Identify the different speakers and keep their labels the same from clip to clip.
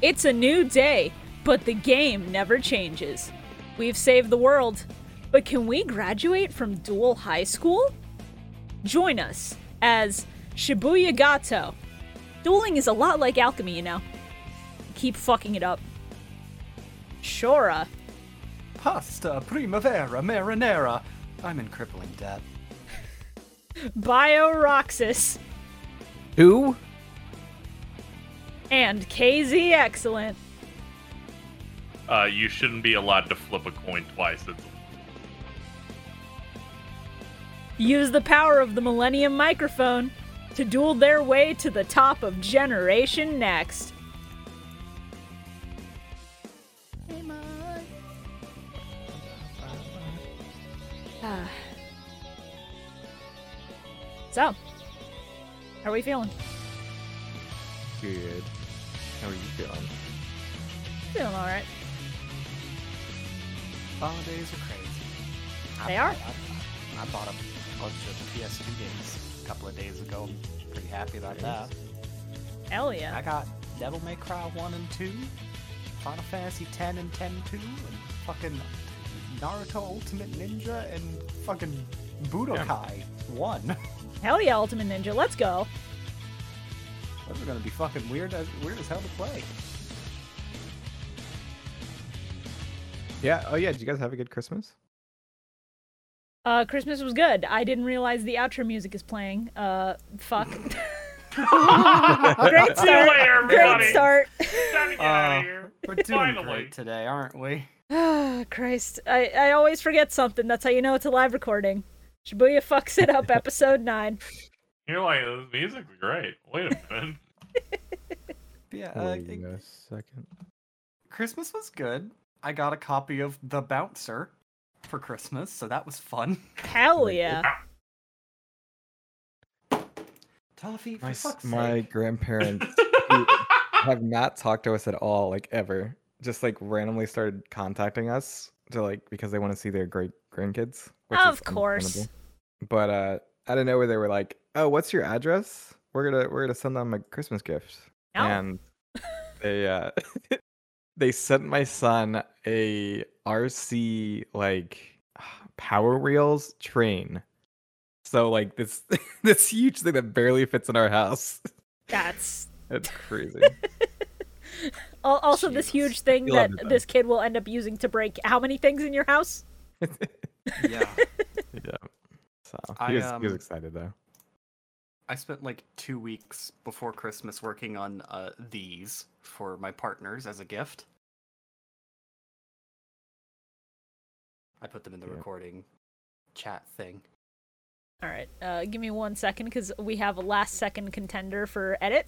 Speaker 1: It's a new day, but the game never changes. We've saved the world, but can we graduate from dual high school? Join us as Shibuya Gato. Dueling is a lot like alchemy, you know. Keep fucking it up. Shora.
Speaker 2: Pasta, uh, primavera, marinara. I'm in crippling debt.
Speaker 1: Bioroxis.
Speaker 3: Who?
Speaker 1: And KZ Excellent.
Speaker 4: Uh, you shouldn't be allowed to flip a coin twice. It's
Speaker 1: Use the power of the Millennium Microphone to duel their way to the top of Generation Next. Ah. So, how are we feeling?
Speaker 3: Good. How are you feeling?
Speaker 1: Feeling all right.
Speaker 2: Holidays are crazy.
Speaker 1: They are.
Speaker 2: I, I bought a bunch of PS2 games a couple of days ago. I'm pretty happy about that.
Speaker 1: Hell
Speaker 2: I
Speaker 1: yeah.
Speaker 2: got Devil May Cry 1 and 2, Final Fantasy 10 and 10 2, and fucking Naruto Ultimate Ninja and fucking Budokai 1.
Speaker 1: Hell yeah, Ultimate Ninja. Let's go.
Speaker 2: Those are gonna be fucking weird as weird as hell to play.
Speaker 3: Yeah. Oh yeah. Did you guys have a good Christmas?
Speaker 1: Uh, Christmas was good. I didn't realize the outro music is playing. Uh, fuck. Great
Speaker 4: See you
Speaker 1: start.
Speaker 4: later, everybody.
Speaker 1: Great start.
Speaker 4: Time to get out of here.
Speaker 2: We're doing
Speaker 4: Finally.
Speaker 2: great today, aren't we?
Speaker 1: Ah, Christ. I, I always forget something. That's how you know it's a live recording. Shibuya fucks it up, episode 9.
Speaker 4: You're like, this music's great. Wait a minute.
Speaker 2: But yeah, uh,
Speaker 3: Wait
Speaker 2: it-
Speaker 3: a second.
Speaker 2: Christmas was good. I got a copy of The Bouncer for Christmas, so that was fun.
Speaker 1: Hell yeah.
Speaker 2: Toffee, for
Speaker 3: My s-
Speaker 2: fuck's
Speaker 3: my
Speaker 2: sake.
Speaker 3: grandparents who have not talked to us at all, like ever. Just like randomly started contacting us to like because they want to see their great grandkids. which is
Speaker 1: Of course.
Speaker 3: understandable. But uh out of nowhere they were like, "Oh, what's your address? We're gonna we're gonna send them a Christmas gift."
Speaker 1: No.
Speaker 3: And they uh they sent my son a RC like Power Reels train. So like this this huge thing that barely fits in our house.
Speaker 1: That's
Speaker 3: That's crazy.
Speaker 1: al- also this
Speaker 3: Jesus.
Speaker 1: huge thing
Speaker 3: You
Speaker 1: that
Speaker 3: love it, though.
Speaker 1: this kid will end up using to break how many things in your house?
Speaker 2: yeah.
Speaker 3: yeah. So
Speaker 2: I,
Speaker 3: he was, he was
Speaker 2: um,
Speaker 3: excited though.
Speaker 2: I spent like two weeks before Christmas working on uh, these for my partners as a gift. I put them in the
Speaker 3: Yeah.
Speaker 2: recording chat thing.
Speaker 1: All right. Uh, give me one second because we have a last second contender for edit.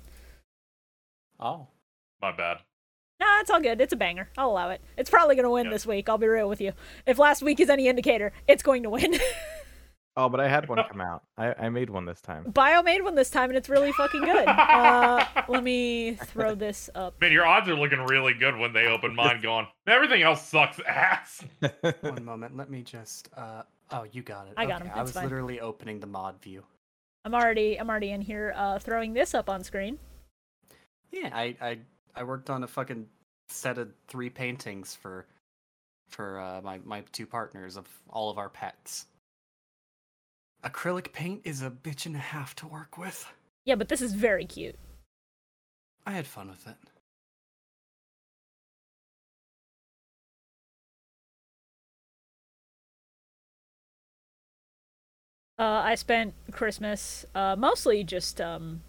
Speaker 2: Oh.
Speaker 4: My bad.
Speaker 1: Nah, it's all good. It's a banger. I'll allow it. It's probably going to win
Speaker 4: Yeah.
Speaker 1: this week. I'll be real with you. If last week is any indicator, it's going to win.
Speaker 3: Oh, but I had one come out. I, I made one this time.
Speaker 1: Bio made one this time and it's really fucking good. Uh, let me throw this up.
Speaker 4: Man, your odds are looking really good when they open mine going, everything else sucks ass.
Speaker 2: One moment, let me just. Uh, oh, you got it.
Speaker 1: I got 'em,
Speaker 2: okay. I
Speaker 1: that's
Speaker 2: was
Speaker 1: fine.
Speaker 2: literally opening the mod view.
Speaker 1: I'm already I'm already in here uh, throwing this up on screen.
Speaker 2: Yeah, I, I I worked on a fucking set of three paintings for for uh, my my two partners of all of our pets. Acrylic paint is a bitch and a half to work with.
Speaker 1: Yeah, but this is very cute.
Speaker 2: I had fun with it.
Speaker 1: Uh, I spent Christmas uh, mostly just um,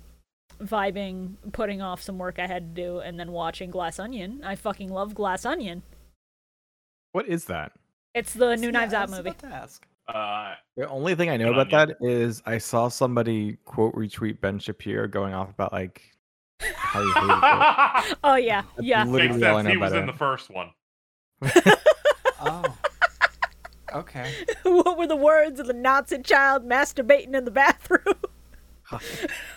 Speaker 1: vibing, putting off some work I had to do, and then watching Glass Onion. I fucking love Glass Onion.
Speaker 3: what is that?
Speaker 1: It's the new
Speaker 2: Yeah,
Speaker 1: Knives
Speaker 2: I
Speaker 1: Out
Speaker 2: was
Speaker 1: movie.
Speaker 2: about to ask.
Speaker 4: Uh,
Speaker 3: The only thing I know
Speaker 4: Good on
Speaker 3: about that is I saw somebody quote retweet Ben Shapiro going off about like how he hated it.
Speaker 4: makes
Speaker 1: Oh yeah,
Speaker 3: That's
Speaker 1: yeah.
Speaker 3: Literally all I
Speaker 4: sense.
Speaker 3: know
Speaker 4: He was
Speaker 3: about
Speaker 4: in the
Speaker 3: it.
Speaker 4: first one.
Speaker 2: Oh. okay.
Speaker 1: what were the words of the Nazi child masturbating in the bathroom?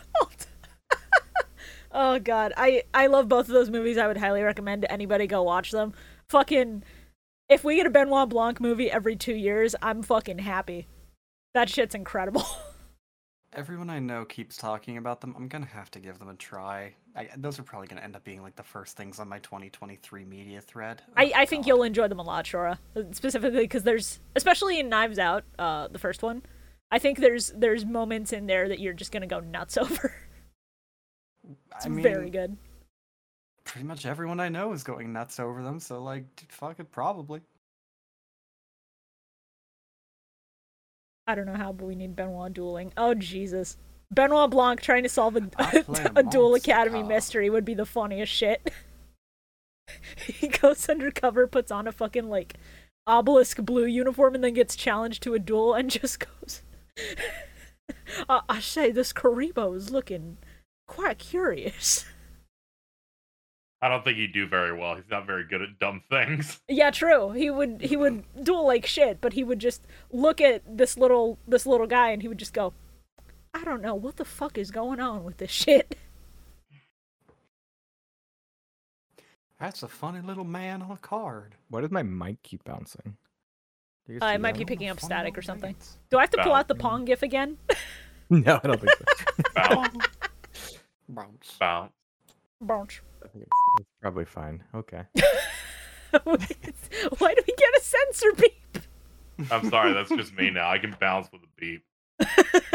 Speaker 1: oh god, I I love both of those movies. I would highly recommend to anybody go watch them. Fucking, if we get a Benoit Blanc movie every two years, I'm fucking happy. That shit's incredible.
Speaker 2: Everyone I know keeps talking about them. I'm gonna have to give them a try. I, those are probably going to end up being like the first things on my 2023 media thread.
Speaker 1: I,
Speaker 2: Oh,
Speaker 1: I think
Speaker 2: God.
Speaker 1: you'll enjoy them a lot, Shora. Specifically because there's, especially in Knives Out, uh, the first one. I think there's there's moments in there that you're just gonna go nuts over. It's
Speaker 2: I mean,
Speaker 1: very good.
Speaker 2: Pretty much everyone I know is going nuts over them, so like, d- fuck it, probably.
Speaker 1: I don't know how, but we need Benoit dueling. Oh Jesus, Benoit Blanc trying to solve a,
Speaker 2: I play
Speaker 1: a duel
Speaker 2: Monster
Speaker 1: academy
Speaker 2: Cop.
Speaker 1: mystery would be the funniest shit. he goes undercover, puts on a fucking like obelisk blue uniform, and then gets challenged to a duel and just goes. uh, I say this Karibo is looking quite curious.
Speaker 4: I don't think he'd do very well. He's not very good at dumb things.
Speaker 1: Yeah, true. He would he would duel like shit, but he would just look at this little this little guy and he would just go, I don't know what the fuck is going on with this shit.
Speaker 2: That's a funny little man on a card.
Speaker 3: Why does my mic keep bouncing? Do you
Speaker 1: Uh,
Speaker 3: guys
Speaker 1: it
Speaker 3: see
Speaker 1: might
Speaker 3: that?
Speaker 1: be
Speaker 2: Little
Speaker 1: picking up
Speaker 2: funny
Speaker 1: static
Speaker 2: little
Speaker 1: or something.
Speaker 2: mans.
Speaker 1: Do I have to pull
Speaker 4: Wow.
Speaker 1: out the Pong gif again?
Speaker 3: No, I don't think so.
Speaker 4: Bounce,
Speaker 2: Bounce.
Speaker 4: bounce.
Speaker 1: Bounce.
Speaker 3: I think it's, it's probably fine. Okay.
Speaker 1: Why do we get a censor beep?
Speaker 4: I'm sorry, that's just me now. I can bounce with a beep.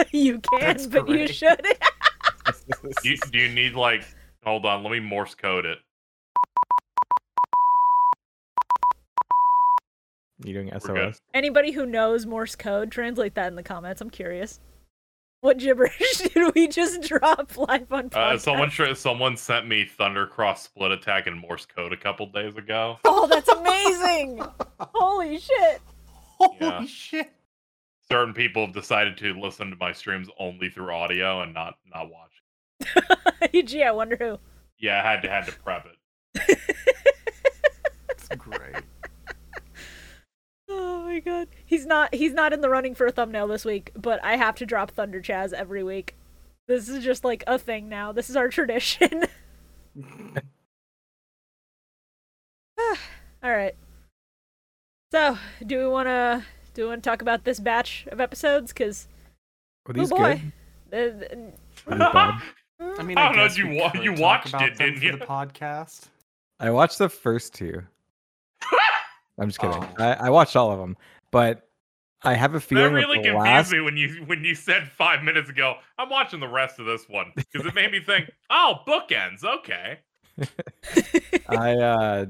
Speaker 1: you can,
Speaker 2: That's
Speaker 1: but you
Speaker 2: great.
Speaker 1: shouldn't.
Speaker 4: Do you, do you need like? Hold on, let me Morse code it.
Speaker 3: you doing
Speaker 4: We're good.
Speaker 3: SOS?
Speaker 1: Anybody who knows Morse code, translate that in the comments. I'm curious. What gibberish did we just drop live on podcast?
Speaker 4: Uh, someone tra- someone sent me Thundercross Split Attack and Morse code a couple days ago.
Speaker 1: Oh, that's amazing! Holy shit!
Speaker 2: Holy
Speaker 4: Yeah.
Speaker 2: shit!
Speaker 4: Certain people have decided to listen to my streams only through audio and not not watch.
Speaker 1: Gee, I wonder who.
Speaker 4: Yeah, I had to had to prep it.
Speaker 2: It's great.
Speaker 1: Oh my god. He's not he's not in the running for a thumbnail this week, but I have to drop Thunder Chaz every week. This is just like a thing now. This is our tradition. All right. So, do we want to do we want to talk about this batch of episodes cuz
Speaker 3: Are
Speaker 1: oh
Speaker 3: these
Speaker 1: boy. The-
Speaker 3: good?
Speaker 1: the-
Speaker 3: Are these bad?
Speaker 1: mm,
Speaker 2: I mean,
Speaker 4: I
Speaker 2: I,
Speaker 4: don't know,
Speaker 2: guess
Speaker 4: you
Speaker 2: we
Speaker 4: wa-
Speaker 2: could
Speaker 4: you
Speaker 2: talk
Speaker 4: watched
Speaker 2: about
Speaker 4: it,
Speaker 2: them
Speaker 4: didn't
Speaker 2: for
Speaker 4: you?
Speaker 2: The podcast.
Speaker 3: I watched the first two. I'm just kidding.
Speaker 2: Oh.
Speaker 3: I, I watched all of them, but I have a
Speaker 4: that
Speaker 3: feeling
Speaker 4: really
Speaker 3: that the
Speaker 4: confused
Speaker 3: last.
Speaker 4: me when you when you said five minutes ago. I'm watching the rest of this one because it made me think. Oh, bookends. Okay.
Speaker 3: I uh,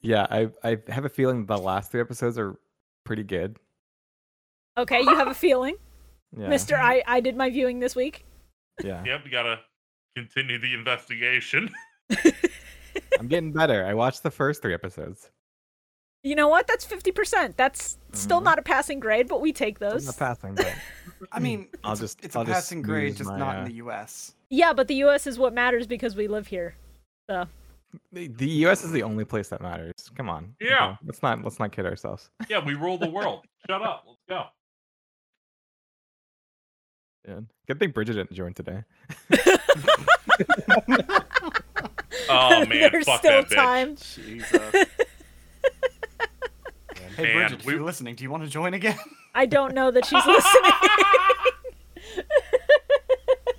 Speaker 3: yeah, I I have a feeling the last three episodes are pretty good.
Speaker 1: okay, you have a feeling.
Speaker 3: Yeah,
Speaker 1: Mr. I I did my viewing this week.
Speaker 3: yeah.
Speaker 4: Yep, we gotta continue the investigation.
Speaker 3: I'm getting better. I watched the first three episodes.
Speaker 1: You know what? That's 50%. That's still
Speaker 4: Mm-hmm.
Speaker 3: Mhm.
Speaker 1: not a passing grade, but we take
Speaker 3: I'm
Speaker 1: those.
Speaker 3: not passing, but
Speaker 2: I
Speaker 1: Hmm.
Speaker 2: mean,
Speaker 3: I'll
Speaker 2: it's, a-
Speaker 3: just-
Speaker 2: it's a
Speaker 3: I'll just
Speaker 2: passing grade,
Speaker 3: snooze
Speaker 2: just
Speaker 3: my,
Speaker 2: not
Speaker 3: uh,
Speaker 2: in the U.S.
Speaker 1: Yeah, but the US is what matters because we live here.
Speaker 3: the, the U.S. is the only place that matters. Come on. okay,
Speaker 4: Yeah.
Speaker 3: Let's not let's not kid ourselves.
Speaker 4: yeah, we rule the world. Shut up. Let's go.
Speaker 3: Yeah. Good thing Bridget didn't join today.
Speaker 4: Oh man,
Speaker 1: There's
Speaker 4: fuck
Speaker 1: still
Speaker 4: that bitch.
Speaker 1: time.
Speaker 2: Jesus. Hey
Speaker 4: Man,
Speaker 2: Bridget,
Speaker 4: we-
Speaker 2: if you're listening, do you want to join again?
Speaker 1: I don't know that she's listening.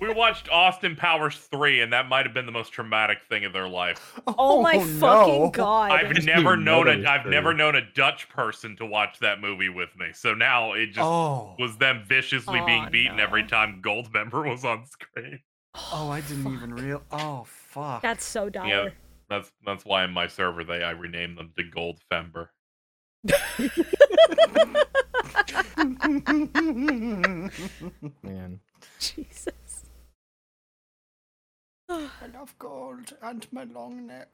Speaker 4: we watched Austin Powers 3, and that might have been the most traumatic thing of their life.
Speaker 1: Oh my
Speaker 2: no.
Speaker 1: fucking god.
Speaker 4: I've
Speaker 3: didn't
Speaker 4: never
Speaker 3: even
Speaker 4: known
Speaker 3: notice
Speaker 4: a I've
Speaker 3: her.
Speaker 4: never known a Dutch person to watch that movie with me. So now it just
Speaker 2: Oh,
Speaker 4: was them viciously
Speaker 1: Oh,
Speaker 4: being beaten
Speaker 1: no.
Speaker 4: every time Goldmember was on screen.
Speaker 2: oh, I didn't even real. Oh fuck.
Speaker 1: That's so dire.
Speaker 4: That's that's why in my server they I renamed them to Goldfember.
Speaker 2: Enough
Speaker 3: Man,
Speaker 1: Jesus.
Speaker 2: gold and my long neck.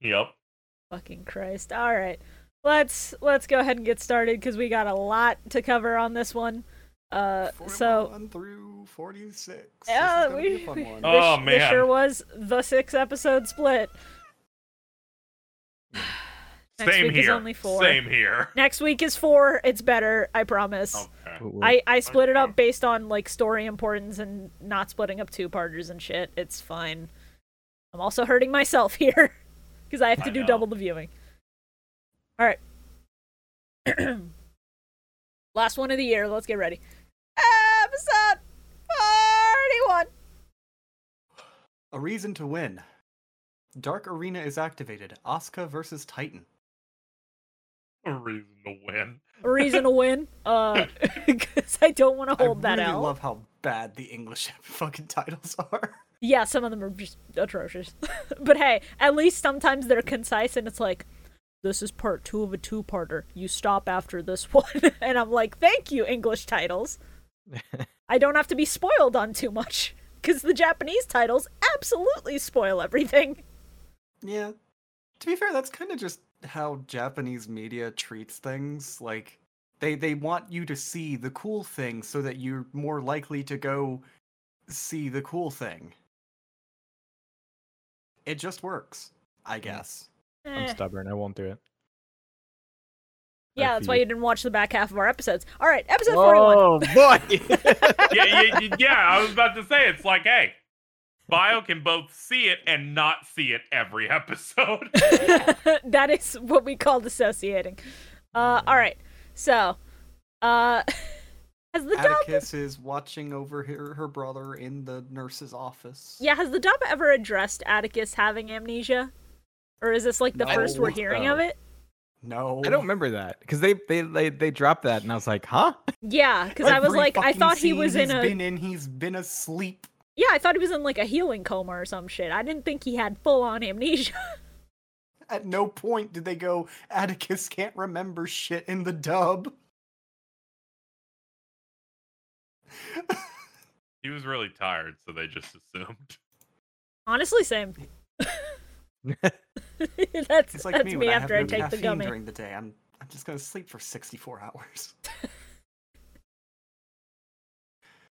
Speaker 4: Yep.
Speaker 1: Fucking Christ. All right. Let's let's go ahead and get started cuz we got a lot to cover on this one. Uh so
Speaker 2: Forty-one through forty-six. This is
Speaker 1: Yeah,
Speaker 2: gonna be a
Speaker 1: we-
Speaker 2: fun one.
Speaker 4: Oh,
Speaker 1: this, this
Speaker 4: man.
Speaker 1: sure was the 6 episode split. Next
Speaker 4: Same
Speaker 1: week
Speaker 4: here.
Speaker 1: is only four.
Speaker 4: Same here.
Speaker 1: Next week is 4. It's better, I promise.
Speaker 4: Okay.
Speaker 3: we'll- we'll-
Speaker 1: I, I split it
Speaker 4: Okay.
Speaker 1: up based on like story importance and not splitting up two parters and shit. It's fine. I'm also hurting myself here because I have to
Speaker 4: I
Speaker 1: do
Speaker 4: know.
Speaker 1: double the viewing. All right. Last one of the year. Let's get ready. Episode 41.
Speaker 2: A reason to win. Dark Arena is activated. Asuka versus Titan.
Speaker 4: A reason to win.
Speaker 1: A reason to win. Uh, because I don't want to hold
Speaker 2: I
Speaker 1: that
Speaker 2: really
Speaker 1: out.
Speaker 2: love how bad the English fucking titles are.
Speaker 1: yeah, some of them are just atrocious. but hey, at least sometimes they're concise and it's like, this is part two of a two parter. You stop after this one. and I'm like, thank you, English titles. I don't have to be spoiled on too much. Because the Japanese titles absolutely spoil everything.
Speaker 2: Yeah. To be fair, that's kind of just how Japanese media treats things. Like they they want you to see the cool thing so that you're more likely to go see the cool thing. It just works,
Speaker 3: Mm-hmm.
Speaker 2: I guess.
Speaker 1: Eh.
Speaker 3: I'm stubborn. I won't do it.
Speaker 1: Yeah, that's why you
Speaker 3: you.
Speaker 1: didn't watch the back half of our episodes. All right, episode 41.
Speaker 3: Oh boy!
Speaker 4: Yeah, yeah, yeah, yeah, I was about to say it's like, hey, Bio can both see it and not see it every episode.
Speaker 1: that is what we call dissociating. Uh, all right. So, uh, has the dub?
Speaker 2: Atticus is watching over her, her brother in the nurse's office.
Speaker 1: Yeah, has the dub ever addressed Atticus having amnesia, or is this like the
Speaker 3: No,
Speaker 1: first we're
Speaker 3: I don't
Speaker 1: hearing
Speaker 3: think
Speaker 1: of it?
Speaker 2: No.
Speaker 1: Oh.
Speaker 3: I don't remember that because they, they they they dropped that, and I was like, huh?
Speaker 1: Yeah, because I was
Speaker 2: Every
Speaker 1: like, I
Speaker 2: fucking
Speaker 1: thought he was in
Speaker 2: scene he's
Speaker 1: a
Speaker 2: Been in, he's been asleep.
Speaker 1: yeah, I thought he was in like a healing coma or some shit. I didn't think he had full on amnesia.
Speaker 2: At no point did they go, Atticus can't remember shit in the dub.
Speaker 4: he was really tired, so they just assumed.
Speaker 1: Honestly, same. that's
Speaker 2: It's like
Speaker 1: that's
Speaker 2: me,
Speaker 1: me,
Speaker 2: when
Speaker 1: after
Speaker 2: I
Speaker 1: I,
Speaker 2: have no
Speaker 1: take the
Speaker 2: caffeine
Speaker 1: gummy.
Speaker 2: during the day. I'm I'm just gonna sleep for 64 hours.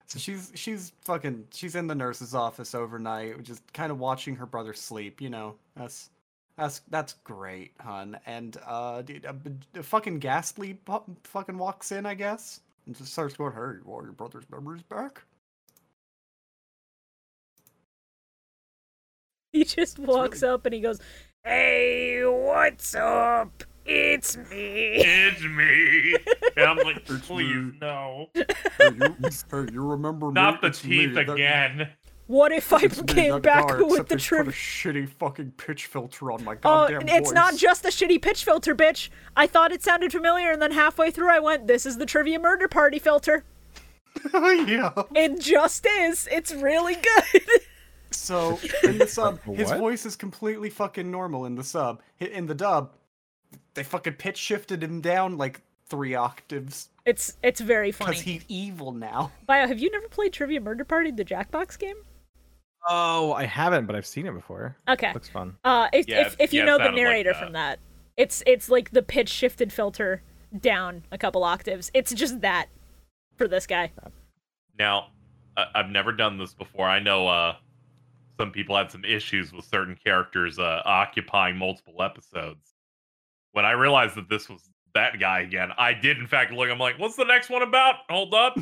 Speaker 2: so she's she's fucking she's in the nurse's office overnight, just kind of watching her brother sleep. You know, that's that's that's great, hun. And uh, dude, a, b- a fucking ghastly pu- fucking walks in, I guess, and just starts going, "Hey, you want your brother's memories back?"
Speaker 1: He just walks up and he goes, "Hey, what's up? It's me."
Speaker 4: It's me. And I'm like, please, no.
Speaker 2: Hey, you, hey, you remember
Speaker 4: Not the
Speaker 2: It's me.
Speaker 4: teeth
Speaker 2: That-
Speaker 4: again.
Speaker 1: What if I
Speaker 2: It's me,
Speaker 1: came
Speaker 2: that
Speaker 1: back
Speaker 2: guy,
Speaker 1: with
Speaker 2: except
Speaker 1: the
Speaker 2: he's put
Speaker 1: trim?
Speaker 2: a shitty fucking pitch filter on my
Speaker 1: Oh,
Speaker 2: goddamn
Speaker 1: and it's not
Speaker 2: voice.
Speaker 1: just the shitty pitch filter, bitch. I thought it sounded familiar, and then halfway through, I went, "This is the trivia murder party filter."
Speaker 2: yeah.
Speaker 1: It just is. It's really good.
Speaker 2: So in the sub, his
Speaker 3: What?
Speaker 2: voice is completely fucking normal. In the sub, Hi- in the dub, they fucking pitch shifted him down like three octaves
Speaker 1: it's it's very funny.
Speaker 2: because he's evil now.
Speaker 1: Bio, have you never played Trivia Murder Party, the Jackbox game?
Speaker 3: Oh, I haven't, but I've seen it before.
Speaker 1: Okay.
Speaker 3: Looks fun.
Speaker 1: Uh, if
Speaker 4: Yeah,
Speaker 1: if, if you
Speaker 4: yeah, it
Speaker 1: know the
Speaker 4: sounded like
Speaker 1: narrator
Speaker 4: that.
Speaker 1: from that, it's it's like the pitch shifted filter down a couple octaves. It's just that for this guy.
Speaker 4: Now, I- I've never done this before. I know uh, some people had some issues with certain characters uh, occupying multiple episodes. When I realized that this was that guy again, I did in fact look. I'm like, what's the next one about? Hold up.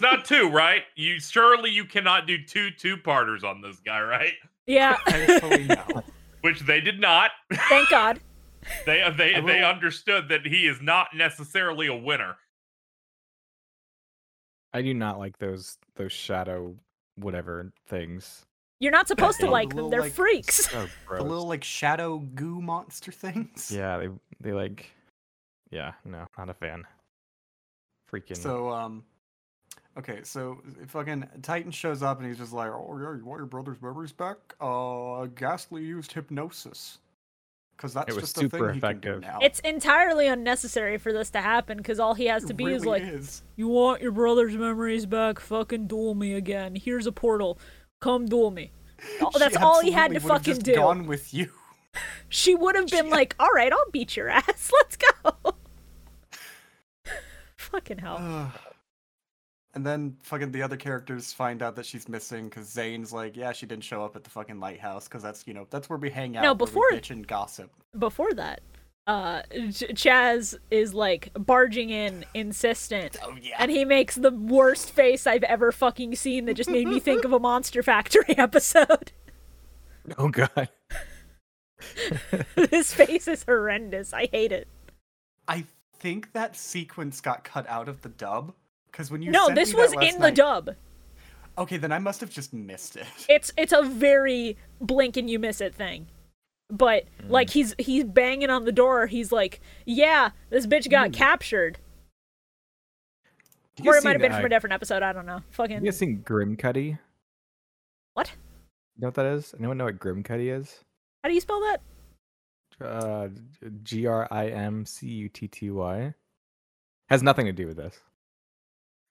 Speaker 4: not two, right? You surely you cannot do two two-parters on this guy, right?
Speaker 1: Yeah,
Speaker 2: Thankfully, no.
Speaker 4: Which they did not.
Speaker 1: thank God.
Speaker 4: They they
Speaker 2: I
Speaker 4: they
Speaker 2: will-
Speaker 4: understood that he is not necessarily a winner.
Speaker 3: I do not like those those shadow whatever things.
Speaker 1: You're not supposed to
Speaker 2: Yeah,
Speaker 1: like
Speaker 2: the
Speaker 1: them.
Speaker 2: little,
Speaker 1: They're
Speaker 2: like,
Speaker 1: freaks.
Speaker 3: So
Speaker 2: The
Speaker 3: gross.
Speaker 2: little like shadow goo monster things.
Speaker 3: Yeah, they they like. Yeah, no, not a fan. Freaking.
Speaker 2: So um, okay, so fucking Titan shows up and he's just like, "Oh yeah, you want your brother's memories back? Uh, Ghastly used hypnosis, because that's
Speaker 3: was
Speaker 2: just a
Speaker 3: super
Speaker 2: thing
Speaker 3: effective.
Speaker 2: he can do now."
Speaker 1: It's entirely unnecessary for this to happen because all he has to
Speaker 2: It
Speaker 1: be is
Speaker 2: really
Speaker 1: like,
Speaker 2: is.
Speaker 1: "You want your brother's memories back? Fucking duel me again. Here's a portal. Come duel me." Oh,
Speaker 2: She
Speaker 1: that's all he had to
Speaker 2: absolutely would've
Speaker 1: fucking
Speaker 2: just
Speaker 1: do.
Speaker 2: Gone with you.
Speaker 1: She would have been like, "All right, I'll beat your ass. Let's go." Fucking hell.
Speaker 2: and then fucking the other characters find out that she's missing because Zane's like, yeah, she didn't show up at the fucking lighthouse because that's you know that's where we hang out.
Speaker 1: No,
Speaker 2: where we
Speaker 1: before-
Speaker 2: bitch and gossip.
Speaker 1: Before that, uh, Ch- Chaz is like barging in, insistent,
Speaker 2: Oh yeah.
Speaker 1: and he makes the worst face I've ever fucking seen that just made me think of a Monster Factory episode.
Speaker 3: oh god.
Speaker 1: His face is horrendous. I hate it.
Speaker 2: I think that sequence got cut out of the dub because when you
Speaker 1: no,
Speaker 2: sent
Speaker 1: this
Speaker 2: me that
Speaker 1: was
Speaker 2: last
Speaker 1: in the
Speaker 2: night-
Speaker 1: dub.
Speaker 2: Okay, then I must have just missed it.
Speaker 1: It's it's a very blink and you miss it thing. But
Speaker 3: Mm.
Speaker 1: like he's he's banging on the door. He's like, "Yeah, this bitch got captured."
Speaker 3: Mm. You
Speaker 1: Or
Speaker 3: guys
Speaker 1: it might have
Speaker 3: seen,
Speaker 1: been from
Speaker 3: uh,
Speaker 1: a different episode. I don't know. Fucking
Speaker 3: You guys seen Grim Cuddy?
Speaker 1: what?
Speaker 3: You know what that is? Anyone know what Grim Cuddy is?
Speaker 1: How do you spell that?
Speaker 3: Uh, G R I M C U T T Y. Has nothing to do with this.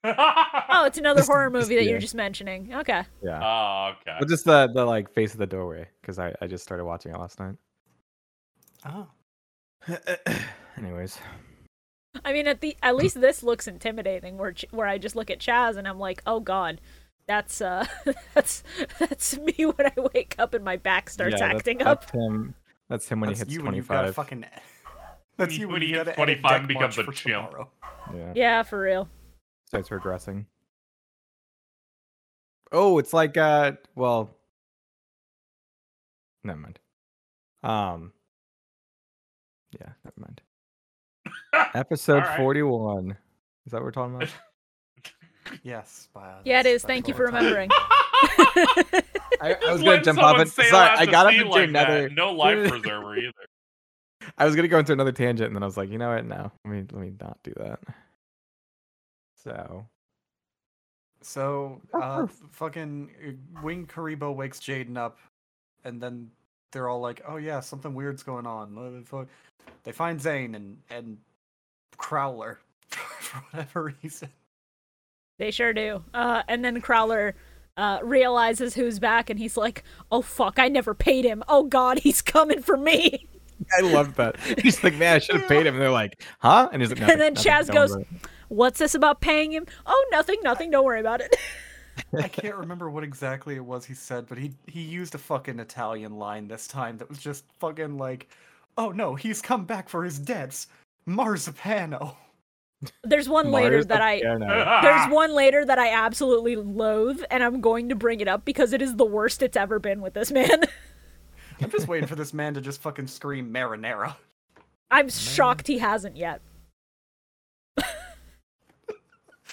Speaker 1: Oh, it's another
Speaker 3: Just-
Speaker 1: horror
Speaker 3: just
Speaker 1: movie that
Speaker 3: the-
Speaker 1: you're just mentioning. Okay.
Speaker 3: Yeah.
Speaker 2: Uh,
Speaker 4: oh, okay.
Speaker 3: Well, just the the like face of the doorway because I I just started watching it last night.
Speaker 2: Oh.
Speaker 3: Anyways,
Speaker 1: I mean, at the at least this looks intimidating. Where Ch- where I just look at Chaz and I'm like, oh god, that's uh, that's that's me when I wake up and my back starts
Speaker 3: yeah, that's-
Speaker 1: acting up.
Speaker 3: That's him. That's him when
Speaker 2: That's
Speaker 3: he hits
Speaker 2: you when
Speaker 3: twenty
Speaker 2: you've got a
Speaker 3: five.
Speaker 2: fucking. That's you when
Speaker 4: When he
Speaker 2: you
Speaker 4: hits
Speaker 2: got
Speaker 4: 25 and becomes a
Speaker 2: for
Speaker 4: chimp.
Speaker 2: tomorrow.
Speaker 3: Yeah.
Speaker 1: Yeah, for real.
Speaker 3: Starts regressing. Oh, it's like uh well never mind. Um Yeah, never mind. Episode
Speaker 4: Alright.
Speaker 3: forty one. Is that what we're talking about?
Speaker 2: Yes, but
Speaker 1: Yeah, it
Speaker 2: that's-
Speaker 1: is. Thank
Speaker 2: that's
Speaker 1: you for
Speaker 2: what we're
Speaker 1: remembering.
Speaker 3: I, I was
Speaker 4: Just
Speaker 3: gonna
Speaker 4: let
Speaker 3: jump off
Speaker 4: someone
Speaker 3: it.
Speaker 4: sail
Speaker 3: Sorry, I
Speaker 4: out to
Speaker 3: got up
Speaker 4: sea
Speaker 3: into
Speaker 4: like that.
Speaker 3: another
Speaker 4: No life preserver either.
Speaker 3: I was gonna go into another tangent, and then I was like, you know what? No, let me let me not do that. So
Speaker 2: So, uh, fucking uh, Wing Karibo wakes Jaden up, and then they're all like, "Oh yeah, something weird's going on." What the fuck? They find Zane and and Crowler for whatever reason.
Speaker 1: They sure do. Uh, and then Crowler uh, realizes who's back and he's like, oh fuck, I never paid him. Oh god, he's coming for me.
Speaker 3: I love that. He's like, man, I should have paid him. And they're like, huh? And he's like, "Nothing,
Speaker 1: and then
Speaker 3: nothing,
Speaker 1: Chaz
Speaker 3: don't
Speaker 1: goes,
Speaker 3: worry."
Speaker 1: what's this about paying him? Oh, nothing, nothing. Don't worry about it.
Speaker 2: I can't remember what exactly it was he said, but he he used a fucking Italian line this time that was just fucking like, "Oh no, he's come back for his debts." Marzipano.
Speaker 1: There's one later
Speaker 3: Mars
Speaker 1: that I.
Speaker 3: Appiano.
Speaker 1: There's one later that I absolutely loathe, and I'm going to bring it up because it is the worst it's ever been with this man.
Speaker 2: I'm just waiting for this man to just fucking scream marinara.
Speaker 1: I'm shocked he hasn't yet.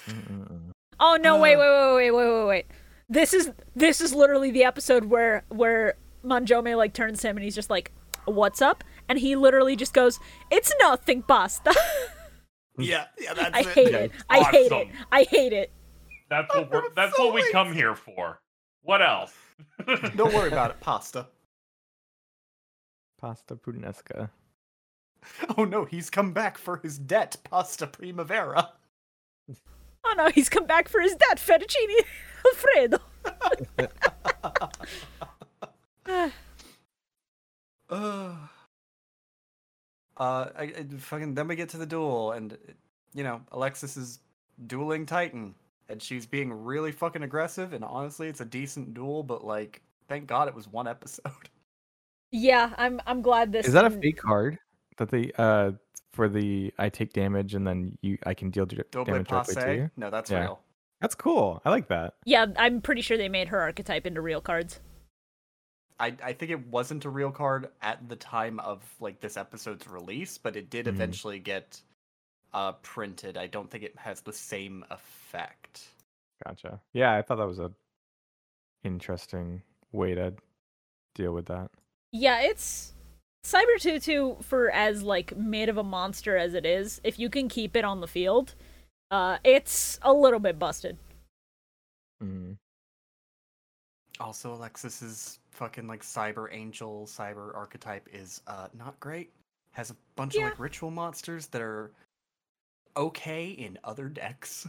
Speaker 3: Mm-mm-mm.
Speaker 1: Oh no! Wait,
Speaker 2: Uh.
Speaker 1: wait, wait, wait, wait, wait, wait. This is this is literally the episode where where Manjome like turns to him and he's just like, "What's up?" And he literally just goes, "It's nothing, pasta."
Speaker 2: Yeah, yeah, that's
Speaker 1: I hate
Speaker 3: yeah,
Speaker 1: it. I hate it.
Speaker 4: awesome.
Speaker 1: I hate it.
Speaker 4: That's what we're,
Speaker 2: I'm
Speaker 4: that's
Speaker 2: so
Speaker 4: what we
Speaker 2: late.
Speaker 4: come here for. What else?
Speaker 2: Don't worry about it, pasta.
Speaker 3: Pasta puttanesca.
Speaker 2: Oh no, he's come back for his debt, Pasta Primavera.
Speaker 1: Oh no, he's come back for his dad, fettuccine Alfredo.
Speaker 2: uh, I, I fucking. Then we get to the duel, and uh, you know Alexis is dueling Titan, and she's being really fucking aggressive. And honestly, it's a decent duel, but like, thank God it was one episode.
Speaker 1: Yeah, I'm I'm glad this
Speaker 3: Is that a fake card that they uh for the I take damage and then you I can deal dir-
Speaker 2: Doble
Speaker 3: damage directly to
Speaker 2: passe.
Speaker 3: you?
Speaker 2: No, that's
Speaker 3: Yeah.
Speaker 2: real.
Speaker 3: That's cool. I like that.
Speaker 1: Yeah, I'm pretty sure they made her archetype into real cards.
Speaker 2: I, I think it wasn't a real card at the time of like this episode's release, but it did
Speaker 3: Mhm.
Speaker 2: eventually get uh printed. I don't think it has the same effect.
Speaker 3: Gotcha. Yeah, I thought that was a interesting way to deal with that.
Speaker 1: Yeah, it's Cyber Tutu for as like mid of a monster as it is, if you can keep it on the field, uh it's a little bit busted.
Speaker 3: Mm.
Speaker 2: Also, Alexis's fucking like cyber angel, cyber archetype is uh not great. Has a bunch
Speaker 1: Yeah.
Speaker 2: of like ritual monsters that are okay in other decks.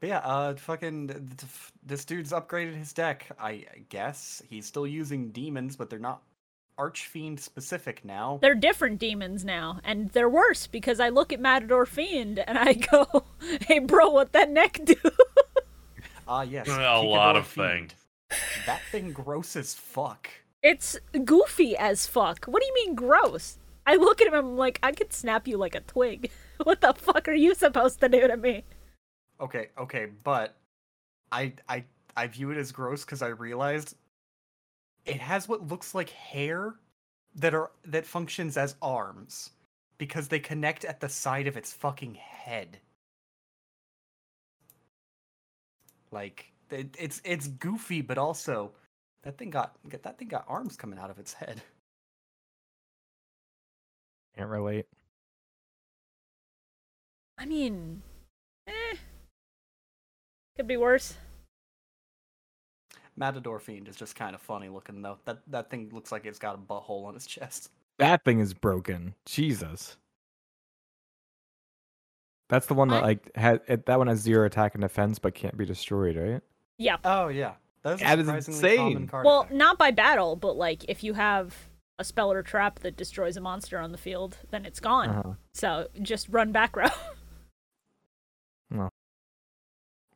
Speaker 2: But yeah, uh, fucking th- th- f- this dude's upgraded his deck. I I guess he's still using demons, but they're not archfiend specific now.
Speaker 1: They're different demons now, and they're worse because I look at Matador Fiend and I go, "Hey, bro, what that neck do?"
Speaker 2: Ah, yes,
Speaker 4: A lot
Speaker 2: Picador
Speaker 4: of
Speaker 2: Fiend.
Speaker 4: things.
Speaker 2: That thing gross as fuck.
Speaker 1: It's goofy as fuck. What do you mean gross? I look at him and I'm like, I could snap you like a twig. What the fuck are you supposed to do to me?
Speaker 2: Okay, okay, but I I I view it as gross because I realized it has what looks like hair that are that functions as arms because they connect at the side of its fucking head. Like it, it's it's goofy, but also that thing got that thing got arms coming out of its head.
Speaker 3: Can't relate.
Speaker 1: I mean, eh, could be worse.
Speaker 2: Matador Fiend is just kind of funny looking though. That that thing looks like it's got a butthole on its chest.
Speaker 3: That thing is broken. Jesus. That's the one that
Speaker 1: I-
Speaker 3: like had it- that one has zero attack and defense, but can't be destroyed, right?
Speaker 1: Yeah.
Speaker 2: Oh yeah, that's
Speaker 3: That is insane.
Speaker 2: card
Speaker 1: Well,
Speaker 2: effect.
Speaker 1: not by battle, but like if you have a spell or trap that destroys a monster on the field, then it's gone.
Speaker 3: Uh-huh.
Speaker 1: So just run back row.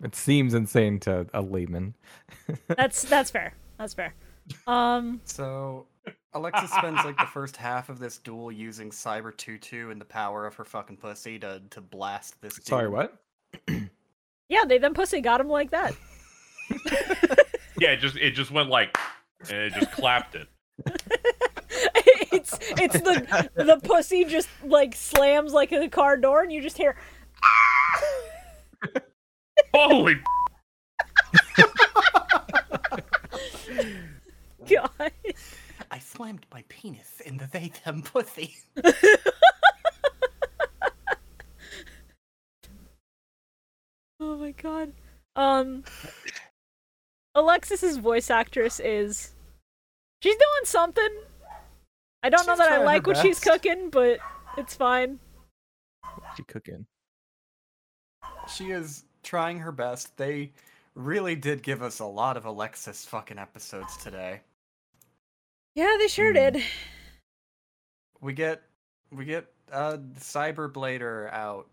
Speaker 3: It seems insane to a layman.
Speaker 1: that's that's fair. That's fair. Um,
Speaker 2: So Alexa spends like the first half of this duel using Cyber Tutu and the power of her fucking pussy to to blast this. Dude.
Speaker 3: Sorry, what?
Speaker 1: yeah, they then pussy got him like that.
Speaker 4: Yeah, it just it just went like, and it just clapped it.
Speaker 1: it's it's the the pussy just like slams like a car door, and you just hear.
Speaker 4: Holy
Speaker 1: God.
Speaker 2: I slammed my penis in the they them pussy.
Speaker 1: Oh my god. Um Alexis's voice actress is she's doing something. I don't know
Speaker 2: She's
Speaker 1: that
Speaker 2: trying
Speaker 1: I
Speaker 2: her
Speaker 1: like what she's
Speaker 2: best.
Speaker 1: cooking, but it's fine.
Speaker 3: What's she cooking?
Speaker 2: She is trying her best. They really did give us a lot of Alexis fucking episodes today.
Speaker 1: Yeah, they sure
Speaker 3: Mm.
Speaker 1: did.
Speaker 2: We get we get uh Cyber Blader out.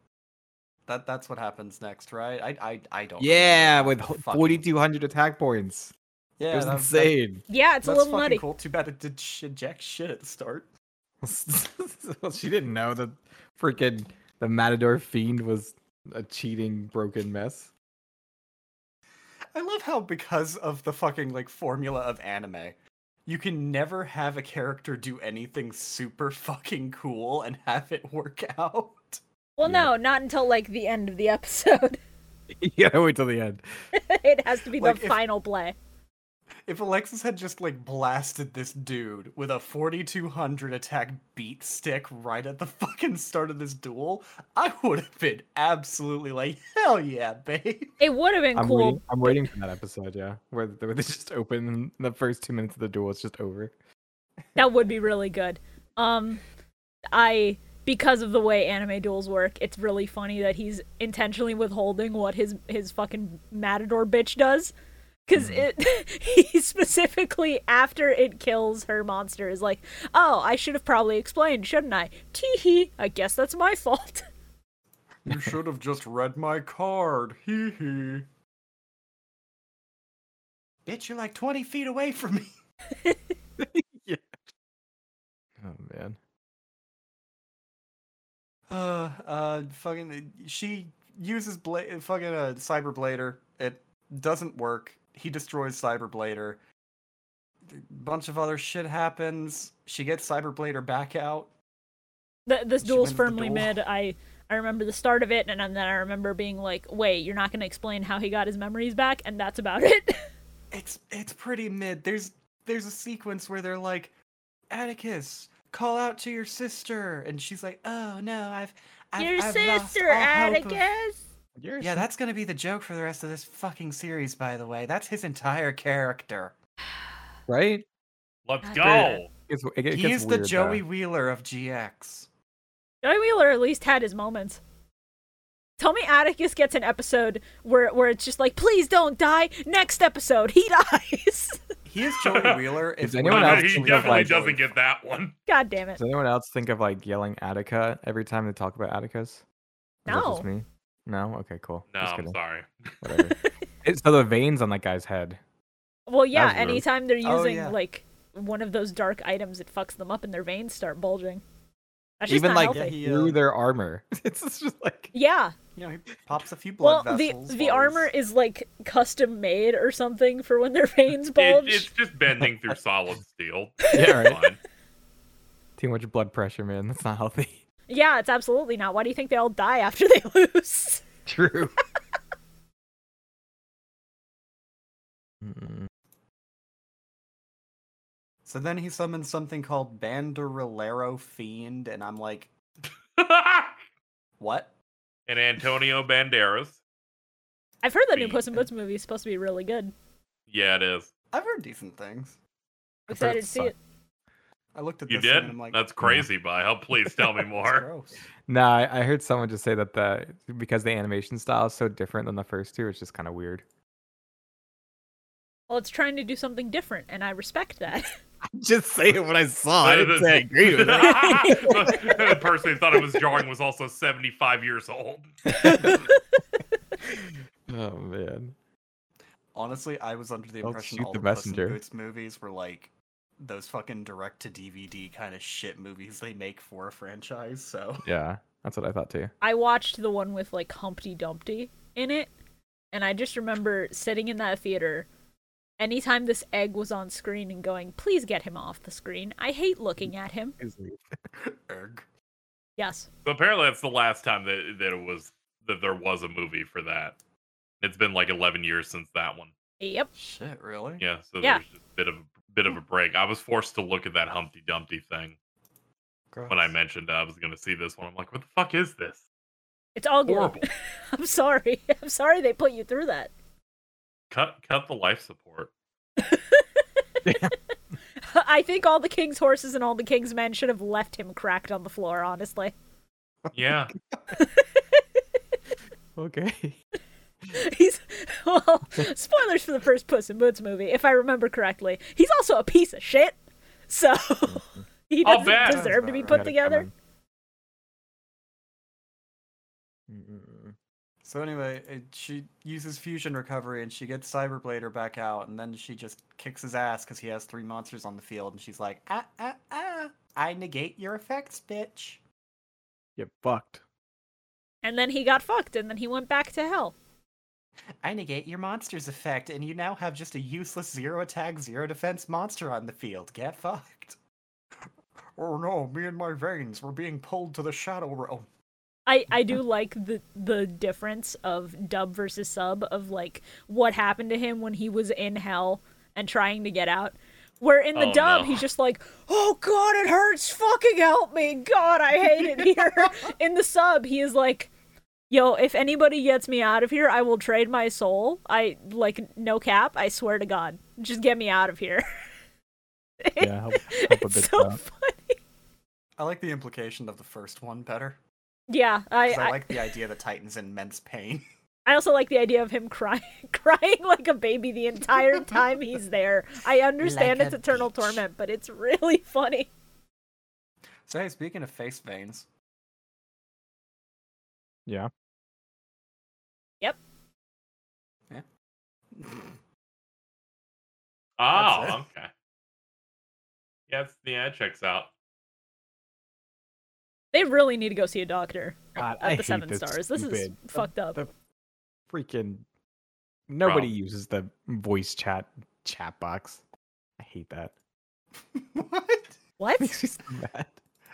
Speaker 2: That that's what happens next, right? I I I don't. remember
Speaker 3: Yeah,
Speaker 2: what
Speaker 3: with
Speaker 2: the
Speaker 3: h-
Speaker 2: fuck-
Speaker 3: 4,200 attack points.
Speaker 2: Yeah,
Speaker 3: it was
Speaker 2: that- that-
Speaker 3: insane.
Speaker 1: Yeah, it's a
Speaker 2: that's
Speaker 1: little
Speaker 2: fucking
Speaker 1: nutty.
Speaker 2: cool. Too bad it did sh- jack shit at the start.
Speaker 3: well, she didn't know that freaking the Matador Fiend was a cheating, broken mess.
Speaker 2: I love how because of the fucking like formula of anime, you can never have a character do anything super fucking cool and have it work out.
Speaker 1: Well,
Speaker 3: Yeah.
Speaker 1: no, not until like the end of the episode.
Speaker 3: you gotta wait till the end.
Speaker 1: it has to be
Speaker 2: Like,
Speaker 1: the
Speaker 2: if-
Speaker 1: final play.
Speaker 2: If Alexis had just like blasted this dude with a 4200 attack beat stick right at the fucking start of this duel, I would have been absolutely like, hell yeah, babe.
Speaker 1: It would have been
Speaker 3: I'm
Speaker 1: cool.
Speaker 3: waiting. I'm waiting for that episode. Yeah, where, th- where they just open and the first two minutes of the duel. It's just over.
Speaker 1: That would be really good. Um I because of the way anime duels work, it's really funny that he's intentionally withholding what his his fucking matador bitch does. Cause
Speaker 2: Mm.
Speaker 1: it he specifically after it kills her monster is like, oh, I should have probably explained, shouldn't I? Tee hee, I guess that's my fault.
Speaker 2: You should have just read my card. Hee hee. Bitch, you're like 20 feet away from me.
Speaker 3: Oh man.
Speaker 2: Uh, uh, fucking, she uses bla- fucking uh, Cyber Blader. It doesn't work. He destroys Cyber Blader. Bunch of other shit happens. She gets Cyber Blader back out.
Speaker 1: Th this
Speaker 2: She
Speaker 1: duel's
Speaker 2: wins the
Speaker 1: firmly
Speaker 2: duel.
Speaker 1: mid. I I remember the start of it and then I remember being like, wait, you're not gonna explain how he got his memories back, and that's about it.
Speaker 2: It's it's pretty mid. There's there's a sequence where they're like, Atticus, call out to your sister, and she's like, Oh no, I've I've, I've lost all hope of-
Speaker 3: Yours.
Speaker 2: Yeah, that's gonna be the joke for the rest of this fucking series, by the way. That's his entire character.
Speaker 3: right.
Speaker 4: Let's
Speaker 1: God
Speaker 4: go.
Speaker 3: It's, it, it
Speaker 2: He
Speaker 3: gets
Speaker 2: is the
Speaker 3: weird,
Speaker 2: Joey
Speaker 3: Though.
Speaker 2: Wheeler of GX.
Speaker 1: Joey Wheeler at least had his moments. Tell me Atticus gets an episode where where it's just like, please don't die. Next episode, he dies.
Speaker 2: He is Joey Wheeler.
Speaker 3: Does
Speaker 2: if
Speaker 3: anyone
Speaker 2: we
Speaker 3: else
Speaker 4: he
Speaker 2: actually
Speaker 3: think
Speaker 4: definitely
Speaker 2: like
Speaker 4: doesn't
Speaker 2: Joey-
Speaker 4: get that one.
Speaker 1: God damn it.
Speaker 3: Does anyone else think of like yelling Attica every time they talk about Atticus? Is that just
Speaker 1: No.
Speaker 3: me? No. Okay. Cool.
Speaker 4: No,
Speaker 3: Just
Speaker 4: I'm
Speaker 3: kidding.
Speaker 4: sorry.
Speaker 3: Whatever. it's so the veins on that guy's head.
Speaker 1: Well, yeah,
Speaker 3: That was rude.
Speaker 1: anytime they're
Speaker 2: Oh,
Speaker 1: using
Speaker 2: yeah.
Speaker 1: like one of those dark items, it fucks them up and their veins start bulging. That's just
Speaker 3: Even
Speaker 1: not
Speaker 3: like
Speaker 1: healthy.
Speaker 2: he,
Speaker 3: through
Speaker 2: uh,
Speaker 3: their armor. it's it's just like
Speaker 1: Yeah.
Speaker 2: You know, he pops a few
Speaker 1: Well,
Speaker 2: blood
Speaker 1: the
Speaker 2: vessels.
Speaker 1: the
Speaker 2: while
Speaker 1: armor
Speaker 2: he's-
Speaker 1: is like custom made or something for when their veins
Speaker 4: It,
Speaker 1: bulge.
Speaker 4: it's just bending through solid steel.
Speaker 3: Yeah, right.
Speaker 4: Fine.
Speaker 3: too much blood pressure, man. That's not healthy.
Speaker 1: Yeah, it's absolutely not. Why do you think they all die after they lose?
Speaker 3: True. Mm-mm.
Speaker 2: So then he summons something called Banderillero Fiend, and I'm like, what?
Speaker 4: and Antonio Banderas.
Speaker 1: I've heard that new
Speaker 4: Be-
Speaker 1: Puss in Boots movie is supposed to be really good.
Speaker 4: Yeah, it is.
Speaker 2: I've heard decent things.
Speaker 1: I'm
Speaker 3: I've heard
Speaker 1: excited to
Speaker 3: it's
Speaker 1: see
Speaker 3: fun.
Speaker 1: it.
Speaker 2: I looked at
Speaker 4: You
Speaker 2: this thing
Speaker 4: did?
Speaker 2: and I'm like,
Speaker 4: That's crazy, Bio. Please tell me
Speaker 2: "That's
Speaker 4: more.
Speaker 2: gross."
Speaker 3: Nah, I, I heard someone just say that the because the animation style is so different than the first two, it's just kind of weird.
Speaker 1: Well, it's trying to do something different, and I respect that.
Speaker 3: Just saying what I saw.
Speaker 4: I didn't say I
Speaker 3: agree
Speaker 4: the person who thought it was jarring was also 75 years old.
Speaker 3: oh man.
Speaker 2: Honestly, I was under the
Speaker 3: Don't
Speaker 2: impression
Speaker 3: shoot
Speaker 2: all
Speaker 3: the
Speaker 2: the, Puss in
Speaker 3: messenger.
Speaker 2: Boots movies were like those fucking direct to DVD kind of shit movies they make for a franchise. So
Speaker 3: Yeah, that's what I thought too.
Speaker 1: I watched the one with like Humpty Dumpty in it, and I just remember sitting in that theater. Anytime this egg was on screen and going, please get him off the screen. I hate looking at him.
Speaker 2: erg.
Speaker 1: Yes.
Speaker 4: So apparently that's the last time that, that it was that there was a movie for that. It's been like 11 years since that one.
Speaker 1: Yep.
Speaker 2: Shit, really?
Speaker 4: Yeah, so
Speaker 1: Yeah.
Speaker 4: there's just a bit of a bit of a break. I was forced to look at that Humpty Dumpty thing when I
Speaker 2: Gross.
Speaker 4: mentioned I was going to see this one. I'm like, what the fuck is this?
Speaker 1: It's ugly.
Speaker 4: Horrible.
Speaker 1: I'm sorry. I'm sorry they put you through that.
Speaker 4: cut cut the life support.
Speaker 1: I think all the king's horses and all the king's men should have left him cracked on the floor, honestly.
Speaker 4: Yeah.
Speaker 3: Okay.
Speaker 1: He's well, spoilers for the first Puss in Boots movie, if I remember correctly. He's also a piece of shit, so he
Speaker 4: I'll
Speaker 1: doesn't
Speaker 4: bet.
Speaker 1: deserve to be
Speaker 2: Sounds about
Speaker 1: put
Speaker 2: right.
Speaker 1: together.
Speaker 2: So anyway, it, she uses fusion recovery and she gets Cyberblader back out, and then she just kicks his ass because he has three monsters on the field, and she's like, ah ah ah, I negate your effects, bitch.
Speaker 3: Get fucked.
Speaker 1: And then he got fucked, and then he went back to hell.
Speaker 2: I negate your monster's effect, and you now have just a useless zero attack, zero defense monster on the field. Get fucked. Oh no, me and my veins, we're being pulled to the shadow Oh, realm.
Speaker 1: I, I do like the the difference of dub versus sub of like what happened to him when he was in hell and trying to get out. Where in the
Speaker 4: Oh,
Speaker 1: dub
Speaker 4: no.
Speaker 1: he's just like, "Oh God, it hurts! Fucking help me! God, I hate it here." in the sub, he is like, "Yo, if anybody gets me out of here, I will trade my soul. I like no cap. I swear to God, just get me out of here."
Speaker 3: Yeah, help, help a
Speaker 1: it's
Speaker 3: bit.
Speaker 1: so
Speaker 3: out.
Speaker 1: funny.
Speaker 2: I like the implication of the first one better.
Speaker 1: Yeah,
Speaker 2: 'cause I,
Speaker 1: I
Speaker 2: like the idea that Titan's in immense pain.
Speaker 1: I also like the idea of him crying, crying like a baby the entire time he's there. I understand
Speaker 2: Like
Speaker 1: it's
Speaker 2: a
Speaker 1: eternal
Speaker 2: bitch.
Speaker 1: torment, but it's really funny.
Speaker 2: So hey, speaking of face veins,
Speaker 3: Yeah.
Speaker 4: Oh,
Speaker 2: That's it.
Speaker 4: okay. Yeah, it's, yeah, it checks out.
Speaker 1: They really need to go see a doctor
Speaker 3: God,
Speaker 1: at the Seven Stars. This is fucked up.
Speaker 3: the- freaking. Nobody uses the voice chat chat box. I hate that.
Speaker 2: what?
Speaker 1: What?
Speaker 3: Makes me so mad.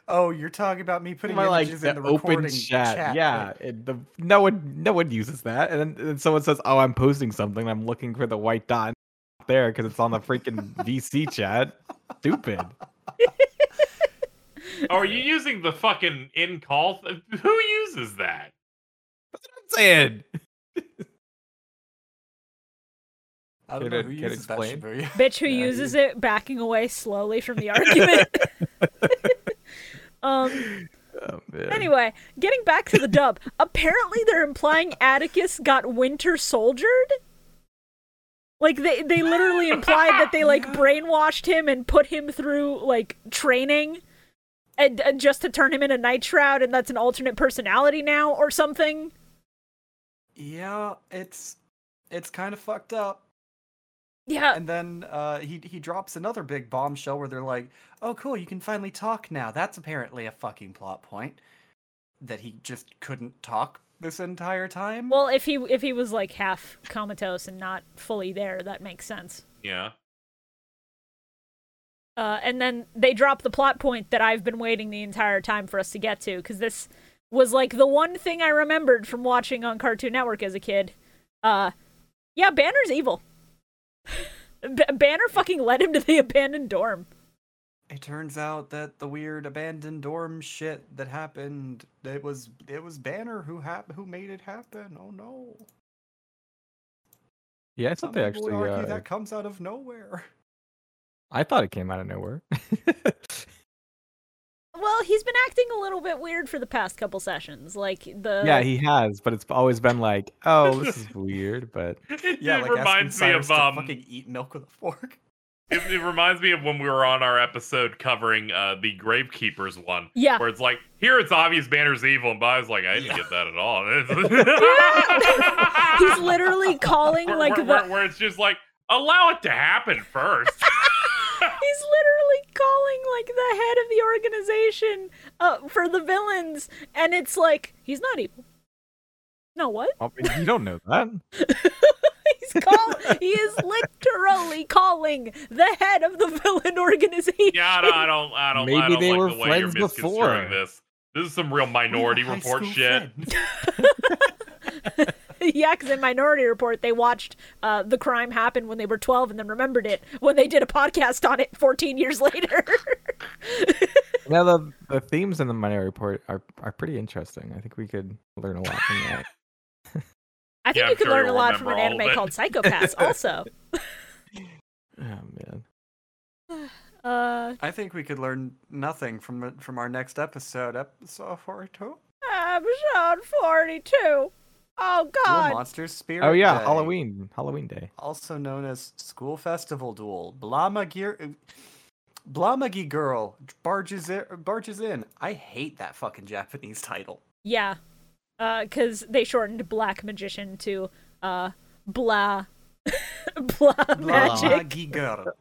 Speaker 2: Oh, you're talking about me putting
Speaker 3: Am I like
Speaker 2: images
Speaker 3: the,
Speaker 2: in the recording
Speaker 3: open chat?
Speaker 2: like,
Speaker 3: yeah, it, the no one no one uses that, and then and someone says, "Oh, I'm posting something. and I'm looking for the white dot there because it's on the freaking VC chat." Stupid.
Speaker 4: Oh, are you using the fucking in call? Th- Who uses that?
Speaker 3: I'm saying.
Speaker 2: I don't
Speaker 3: Can
Speaker 2: know
Speaker 3: it-
Speaker 2: who
Speaker 3: can it
Speaker 2: uses that
Speaker 3: explain?
Speaker 2: Shibuya.
Speaker 1: Bitch who
Speaker 3: Yeah,
Speaker 1: uses it backing away slowly from the argument. um
Speaker 3: Oh, man.
Speaker 1: Anyway, getting back to the dub, apparently they're implying Atticus got winter soldiered. Like they they literally implied that they like brainwashed him and put him through like training and, and just to turn him into Night Shroud and that's an alternate personality now or something.
Speaker 2: Yeah, it's it's kind of fucked up.
Speaker 1: Yeah,
Speaker 2: And then uh, he he drops another big bombshell where they're like, "Oh, cool, you can finally talk now." That's apparently a fucking plot point that he just couldn't talk this entire time.
Speaker 1: well if he if he was like half comatose and not fully there, that makes sense.
Speaker 4: Yeah.
Speaker 1: Uh, and then they drop the plot point that I've been waiting the entire time for us to get to because this was like the one thing I remembered from watching on Cartoon Network as a kid. Uh, yeah, Banner's evil. B- Banner fucking led him to the abandoned dorm.
Speaker 2: It turns out that the weird abandoned dorm shit that happened, it was it was Banner who hap- who made it happen. Oh no!
Speaker 3: Yeah, I
Speaker 2: Some
Speaker 3: thought they
Speaker 2: people would
Speaker 3: actually.
Speaker 2: argue
Speaker 3: Uh,
Speaker 2: that comes out of nowhere.
Speaker 3: I thought it came out of nowhere.
Speaker 1: Well, he's been acting a little bit weird for the past couple sessions. Like the
Speaker 2: Uh,
Speaker 3: yeah, he has, but it's always been like, oh, this is weird, but
Speaker 4: It,
Speaker 2: Yeah,
Speaker 4: it
Speaker 2: like
Speaker 4: reminds me
Speaker 2: asking
Speaker 4: of
Speaker 2: Cyrus
Speaker 4: um,
Speaker 2: to fucking eat milk with a fork.
Speaker 4: it, it reminds me of when we were on our episode covering uh, the Gravekeepers one,
Speaker 1: yeah.
Speaker 4: where it's like here it's obvious Banner's evil, and Bob's like I didn't get that at all.
Speaker 1: he's literally calling
Speaker 4: where,
Speaker 1: like
Speaker 4: where,
Speaker 1: the
Speaker 4: where- where it's just like allow it to happen first.
Speaker 1: He's literally calling like the head of the organization uh, for the villains, and it's like he's not evil. No, what?
Speaker 3: oh, you don't know that.
Speaker 1: He's call. he is literally calling the head of the villain organization.
Speaker 4: yeah, I don't, I don't, I don't. I
Speaker 3: Maybe
Speaker 4: don't
Speaker 3: they
Speaker 4: like
Speaker 3: were
Speaker 4: the way you're
Speaker 3: friends before.
Speaker 4: misconstruing This. this is some real minority
Speaker 2: Oh, High
Speaker 4: report
Speaker 2: school
Speaker 4: shit.
Speaker 2: friend.
Speaker 1: yeah, because in Minority Report they watched uh, the crime happen when they were twelve, and then remembered it when they did a podcast on it fourteen years later.
Speaker 3: Now the the themes in the Minority Report are are pretty interesting. I think we could learn a lot from that.
Speaker 1: I think
Speaker 4: Yeah,
Speaker 1: you
Speaker 4: I'm
Speaker 1: could
Speaker 4: sure
Speaker 1: learn a
Speaker 4: you'll
Speaker 1: lot from an
Speaker 4: remember all of
Speaker 1: anime
Speaker 4: it.
Speaker 1: called Psychopaths, also.
Speaker 3: oh man.
Speaker 1: Uh,
Speaker 2: I think we could learn nothing from the- from our next episode, episode forty-two.
Speaker 1: episode forty-two. Oh
Speaker 2: Duel
Speaker 1: God.
Speaker 2: Monsters Spirit.
Speaker 3: Oh yeah,
Speaker 2: Day,
Speaker 3: Halloween, Halloween Day.
Speaker 2: also known as School Festival Duel. Blamagir, Blamagi Girl barges in, barges in. I hate that fucking Japanese title.
Speaker 1: Yeah, because they shortened Black Magician to uh, blah, blah magic.
Speaker 2: Blamagi Girl.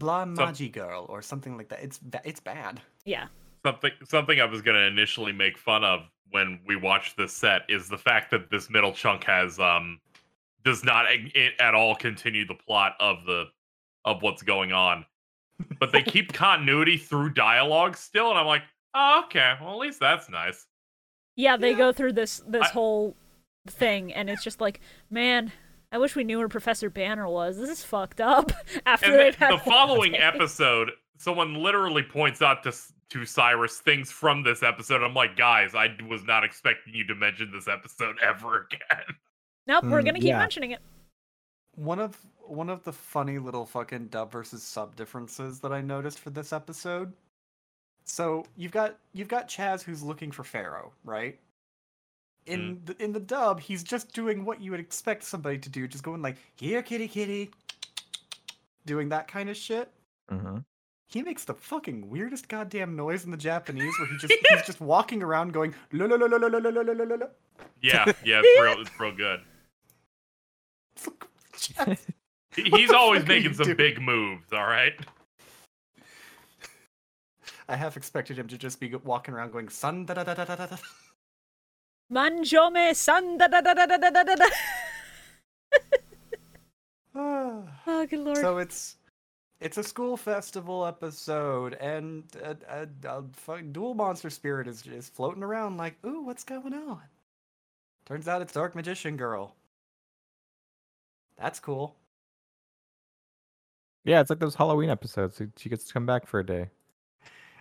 Speaker 2: Blamagi Girl or something like that. It's ba- it's bad.
Speaker 1: yeah,
Speaker 4: something something I was gonna initially make fun of when we watched this set is the fact that this middle chunk has um does not a- it at all continue the plot of the of what's going on, but they keep continuity through dialogue still, and I'm like, oh okay, well at least that's nice.
Speaker 1: yeah. They
Speaker 2: Yeah.
Speaker 1: go through this this
Speaker 4: I-
Speaker 1: whole thing, and it's just like, man, I wish we knew where Professor Banner was. This is fucked up. After
Speaker 4: And
Speaker 1: they've
Speaker 4: the,
Speaker 1: had
Speaker 4: the following
Speaker 1: Okay.
Speaker 4: episode, someone literally points out to S- to Cyrus things from this episode. I'm like, guys, I was not expecting you to mention this episode ever again.
Speaker 1: Nope, we're
Speaker 3: Mm,
Speaker 1: gonna keep
Speaker 3: yeah.
Speaker 1: mentioning it.
Speaker 2: One of one of the funny little fucking dub versus sub differences that I noticed for this episode. So you've got you've got Chaz who's looking for Pharaoh, right? In the, in the dub, he's just doing what you would expect somebody to do, just going like, "Here, kitty, kitty," doing that kind of shit. Mm-hmm. He makes the fucking weirdest goddamn noise in the Japanese, where he just he's just walking around going, "Lo lo lo lo lo lo lo lo lo lo lo."
Speaker 4: Yeah, yeah, it's real, it's real good.
Speaker 2: It's like, Chaz,
Speaker 4: He-
Speaker 2: What
Speaker 4: He's
Speaker 2: the
Speaker 4: always
Speaker 2: fuck are you
Speaker 4: making some
Speaker 2: doing?
Speaker 4: big moves, all right?
Speaker 2: I half expected him to just be walking around going, "Sun da da da da da da da."
Speaker 1: Manjome san da da da da da da da da da.
Speaker 2: Ah.
Speaker 1: Oh, good lord.
Speaker 2: so it's it's a school festival episode, and a, a, a fucking dual monster spirit is is floating around like, ooh, what's going on? Turns out it's Dark Magician Girl. That's cool.
Speaker 3: Yeah, it's like those Halloween episodes. She- She gets to come back for a day.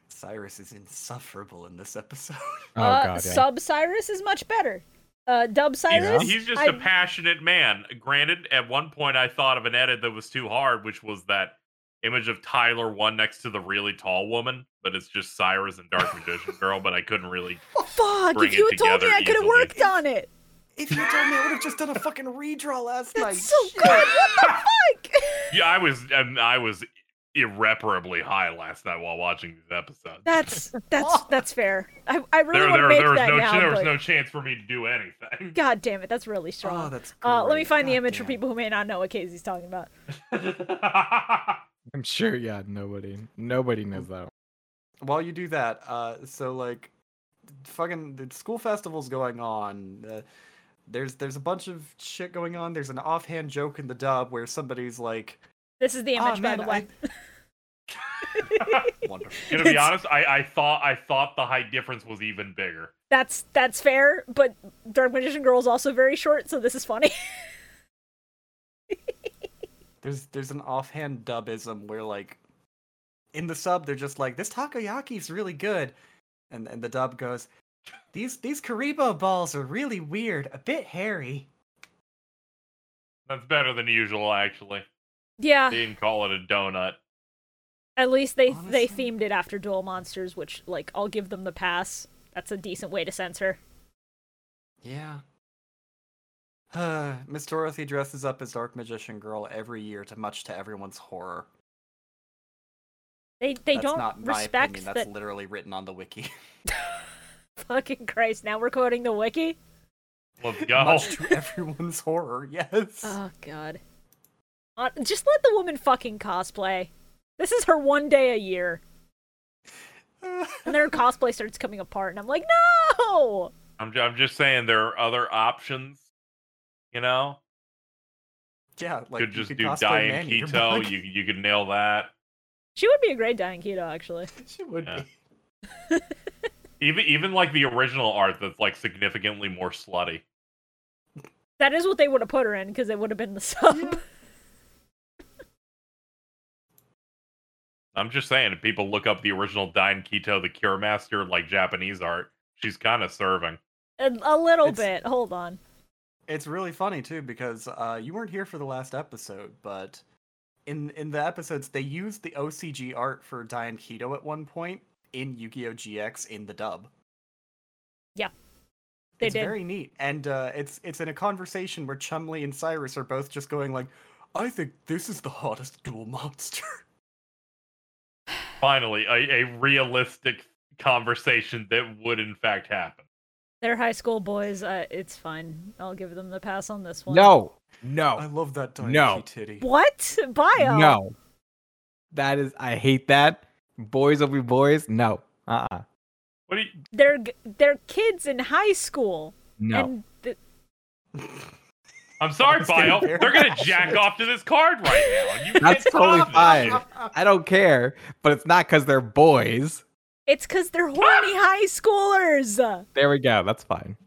Speaker 2: Cyrus is insufferable in this episode.
Speaker 3: Oh
Speaker 1: uh,
Speaker 3: god, yeah.
Speaker 1: Sub Cyrus is much better. Uh, Dub Cyrus.
Speaker 4: He's, he's just
Speaker 1: I-
Speaker 4: a passionate man. Granted, at one point I thought of an edit that was too hard, which was that image of Tyler one next to the really tall woman, but it's just Cyrus and Dark Magician Girl, but I couldn't really
Speaker 1: Fuck!
Speaker 4: bring
Speaker 1: If you had
Speaker 4: it
Speaker 1: told me,
Speaker 4: together
Speaker 1: I could have
Speaker 4: easily.
Speaker 1: worked on it.
Speaker 2: if you told me, I would have just done a fucking redraw last night.
Speaker 1: That's so good. What the fuck?
Speaker 4: Yeah, I was um, I was irreparably high last night while watching these episodes.
Speaker 1: That's that's that's fair. I, I really
Speaker 4: there
Speaker 1: want to
Speaker 4: there,
Speaker 1: make
Speaker 4: there was
Speaker 1: that
Speaker 4: no
Speaker 1: now.
Speaker 4: there was
Speaker 1: but-
Speaker 4: no chance for me to do anything.
Speaker 1: God damn it, that's really
Speaker 2: Oh,
Speaker 1: strong.
Speaker 2: that's
Speaker 1: uh, let me
Speaker 2: great.
Speaker 1: find the
Speaker 2: God
Speaker 1: image for
Speaker 2: damn.
Speaker 1: people who may not know what Casey's talking about.
Speaker 3: I'm sure. Yeah, nobody, nobody knows that.
Speaker 2: while you do that, uh, so like, fucking the school festival's going on. Uh, there's there's a bunch of shit going on. There's an offhand joke in the dub where somebody's like,
Speaker 1: This is the
Speaker 2: "Ah,
Speaker 1: image, by
Speaker 2: man,
Speaker 1: the way.
Speaker 2: I... wonderful."
Speaker 4: Gonna be
Speaker 1: It's-
Speaker 4: honest, I, I thought I thought the height difference was even bigger.
Speaker 1: That's that's fair, but Dark Magician Girl is also very short, so this is funny.
Speaker 2: there's there's an offhand dubism where like in the sub they're just like this takoyaki's really good, and and the dub goes these these Karibo balls are really weird, a bit hairy.
Speaker 4: That's better than usual, actually.
Speaker 1: Yeah,
Speaker 2: Ah.
Speaker 4: They didn't call it a donut.
Speaker 1: at least they they
Speaker 2: Honestly.
Speaker 1: themed it after Duel Monsters, which like I'll give them the pass. That's a decent way to censor.
Speaker 2: Yeah. Miss Dorothy dresses up as Dark Magician Girl every year, to much to everyone's horror.
Speaker 1: They they
Speaker 2: That's
Speaker 1: don't
Speaker 2: not my
Speaker 1: respect
Speaker 2: opinion. That's
Speaker 1: that.
Speaker 2: literally written on the wiki.
Speaker 1: Fucking Christ! Now we're quoting the wiki.
Speaker 4: Let's go.
Speaker 2: Much to everyone's horror, yes.
Speaker 1: Oh God. Uh, just let the woman fucking cosplay. This is her one day a year, and then her cosplay starts coming apart, and I'm like, no.
Speaker 4: I'm, ju- I'm just saying there are other options. You know,
Speaker 2: yeah, like you
Speaker 4: could just
Speaker 2: could
Speaker 4: do
Speaker 2: cosplay
Speaker 4: die and
Speaker 2: Manny, your
Speaker 4: keto.
Speaker 2: bug.
Speaker 4: You you could nail that.
Speaker 1: She would be a great Diane Keto, actually.
Speaker 2: she would
Speaker 4: Yeah.
Speaker 2: be.
Speaker 4: Even even like the original art that's like significantly more slutty.
Speaker 1: That is what they would have put her in because it would have been the sub.
Speaker 4: I'm just saying, if people look up the original Dine Keto, the Cure Master, like Japanese art, she's kind of serving.
Speaker 1: A, a little
Speaker 2: It's-
Speaker 1: bit. Hold on.
Speaker 2: It's really funny too because uh, you weren't here for the last episode, but in in the episodes they used the OCG art for Diane Keto at one point in Yu-Gi-Oh GX in the dub.
Speaker 1: Yeah. They
Speaker 2: it's
Speaker 1: did.
Speaker 2: very neat, and uh, it's it's in a conversation where Chumley and Cyrus are both just going like, "I think this is the hottest dual monster."
Speaker 4: Finally, a, a realistic conversation that would in fact happen.
Speaker 1: They're high school boys. Uh, it's fine. I'll give them the pass on this one.
Speaker 3: No,
Speaker 2: I
Speaker 3: no,
Speaker 2: love that Diane
Speaker 3: Oh. No.
Speaker 2: Keto titty.
Speaker 1: What? Bio.
Speaker 3: no. That is, I hate that. Boys will be boys. No, uh, uh
Speaker 4: What do you,
Speaker 1: They're g- they're kids in high school.
Speaker 3: no.
Speaker 1: And th-
Speaker 4: I'm sorry,
Speaker 2: was getting
Speaker 4: Bio.
Speaker 2: very
Speaker 4: They're gonna
Speaker 2: passionate.
Speaker 4: jack off to this card right now. and You
Speaker 3: That's
Speaker 4: can't
Speaker 3: totally
Speaker 4: stop it.
Speaker 3: fine.
Speaker 1: uh,
Speaker 3: I don't care, but it's not because they're boys.
Speaker 1: it's because they're horny high schoolers.
Speaker 3: There we go. That's fine.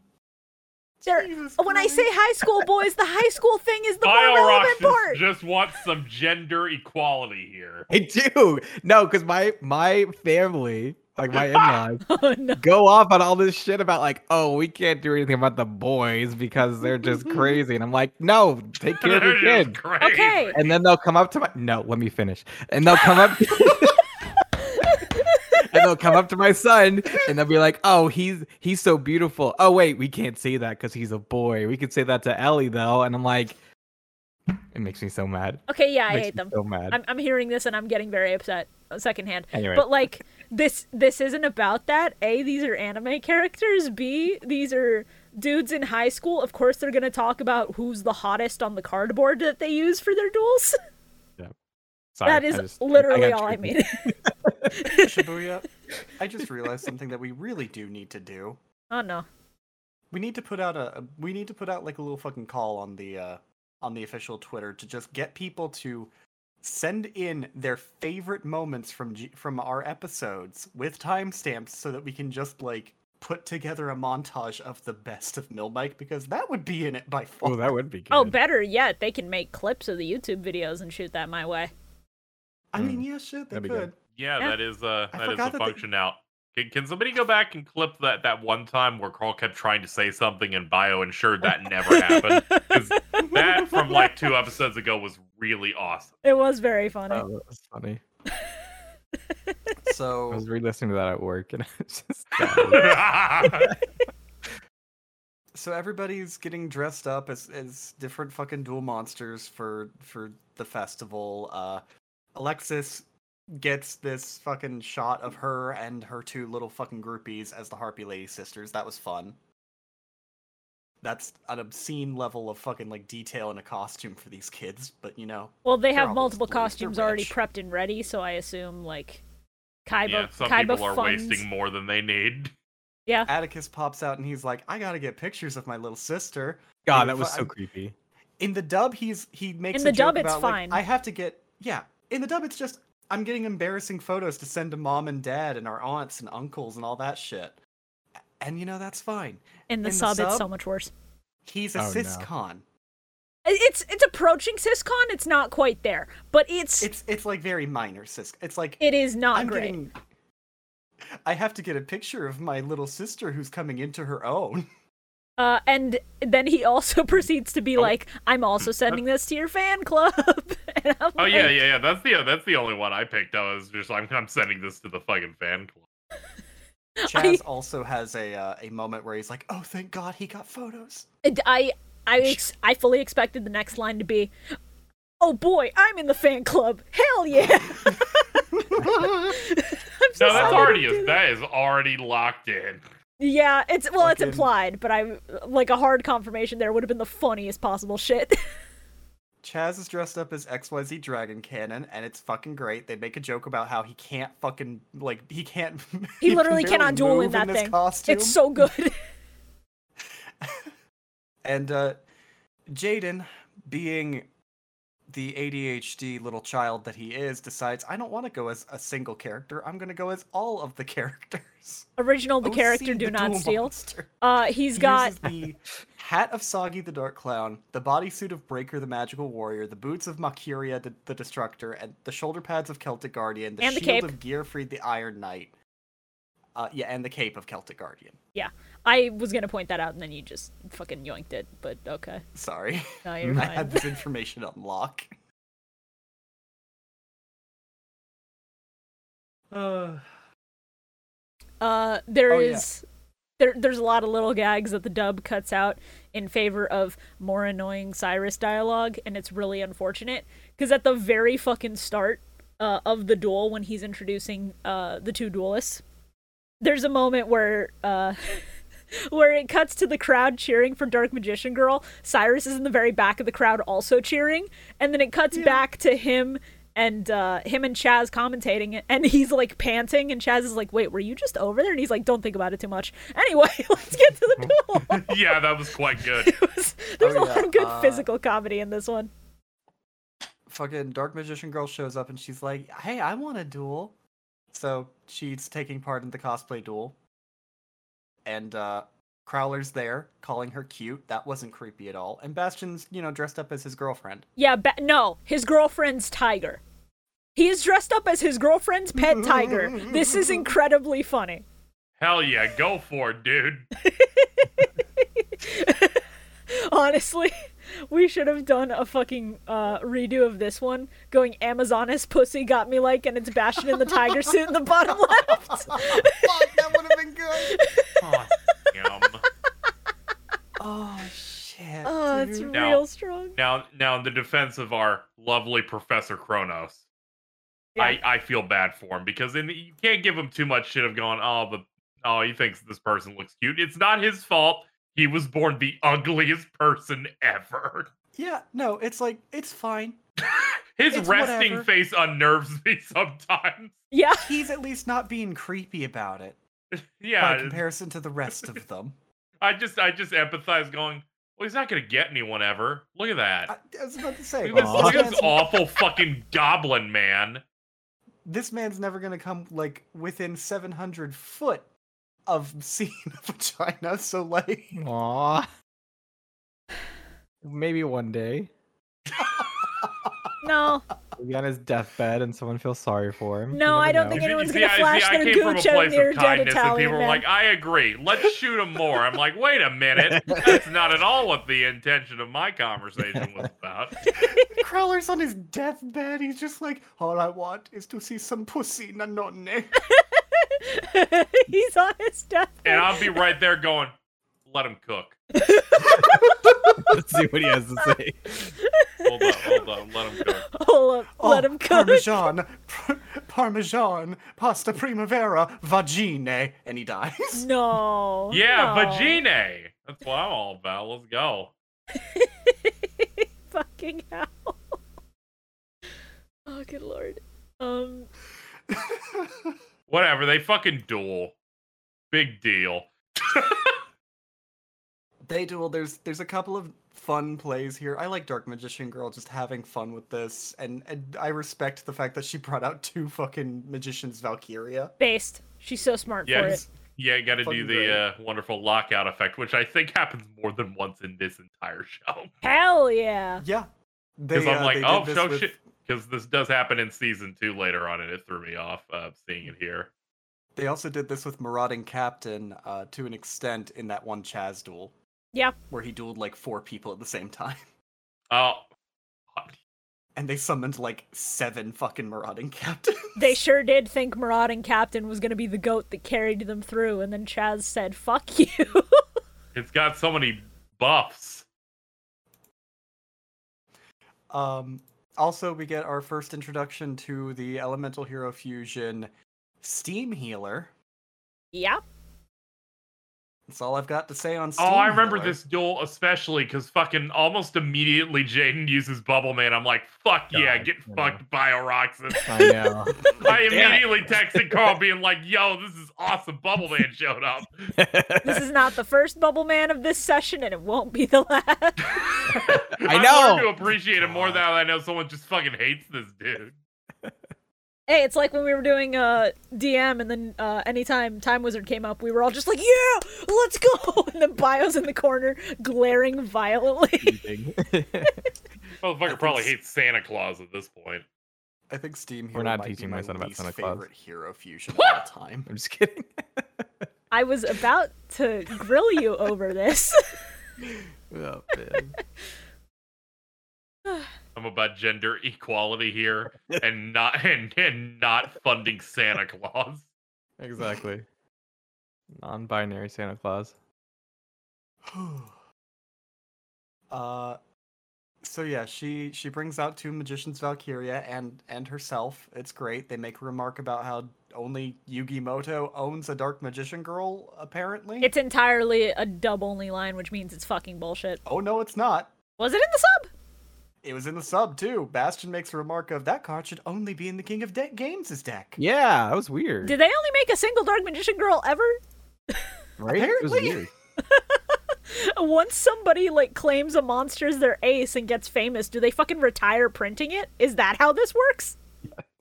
Speaker 1: They're,
Speaker 2: Jesus
Speaker 1: uh, when I say
Speaker 2: Christ.
Speaker 1: high school boys, the high school thing is the more
Speaker 4: Bio
Speaker 1: relevant
Speaker 4: Roxas
Speaker 1: part.
Speaker 4: just wants some gender equality here.
Speaker 3: I do. No, because my my family, like my in-laws,
Speaker 1: Oh, no.
Speaker 3: go off on all this shit about like, oh, we can't do anything about the boys because they're just crazy. And I'm like, no, take care of your
Speaker 4: They're just
Speaker 3: kid.
Speaker 4: crazy.
Speaker 1: Okay.
Speaker 3: And then they'll come up to my no, let me finish. And they'll come up and they'll come up to my son and they'll be like, "Oh, he's he's so beautiful." Oh wait, we can't say that because he's a boy. We could say that to Ellie though. And I'm like, it makes me so mad.
Speaker 1: Okay, yeah, I
Speaker 3: Makes
Speaker 1: hate
Speaker 3: me
Speaker 1: them.
Speaker 3: So mad.
Speaker 1: I'm, I'm hearing this and I'm getting very upset uh, secondhand.
Speaker 3: Anyway.
Speaker 1: But like this this isn't about that. A, these are anime characters. B, these are dudes in high school. Of course they're gonna talk about who's the hottest on the cardboard that they use for their duels.
Speaker 3: Sorry,
Speaker 1: that
Speaker 3: I
Speaker 1: is
Speaker 3: just- I
Speaker 1: literally
Speaker 3: got
Speaker 1: all I
Speaker 3: triggered.
Speaker 1: mean.
Speaker 2: Shibuya, I just realized something that we really do need to do.
Speaker 1: oh no.
Speaker 2: We need to put out a a- we need to put out like a little fucking call on the uh on the official Twitter to just get people to send in their favorite moments from G- from our episodes with timestamps so that we can just like put together a montage of the best of Millbike because that would be in it by far.
Speaker 3: Oh, that would be good.
Speaker 1: Oh, better yet, they can make clips of the YouTube videos and shoot that my way.
Speaker 2: I mean, yeah, shit, they
Speaker 3: mm, That'd be
Speaker 2: could.
Speaker 3: good.
Speaker 4: Yeah,
Speaker 1: Yeah.
Speaker 4: that is uh
Speaker 2: I
Speaker 4: that is
Speaker 2: forgot
Speaker 4: a
Speaker 2: that they-
Speaker 4: function out. Can, can somebody go back and clip that that one time where Carl kept trying to say something and Bio ensured that never happened? 'Cause that from like two episodes ago was really awesome.
Speaker 1: It was very funny.
Speaker 3: Oh, that was funny. I
Speaker 2: So
Speaker 3: was re-listening to that at work, and it's just
Speaker 2: so everybody's getting dressed up as as different fucking dual monsters for for the festival. Uh Alexis gets this fucking shot of her and her two little fucking groupies as the Harpy Lady sisters. That was fun. That's an obscene level of fucking like detail in a costume for these kids, but you know.
Speaker 1: Well, they
Speaker 2: They're
Speaker 1: have
Speaker 2: all
Speaker 1: multiple
Speaker 2: those boys, they're
Speaker 1: costumes already
Speaker 2: rich.
Speaker 1: prepped and ready, so I assume like Kaiba
Speaker 4: yeah, some
Speaker 1: Kaiba
Speaker 4: people are
Speaker 1: funds.
Speaker 4: wasting more than they need.
Speaker 1: Yeah.
Speaker 2: Atticus pops out and he's like, I gotta get pictures of my little sister.
Speaker 3: God,
Speaker 2: Dude,
Speaker 3: that was
Speaker 2: fu-
Speaker 3: so creepy.
Speaker 2: in the dub he's he makes
Speaker 1: In the
Speaker 2: a joke
Speaker 1: dub, it's
Speaker 2: about, like,
Speaker 1: fine.
Speaker 2: i have to get yeah in the dub it's just i'm getting embarrassing photos to send to mom and dad and our aunts and uncles and all that shit A- and you know that's fine
Speaker 1: In the
Speaker 2: In the
Speaker 1: sub, it's so
Speaker 2: sub?
Speaker 1: much worse.
Speaker 2: he's a
Speaker 3: Oh, no.
Speaker 2: syscon
Speaker 1: It's it's approaching Syscon. It's not quite there, but it's, it's
Speaker 2: It's it's like very minor, Sisk. It's like
Speaker 1: not
Speaker 2: I'm
Speaker 1: great.
Speaker 2: getting. I have to get a picture of my little sister who's coming into her own.
Speaker 1: Uh, and then he also proceeds to be
Speaker 4: Oh.
Speaker 1: like, "I'm also sending this to your fan club." and I'm
Speaker 4: Oh yeah,
Speaker 1: like,
Speaker 4: yeah, yeah. That's the that's the only one I picked. I was just I'm I'm sending this to the fucking fan club.
Speaker 2: Chaz also has a uh, a moment where he's like, "Oh, thank God, he got photos."
Speaker 1: And I, I, ex- I fully expected the next line to be, "Oh boy, I'm in the fan club. Hell yeah!" I'm so
Speaker 4: No, that's
Speaker 1: sorry I
Speaker 4: already
Speaker 1: didn't do
Speaker 4: is that is already locked in.
Speaker 1: Yeah, it's well, it's
Speaker 2: Fucking-
Speaker 1: implied, but I like a hard confirmation there would have been the funniest possible shit.
Speaker 2: Chaz is dressed up as XYZ Dragon Cannon, and it's fucking great. They make a joke about how he can't fucking like he can't.
Speaker 1: He,
Speaker 2: can
Speaker 1: literally
Speaker 2: barely
Speaker 1: cannot duel in
Speaker 2: move
Speaker 1: that
Speaker 2: this
Speaker 1: thing.
Speaker 2: Costume.
Speaker 1: It's so good.
Speaker 2: And uh, Jaden, being the ADHD little child that he is, decides, I don't want to go as a single character. I'm going to go as all of the characters.
Speaker 1: Original, the
Speaker 2: OC
Speaker 1: character do not
Speaker 2: Duel
Speaker 1: steal.
Speaker 2: Monster.
Speaker 1: Uh, he's
Speaker 2: He
Speaker 1: got
Speaker 2: uses the hat of Soggy the Dark Clown, the bodysuit of Breaker the Magical Warrior, the boots of Makiria the, the Destructor, and the shoulder pads of Celtic Guardian, the
Speaker 1: And the
Speaker 2: shield
Speaker 1: cape.
Speaker 2: of Gearfried the Iron Knight. Uh, yeah, and the cape of Celtic Guardian.
Speaker 1: yeah. I was gonna point that out, and then you just fucking yoinked it. But okay,
Speaker 2: Sorry.
Speaker 1: no, you're
Speaker 2: I
Speaker 1: fine.
Speaker 2: had this information on lock. Uh,
Speaker 1: Uh, there
Speaker 2: Oh,
Speaker 1: is
Speaker 2: yeah.
Speaker 1: there, there's a lot of little gags that the dub cuts out in favor of more annoying Cyrus dialogue, and it's really unfortunate because at the very fucking start uh, of the duel, when he's introducing uh, the two duelists, there's a moment where uh, where it cuts to the crowd cheering for Dark Magician Girl. Cyrus is in the very back of the crowd also cheering, and then it cuts back to him and uh, him and Chaz commentating, and he's like panting, and Chaz is like, "Wait, were you just over there?" And he's like, "Don't think about it too much." Anyway, let's get to the duel.
Speaker 4: Yeah, that was quite good.
Speaker 1: It was- there's
Speaker 2: Oh,
Speaker 1: a lot
Speaker 2: yeah,
Speaker 1: of good
Speaker 2: uh,
Speaker 1: physical comedy in this one.
Speaker 2: fucking Dark Magician Girl shows up and she's like, hey, I want a duel. So she's taking part in the cosplay duel. And uh, Crowler's there calling her cute. That wasn't creepy at all. And Bastion's, you know, dressed up as his girlfriend.
Speaker 1: Yeah, ba- no, his girlfriend's tiger. He is dressed up as his girlfriend's pet tiger. This is incredibly funny.
Speaker 4: Hell yeah, go for it, dude.
Speaker 1: Honestly, we should have done a fucking uh, redo of this one, going Amazonas pussy got me like, and it's Bastion in the tiger suit in the bottom left.
Speaker 2: Fuck, that would have been good.
Speaker 4: Oh, yum.
Speaker 2: Oh, shit.
Speaker 1: Oh, it's
Speaker 2: dude.
Speaker 4: No.
Speaker 1: real strong.
Speaker 4: Now now in the defense of our lovely Professor Kronos. I, I feel bad for him because in, you can't give him too much shit of going, oh, but oh, he thinks this person looks cute. It's not his fault. He was born the ugliest person ever.
Speaker 2: Yeah, no, it's like, it's fine.
Speaker 4: His
Speaker 2: It's
Speaker 4: resting
Speaker 2: whatever.
Speaker 4: face unnerves me sometimes.
Speaker 1: Yeah,
Speaker 2: He's at least not being creepy about it. by
Speaker 4: Yeah,
Speaker 2: comparison to the rest of them.
Speaker 4: I just I just empathize going, well, he's not gonna get anyone ever. Look at that.
Speaker 2: I, I was about to say,
Speaker 4: Look at this,
Speaker 3: Aw.
Speaker 2: this,
Speaker 4: look at
Speaker 2: man's,
Speaker 4: this awful fucking goblin man.
Speaker 2: this man's never going to come like within 700 foot of seeing a vagina. So like,
Speaker 3: Aw. Maybe one day.
Speaker 1: no,
Speaker 3: He'll be on his deathbed and someone feels sorry for him. You
Speaker 1: no, I
Speaker 3: never
Speaker 1: don't
Speaker 3: know.
Speaker 1: think
Speaker 4: You
Speaker 1: anyone's
Speaker 4: see,
Speaker 1: gonna
Speaker 4: I- see,
Speaker 1: flash
Speaker 4: I
Speaker 1: their
Speaker 4: came from a
Speaker 1: gooch at an
Speaker 4: place of
Speaker 1: irrogenic
Speaker 4: kindness, and
Speaker 1: Italian
Speaker 4: people were
Speaker 1: man.
Speaker 4: like, I agree. Let's shoot him more. I'm like, wait a minute. That's not at all what the intention of my conversation was about.
Speaker 2: Crowler's on his deathbed. He's just like, all I want is to see some pussy, nanone.
Speaker 1: He's on his
Speaker 4: And
Speaker 1: deathbed.
Speaker 4: I'll be right there going, let him cook.
Speaker 3: Let's see what he has to say.
Speaker 4: Hold up, hold up, let him cook.
Speaker 1: Hold up, let
Speaker 2: Oh,
Speaker 1: him go.
Speaker 2: Parmesan, par- Parmesan, pasta primavera, vagine, and he dies.
Speaker 1: No.
Speaker 4: Yeah,
Speaker 1: Oh, no.
Speaker 4: vagine. That's what I'm all about. Let's go.
Speaker 1: Fucking hell. Oh, good lord. Um, Mm.
Speaker 4: Whatever. They fucking duel. Big deal.
Speaker 2: They do. Well, there's there's a couple of fun plays here. I like Dark Magician Girl just having fun with this, and, and I respect the fact that she brought out two fucking magicians, Valkyria.
Speaker 1: based. She's so smart
Speaker 4: Yeah,
Speaker 1: for it.
Speaker 4: just Yeah, you got to do
Speaker 2: Fucking
Speaker 4: the
Speaker 2: great.
Speaker 4: uh, wonderful lockout effect, which I think happens more than once in this entire show.
Speaker 1: Hell yeah.
Speaker 2: Yeah.
Speaker 4: Because
Speaker 2: They,
Speaker 4: I'm
Speaker 2: uh,
Speaker 4: like,
Speaker 2: they did
Speaker 4: oh,
Speaker 2: this
Speaker 4: so
Speaker 2: with-
Speaker 4: shit. Because this does happen in season two later on, and it threw me off uh, seeing it here.
Speaker 2: They also did this with Marauding Captain uh, to an extent in that one Chaz duel.
Speaker 1: Yeah.
Speaker 2: Where he dueled like four people at the same time.
Speaker 4: Oh,
Speaker 2: And they summoned like seven fucking Marauding Captains.
Speaker 1: They sure did think Marauding Captain was going to be the goat that carried them through, and then Chaz said, fuck you.
Speaker 4: it's got so many buffs.
Speaker 2: Um, also, we get our first introduction to the Elemental Hero Fusion Steam Healer.
Speaker 1: yep.
Speaker 2: That's all I've got to say on Steam
Speaker 4: Oh, I remember
Speaker 2: Healer.
Speaker 4: this duel especially because fucking almost immediately Jaden uses Bubble Man. I'm like, fuck yeah,
Speaker 3: God,
Speaker 4: get
Speaker 3: yeah.
Speaker 4: fucked by Roxas.
Speaker 3: I know.
Speaker 4: I immediately texted Carl being like, yo, this is awesome. Bubble Man showed up.
Speaker 1: This is not the first Bubble Man of this session, and it won't be the last.
Speaker 4: I
Speaker 3: know.
Speaker 4: learned to appreciate it more
Speaker 3: God.
Speaker 4: now that I know someone just fucking hates this dude.
Speaker 1: hey, it's like when we were doing uh, DM, and then uh, anytime Time Wizard came up, we were all just like, yeah, let's go. And then Bio's in the corner, glaring violently.
Speaker 2: I
Speaker 4: Motherfucker
Speaker 2: think
Speaker 4: probably
Speaker 2: s-
Speaker 4: hates Santa Claus at this point.
Speaker 2: I think Steam Healer
Speaker 3: We're not
Speaker 2: might be
Speaker 3: teaching
Speaker 2: my,
Speaker 3: my son about
Speaker 2: least
Speaker 3: Santa Claus.
Speaker 2: favorite hero fusion of all time.
Speaker 3: I'm just kidding.
Speaker 1: I was about to grill you over this.
Speaker 3: Oh, man.
Speaker 4: I'm about gender equality here and not and, and not funding Santa Claus.
Speaker 3: Exactly. Non-binary Santa Claus.
Speaker 2: uh so yeah, she she brings out two magicians Valkyria and and herself. It's great. They make a remark about how only Yugi Moto owns a dark magician girl apparently.
Speaker 1: It's entirely a dub only line, which means it's fucking bullshit.
Speaker 2: oh no, it's not.
Speaker 1: Was it in the sub?
Speaker 2: It was in the sub too. Bastion makes a remark of that card should only be in the King of De- Games' deck.
Speaker 3: Yeah, that was weird.
Speaker 1: Did they only make a single Dark Magician girl ever?
Speaker 3: right? It
Speaker 2: Apparently.
Speaker 3: was weird.
Speaker 1: Once somebody like claims a monster as their ace and gets famous, do they fucking retire printing it? Is that how this works?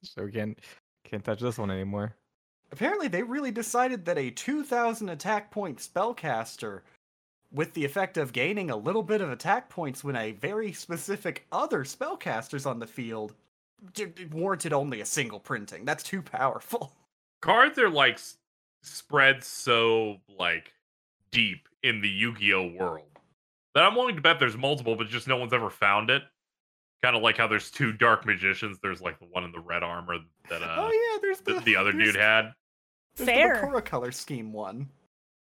Speaker 3: So we can't can't touch this one anymore.
Speaker 2: Apparently, they really decided that a 2,000 attack point spellcaster, with the effect of gaining a little bit of attack points when a very specific other spellcaster's on the field, d- d- warranted only a single printing. That's too powerful.
Speaker 4: Cards are like s- spread so like deep in the Yu-Gi-Oh world that I'm willing to bet there's multiple, but just no one's ever found it. Kind of like how there's two dark magicians. There's like the one in the red armor that uh,
Speaker 2: oh yeah, there's the,
Speaker 4: th- the other
Speaker 2: there's-
Speaker 4: dude had.
Speaker 2: there's
Speaker 1: Fair.
Speaker 2: The Bakura color scheme one.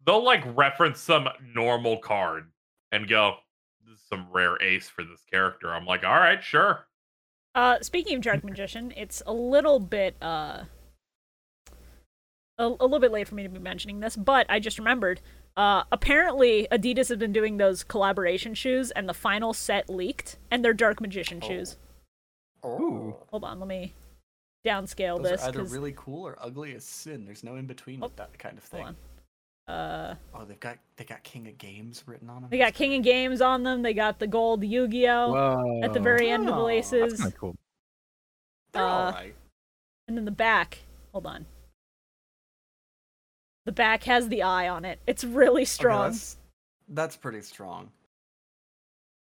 Speaker 4: they'll like reference some normal card and go, "This is some rare ace for this character." I'm like, "All right, sure."
Speaker 1: Uh speaking of Dark Magician, it's a little bit uh a, a little bit late for me to be mentioning this, but I just remembered. Uh, apparently, Adidas has been doing those collaboration shoes, and the final set leaked, and they're Dark Magician
Speaker 2: Oh.
Speaker 1: shoes.
Speaker 2: Oh,
Speaker 1: Hold on, let me downscale
Speaker 2: those
Speaker 1: this.
Speaker 2: are either
Speaker 1: 'cause- Oh,
Speaker 2: really cool or ugly as sin. There's no in between with that kind of
Speaker 1: hold
Speaker 2: thing.
Speaker 1: on. Uh,
Speaker 2: Oh, they've got they got King of Games written on them.
Speaker 1: They got King of Games on them. They got the gold Yu-Gi-Oh
Speaker 3: Whoa.
Speaker 1: at the very end of the
Speaker 2: Oh, that's
Speaker 1: laces,
Speaker 3: That's kinda cool.
Speaker 2: They're
Speaker 1: uh,
Speaker 2: all right.
Speaker 1: and then the back. Hold on. The back has the eye on it. It's really
Speaker 2: Okay,
Speaker 1: strong.
Speaker 2: that's, that's pretty strong.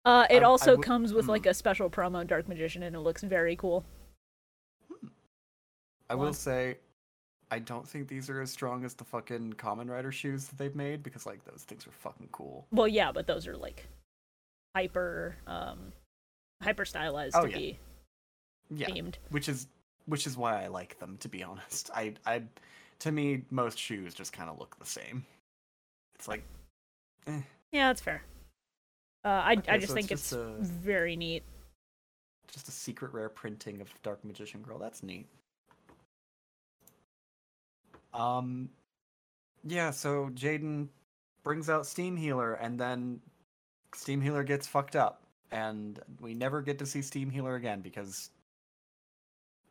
Speaker 1: uh, it
Speaker 2: I- I
Speaker 1: also
Speaker 2: would-
Speaker 1: comes with
Speaker 2: hmm.
Speaker 1: like a special promo Dark Magician, and it looks very cool.
Speaker 2: I
Speaker 1: One.
Speaker 2: will say, I don't think these are as strong as the fucking Common Rider shoes that they've made because like those things are fucking cool.
Speaker 1: Well, yeah, but those are like hyper, um, hyper stylized
Speaker 2: Oh,
Speaker 1: to
Speaker 2: yeah.
Speaker 1: be
Speaker 2: Yeah,
Speaker 1: themed.
Speaker 2: which is which is why I like them to be honest. I I to me most shoes just kind of look the same. It's like
Speaker 1: Yeah, that's fair. Uh, I I
Speaker 2: Okay,
Speaker 1: just
Speaker 2: so it's
Speaker 1: think it's,
Speaker 2: just a-
Speaker 1: very neat.
Speaker 2: just a secret rare printing of Dark Magician Girl. That's neat. Um, yeah. So Jaden brings out Steam Healer, and then Steam Healer gets fucked up, and we never get to see Steam Healer again because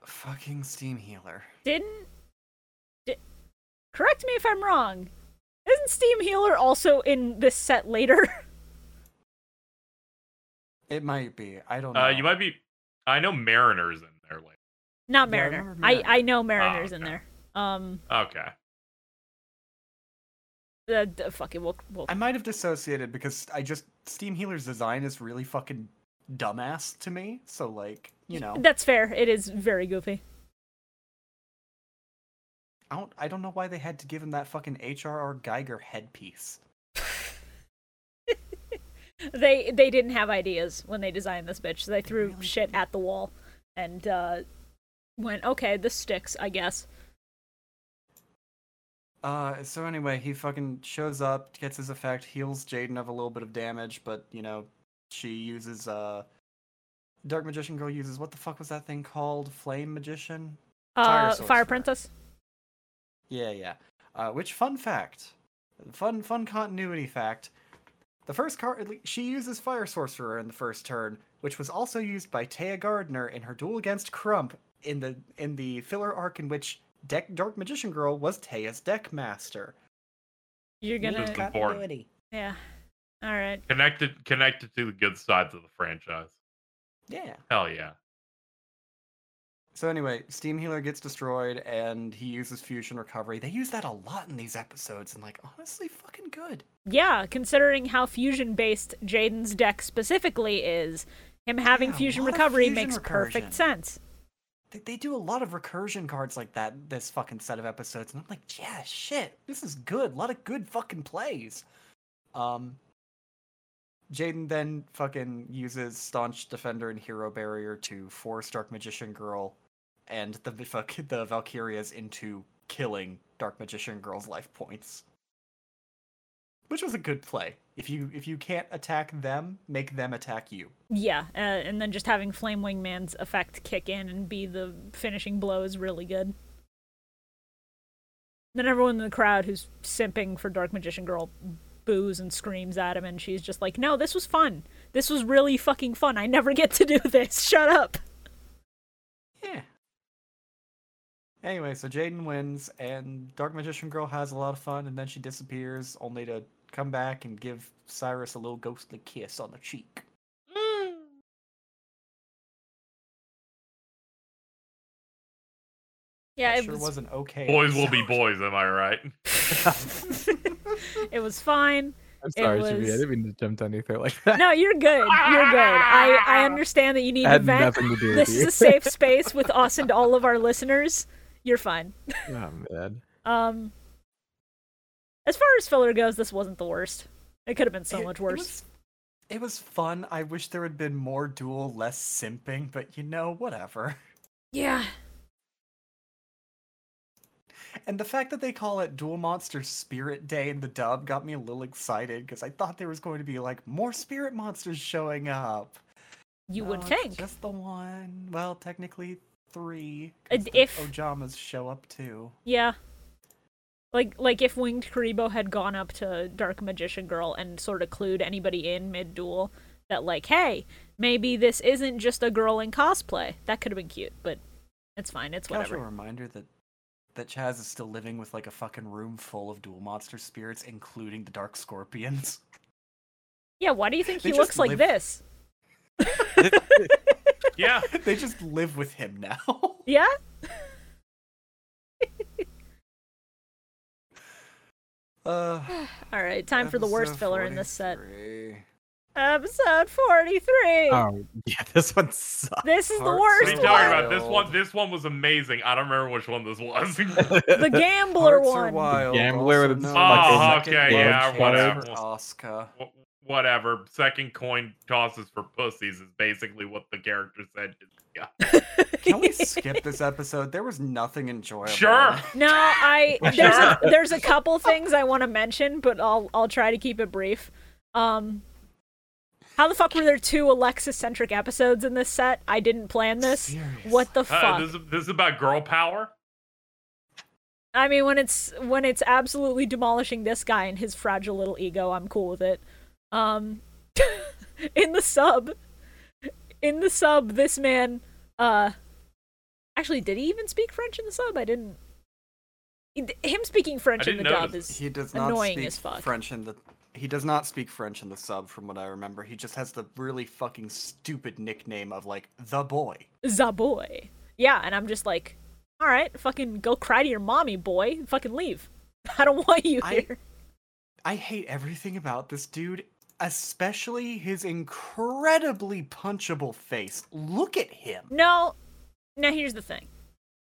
Speaker 2: fucking Steam Healer.
Speaker 1: didn't di- correct me if i'm wrong isn't steam healer also in this set later
Speaker 2: It might be. I don't know.
Speaker 4: Uh, you might be. I know Mariner's in there. Like,
Speaker 1: not
Speaker 2: Yeah, I
Speaker 1: mariner
Speaker 2: remember Ah,
Speaker 1: I, I,
Speaker 2: Mariner.
Speaker 1: Um, know mariners in
Speaker 4: okay.
Speaker 1: there um
Speaker 4: okay,
Speaker 1: Uh, d- fuck it. We'll, we'll
Speaker 2: I might have dissociated because I just Steam Healer's design is really fucking dumbass to me. So like, you know,
Speaker 1: That's fair. It is very goofy.
Speaker 2: I don't I don't know why they had to give him that fucking HRR Geiger headpiece.
Speaker 1: They they didn't have ideas when they designed this bitch. So they threw
Speaker 2: really
Speaker 1: shit at the wall and uh, went, okay, this sticks, I guess.
Speaker 2: Uh, so anyway, he fucking shows up, gets his effect, heals Jaden of a little bit of damage, but you know, she uses uh, Dark Magician Girl uses what the fuck was that thing called? Flame Magician? Fire
Speaker 1: Uh,
Speaker 2: source
Speaker 1: Fire
Speaker 2: fire.
Speaker 1: Princess.
Speaker 2: Yeah, yeah. Uh, which fun fact, fun fun continuity fact. The first card she uses Fire Sorcerer in the first turn, which was also used by Taya Gardner in her duel against Crump in the in the filler arc in which deck Dark Magician Girl was Taya's deck master.
Speaker 1: You're
Speaker 4: Neat
Speaker 1: gonna,
Speaker 4: Just con- important.
Speaker 2: Continuity.
Speaker 1: yeah. All right.
Speaker 4: Connected connected to the good sides of the franchise.
Speaker 2: Yeah.
Speaker 4: Hell yeah.
Speaker 2: So anyway, Steam Healer gets destroyed, and he uses Fusion Recovery. They use that a lot in these episodes, and like honestly, fucking good.
Speaker 1: Yeah, considering how fusion based Jaden's deck specifically is, him having
Speaker 2: Yeah, a
Speaker 1: fusion
Speaker 2: lot of
Speaker 1: recovery
Speaker 2: fusion
Speaker 1: makes perfect
Speaker 2: recursion.
Speaker 1: sense.
Speaker 2: They, they do a lot of recursion cards like that this fucking set of episodes, and I'm like, yeah, shit, this is good. A lot of good fucking plays. Um, Jaden then fucking uses Staunch Defender and Hero Barrier to force Dark Magician Girl and the v- fuck the Valkyrias into killing Dark Magician Girl's life points. Which was a good play. If you if you can't attack them, make them attack you.
Speaker 1: Yeah, uh, and then just having Flame Wingman's effect kick in and be the finishing blow is really good. Then everyone in the crowd who's simping for Dark Magician Girl boos and screams at him, and she's just like, "No, this was fun. This was really fucking fun. I never get to do this. Shut up."
Speaker 2: Yeah. Anyway, so Jaden wins, and Dark Magician Girl has a lot of fun, and then she disappears, only to come back and give Cyrus a little ghostly kiss on the cheek.
Speaker 1: Yeah,
Speaker 2: That
Speaker 1: it
Speaker 2: sure
Speaker 1: was.
Speaker 2: was... not okay.
Speaker 4: Boys will be
Speaker 2: episode.
Speaker 4: boys, am I right?
Speaker 1: it was fine.
Speaker 3: I'm
Speaker 1: It
Speaker 3: sorry, Jimmy. I
Speaker 1: was-
Speaker 3: didn't mean to jump down your throat like that.
Speaker 1: No, you're good. You're good. I, I understand that you need
Speaker 3: I
Speaker 1: to
Speaker 3: had
Speaker 1: vent.
Speaker 3: nothing to do with
Speaker 1: This is
Speaker 3: you.
Speaker 1: a safe space with us and all of our listeners. You're fine.
Speaker 3: oh man.
Speaker 1: Um, as far as filler goes, this wasn't the worst. It could have been so
Speaker 2: It-
Speaker 1: much
Speaker 2: it
Speaker 1: worse.
Speaker 2: was- It was fun. I wish there had been more duel, less simping, but you know, whatever.
Speaker 1: Yeah.
Speaker 2: And the fact that they call it Duel Monster Spirit Day in the dub got me a little excited because I thought there was going to be like more spirit monsters showing up.
Speaker 1: You
Speaker 2: No,
Speaker 1: would
Speaker 2: it's
Speaker 1: think.
Speaker 2: Oh, Just the one. Well, technically three.
Speaker 1: Uh,
Speaker 2: 'cause the
Speaker 1: if-
Speaker 2: Ojamas show up too.
Speaker 1: Yeah. Like like if Winged Karibo had gone up to Dark Magician Girl and sort of clued anybody in mid duel that like, hey, maybe this isn't just a girl in cosplay. That could have been cute, but it's fine. It's whatever.
Speaker 2: Casual reminder that that Chaz is still living with like a fucking room full of dual monster spirits, including the Dark Scorpions.
Speaker 1: Yeah. Why do you think
Speaker 2: They
Speaker 1: he
Speaker 2: just
Speaker 1: looks like
Speaker 2: live-
Speaker 1: this?
Speaker 4: Yeah.
Speaker 2: they just live with him now.
Speaker 1: Yeah.
Speaker 2: uh,
Speaker 1: All right. Time for the worst
Speaker 2: episode
Speaker 1: filler in this set.
Speaker 2: 43.
Speaker 1: Episode forty-three.
Speaker 3: Oh yeah, this one sucks.
Speaker 1: This is the
Speaker 2: Hearts
Speaker 4: What are
Speaker 1: worst
Speaker 4: you
Speaker 2: First
Speaker 4: talking
Speaker 1: one.
Speaker 4: about? This one
Speaker 2: wild.
Speaker 4: this one was amazing. I don't remember which one this was.
Speaker 1: The gambler
Speaker 2: Hearts Are
Speaker 1: one.
Speaker 2: wild,
Speaker 3: Gambler
Speaker 2: also
Speaker 3: with its
Speaker 2: known
Speaker 4: fucking-
Speaker 2: as
Speaker 4: Oh,
Speaker 2: Second
Speaker 4: okay,
Speaker 2: Love
Speaker 4: yeah,
Speaker 2: Chance
Speaker 4: whatever.
Speaker 2: for Oscar.
Speaker 4: Wh- Whatever. Second coin tosses for pussies is basically what the character said. Yeah.
Speaker 2: Can we skip this episode? There was nothing enjoyable.
Speaker 4: Sure.
Speaker 1: No, I there's
Speaker 4: Sure.
Speaker 1: a, there's a couple things I want to mention, but I'll I'll try to keep it brief. Um, how the fuck were there two Alexa centric episodes in this set? I didn't plan this.
Speaker 2: Seriously.
Speaker 1: What the fuck?
Speaker 4: Uh, this, is, this is about girl power.
Speaker 1: I mean, when it's when it's absolutely demolishing this guy and his fragile little ego, I'm cool with it. Um, in the sub, in the sub, this man, uh, actually, did he even speak French in the sub? I didn't. Him speaking French in the
Speaker 4: didn't
Speaker 1: dub
Speaker 4: notice.
Speaker 1: is
Speaker 2: He does not
Speaker 1: annoying
Speaker 2: speak
Speaker 1: as fuck.
Speaker 2: French in the. He does not speak French in the sub, from what I remember. He just has the really fucking stupid nickname of like the boy.
Speaker 1: Zaboy. Yeah, and I'm just like, all right, fucking go cry to your mommy, boy. Fucking leave. I don't want you
Speaker 2: I-
Speaker 1: here.
Speaker 2: I hate everything about this dude, especially his incredibly punchable face. Look at him.
Speaker 1: No. Now here's the thing.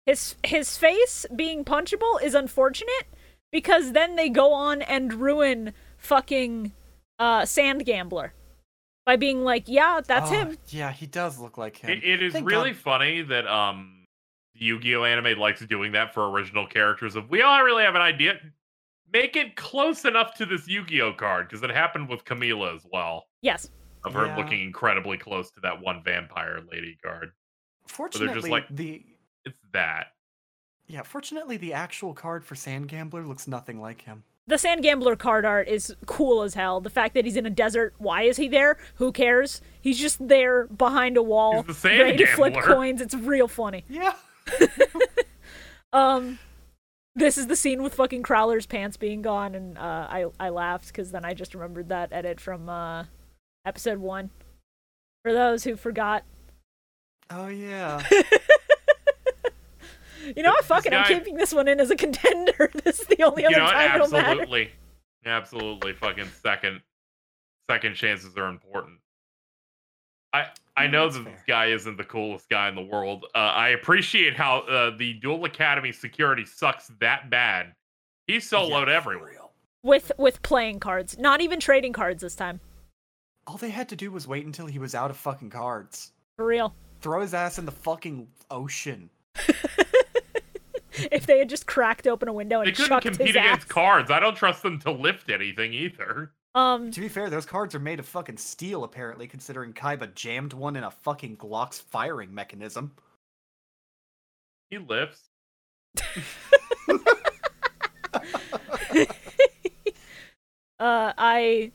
Speaker 1: His his face being punchable is unfortunate because then they go on and ruin fucking uh sand gambler by being like, "Yeah, that's
Speaker 2: Oh,
Speaker 4: Ah.
Speaker 1: him."
Speaker 2: Yeah, he does look like him.
Speaker 4: It, it is
Speaker 2: Thank
Speaker 4: really
Speaker 2: God.
Speaker 4: funny that um the Yu-Gi-Oh anime likes doing that for original characters of we all really have an idea. Make it close enough to this Yu-Gi-Oh card, because it happened with Camila as well,
Speaker 1: Yes.
Speaker 4: of her
Speaker 2: Yeah.
Speaker 4: looking incredibly close to that one vampire lady card.
Speaker 2: Fortunately,
Speaker 4: like-
Speaker 2: the
Speaker 4: It's that.
Speaker 2: yeah, fortunately the actual card for Sand Gambler looks nothing like him.
Speaker 1: The sand gambler card art is cool as hell. The fact that he's in a desert, why is he there? Who cares? He's just there behind a wall,
Speaker 4: He's the sand
Speaker 1: ready to flip
Speaker 4: gambler.
Speaker 1: coins. It's real funny.
Speaker 2: Yeah.
Speaker 1: Um, this is the scene with fucking Crowler's pants being gone, and uh, I I laughed because then I just remembered that edit from uh, episode one. For those who forgot,
Speaker 2: Oh yeah.
Speaker 1: you know, I fucking I'm
Speaker 4: guy-
Speaker 1: keeping this one in as a contender. this is the only
Speaker 4: you
Speaker 1: other
Speaker 4: know, what?
Speaker 1: time it'll matter.
Speaker 4: absolutely, absolutely, fucking second, second chances are important. I I
Speaker 2: Mm,
Speaker 4: know
Speaker 2: that's
Speaker 4: that this
Speaker 2: fair.
Speaker 4: guy isn't the coolest guy in the world. Uh, I appreciate how uh, the Dual Academy security sucks that bad. He soloed
Speaker 2: Yeah,
Speaker 4: everyone.
Speaker 2: for real.
Speaker 1: With with playing cards, not even trading cards this time.
Speaker 2: All they had to do was wait until he was out of fucking cards.
Speaker 1: For real.
Speaker 2: Throw his ass in the fucking ocean.
Speaker 1: If they had just cracked open a window
Speaker 4: They
Speaker 1: Oh, and
Speaker 4: couldn't
Speaker 1: chucked
Speaker 4: compete
Speaker 1: his ass.
Speaker 4: against cards. I don't trust them to lift anything either.
Speaker 1: um,
Speaker 2: To be fair, those cards are made of fucking steel, apparently, considering Kaiba jammed one in a fucking Glock's firing mechanism.
Speaker 4: He lifts.
Speaker 1: uh, I.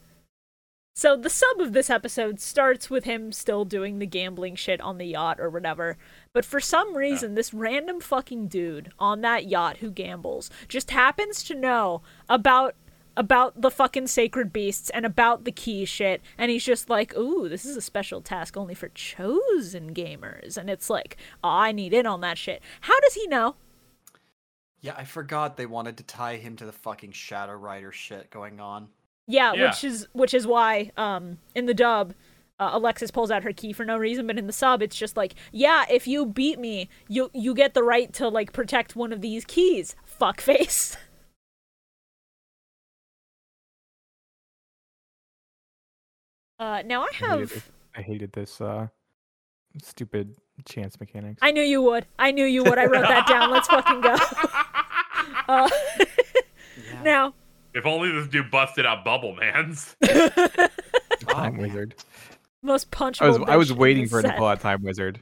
Speaker 1: So the sub of this episode starts with him still doing the gambling shit on the yacht or whatever. But for some reason, this random fucking dude on that yacht who gambles just happens to know about about the fucking sacred beasts and about the key shit and he's just like ooh this is a special task only for chosen gamers and it's like oh, i need in on that shit how does he know
Speaker 2: Yeah, I forgot they wanted to tie him to the fucking Shadow Rider shit going on.
Speaker 1: Yeah,
Speaker 4: Yeah.
Speaker 1: which is which is why um in the dub uh, Alexis pulls out her key for no reason, but in the sub it's just like, yeah, if you beat me, you you get the right to like protect one of these keys. Fuckface. Uh, now I
Speaker 3: I hated,
Speaker 1: have.
Speaker 3: it- I hated this uh, stupid chance mechanics.
Speaker 1: I knew you would. I knew you would. I wrote that down. Let's fucking go. Uh,
Speaker 2: Yeah.
Speaker 1: now,
Speaker 4: If only this dude busted out bubble mans.
Speaker 3: time
Speaker 2: Oh, man.
Speaker 3: wizard.
Speaker 1: most punchable.
Speaker 3: I was
Speaker 1: bitch
Speaker 3: I was
Speaker 1: in
Speaker 3: waiting
Speaker 1: this
Speaker 3: for him to
Speaker 1: set.
Speaker 3: pull out time wizard.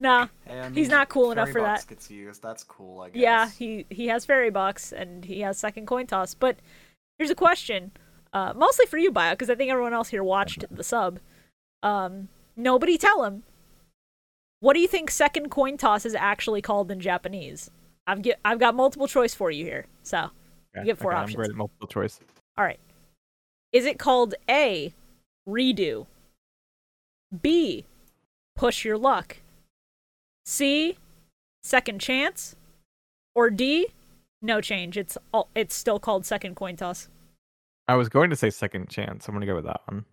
Speaker 1: Nah,
Speaker 2: Hey, I
Speaker 1: He's
Speaker 2: mean,
Speaker 1: not cool enough
Speaker 2: Fairy
Speaker 1: for
Speaker 2: Box
Speaker 1: that.
Speaker 2: Gets used. That's cool, I guess.
Speaker 1: Yeah, he he has fairy box and he has second coin toss. But here's a question, uh, mostly for you, Bio, because I think everyone else here watched the sub. Um, nobody tell him. What do you think second coin toss is actually called in Japanese? I've get I've got multiple choice for you here. So,
Speaker 3: Yeah,
Speaker 1: get four
Speaker 3: okay,
Speaker 1: options.
Speaker 3: I'm great at multiple choice.
Speaker 1: all right, is it called A, redo? B, push your luck. C, second chance, or D, no change. It's all, it's still called second coin toss.
Speaker 3: I was going to say second chance. I'm gonna go with that one.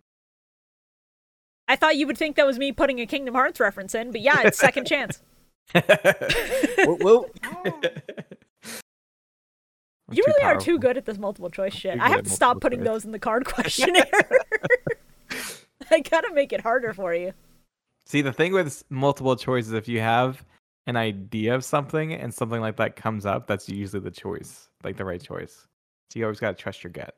Speaker 1: I thought you would think that was me putting a Kingdom Hearts reference in, but yeah, it's second chance.
Speaker 3: Whoa, whoa. I'm
Speaker 1: You
Speaker 3: too
Speaker 1: really are
Speaker 3: powerful.
Speaker 1: too good at this multiple choice shit.
Speaker 3: too
Speaker 1: I
Speaker 3: good
Speaker 1: have
Speaker 3: at
Speaker 1: to stop
Speaker 3: multiple
Speaker 1: putting
Speaker 3: choice.
Speaker 1: those in the card questionnaire. I gotta make it harder for you.
Speaker 3: See, the thing with s- multiple choice is if you have an idea of something and something like that comes up, that's usually the choice, like the right choice. So you always got to trust your gut.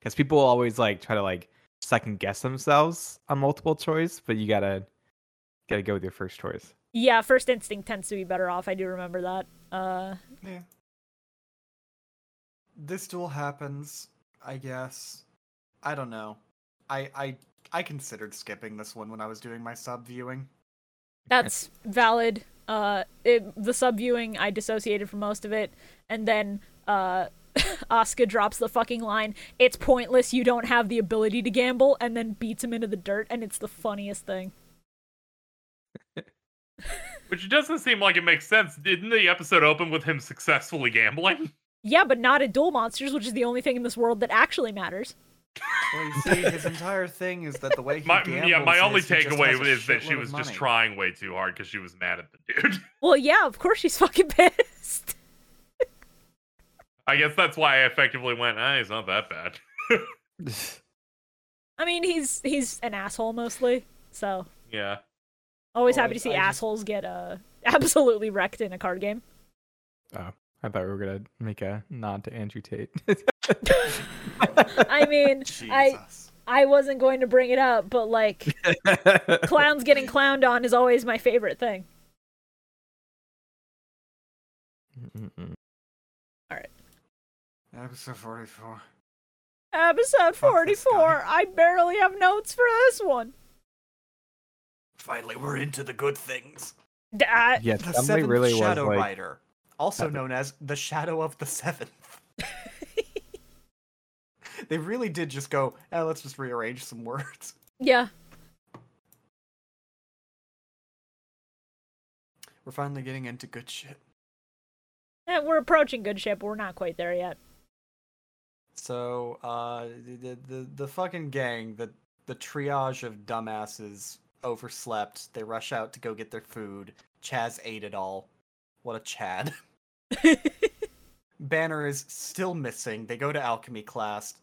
Speaker 3: Because people always like try to like second guess themselves on multiple choice, but you gotta gotta go with your first choice.
Speaker 1: Yeah, first instinct tends to be better off. I do remember that. Uh,
Speaker 2: Yeah. This duel happens, I guess. I don't know. I I I considered skipping this one when I was doing my sub viewing.
Speaker 1: That's valid. Uh, it, the sub viewing, I dissociated from most of it, and then uh, Asuka drops the fucking line. It's pointless. You don't have the ability to gamble, and then beats him into the dirt, and it's the funniest thing.
Speaker 4: Which doesn't seem like it makes sense. Didn't the episode open with him successfully gambling?
Speaker 1: Yeah, but not at Duel Monsters, which is the only thing in this world that actually matters.
Speaker 2: Well, you see, his entire thing is that the way he
Speaker 4: My,
Speaker 2: gambles.
Speaker 4: yeah, my only
Speaker 2: is he just
Speaker 4: takeaway
Speaker 2: has a
Speaker 4: is that she
Speaker 2: shitload of
Speaker 4: was just
Speaker 2: money.
Speaker 4: trying way too hard because she was mad at the dude.
Speaker 1: Well, yeah, of course she's fucking pissed.
Speaker 4: I guess that's why I effectively went, ah, he's not that bad.
Speaker 1: I mean, he's he's an asshole mostly, so
Speaker 4: yeah.
Speaker 1: always
Speaker 2: Oh,
Speaker 1: happy
Speaker 2: I-
Speaker 1: to see
Speaker 2: I just-
Speaker 1: assholes get uh absolutely wrecked in a card game.
Speaker 3: I thought we were gonna make a nod to Andrew Tate.
Speaker 1: I mean, I
Speaker 2: Jesus.
Speaker 1: I wasn't going to bring it up, but like clowns getting clowned on is always my favorite thing.
Speaker 3: Mm-mm-mm.
Speaker 2: Episode 44.
Speaker 1: Episode
Speaker 2: Fuck this
Speaker 1: 44.
Speaker 2: guy.
Speaker 1: I barely have notes for this one.
Speaker 2: Finally, we're into the good things.
Speaker 1: D- uh, I-
Speaker 3: yeah,
Speaker 2: The
Speaker 3: somebody
Speaker 2: seventh
Speaker 3: really was
Speaker 2: Shadow
Speaker 3: like,
Speaker 2: Rider, also
Speaker 3: Seven.
Speaker 2: known as the Shadow of the Seventh. they really did just go, eh, let's just rearrange some words.
Speaker 1: yeah.
Speaker 2: We're finally getting into good shit.
Speaker 1: Eh, we're approaching good ship. but We're not quite there yet.
Speaker 2: So, uh, the, the the fucking gang, the the triage of dumbasses, overslept. They rush out to go get their food. Chaz ate it all. What a Chad. Banner is still missing. They go to alchemy class,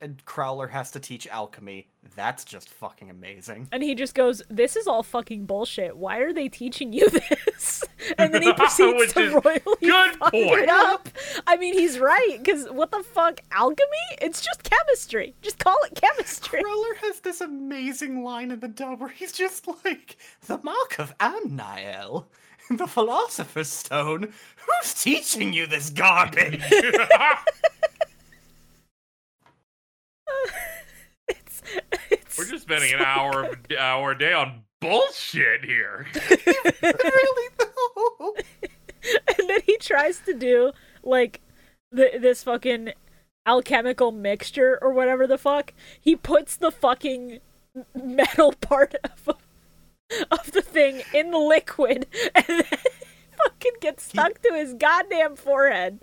Speaker 2: and Crowler has to teach alchemy. That's just fucking amazing.
Speaker 1: And he just goes, This is all fucking bullshit. Why are they teaching you this? And then he proceeds
Speaker 4: Which
Speaker 1: to
Speaker 4: is
Speaker 1: royally
Speaker 4: good
Speaker 1: fuck it
Speaker 4: point.
Speaker 1: up. I mean, he's right, because what the fuck? Alchemy? It's just chemistry. Just call it chemistry.
Speaker 2: Crowler has this amazing line in the dub where he's just like, "The mark of Amniel, the Philosopher's Stone. Who's teaching you this garbage?"
Speaker 1: It's, it's,
Speaker 4: We're just spending an hour of hour a day on bullshit here.
Speaker 2: really though.
Speaker 1: and then he tries to do like th- this fucking alchemical mixture or whatever the fuck. He puts the fucking m- metal part of of the thing in the liquid, and then fucking gets stuck to his goddamn forehead.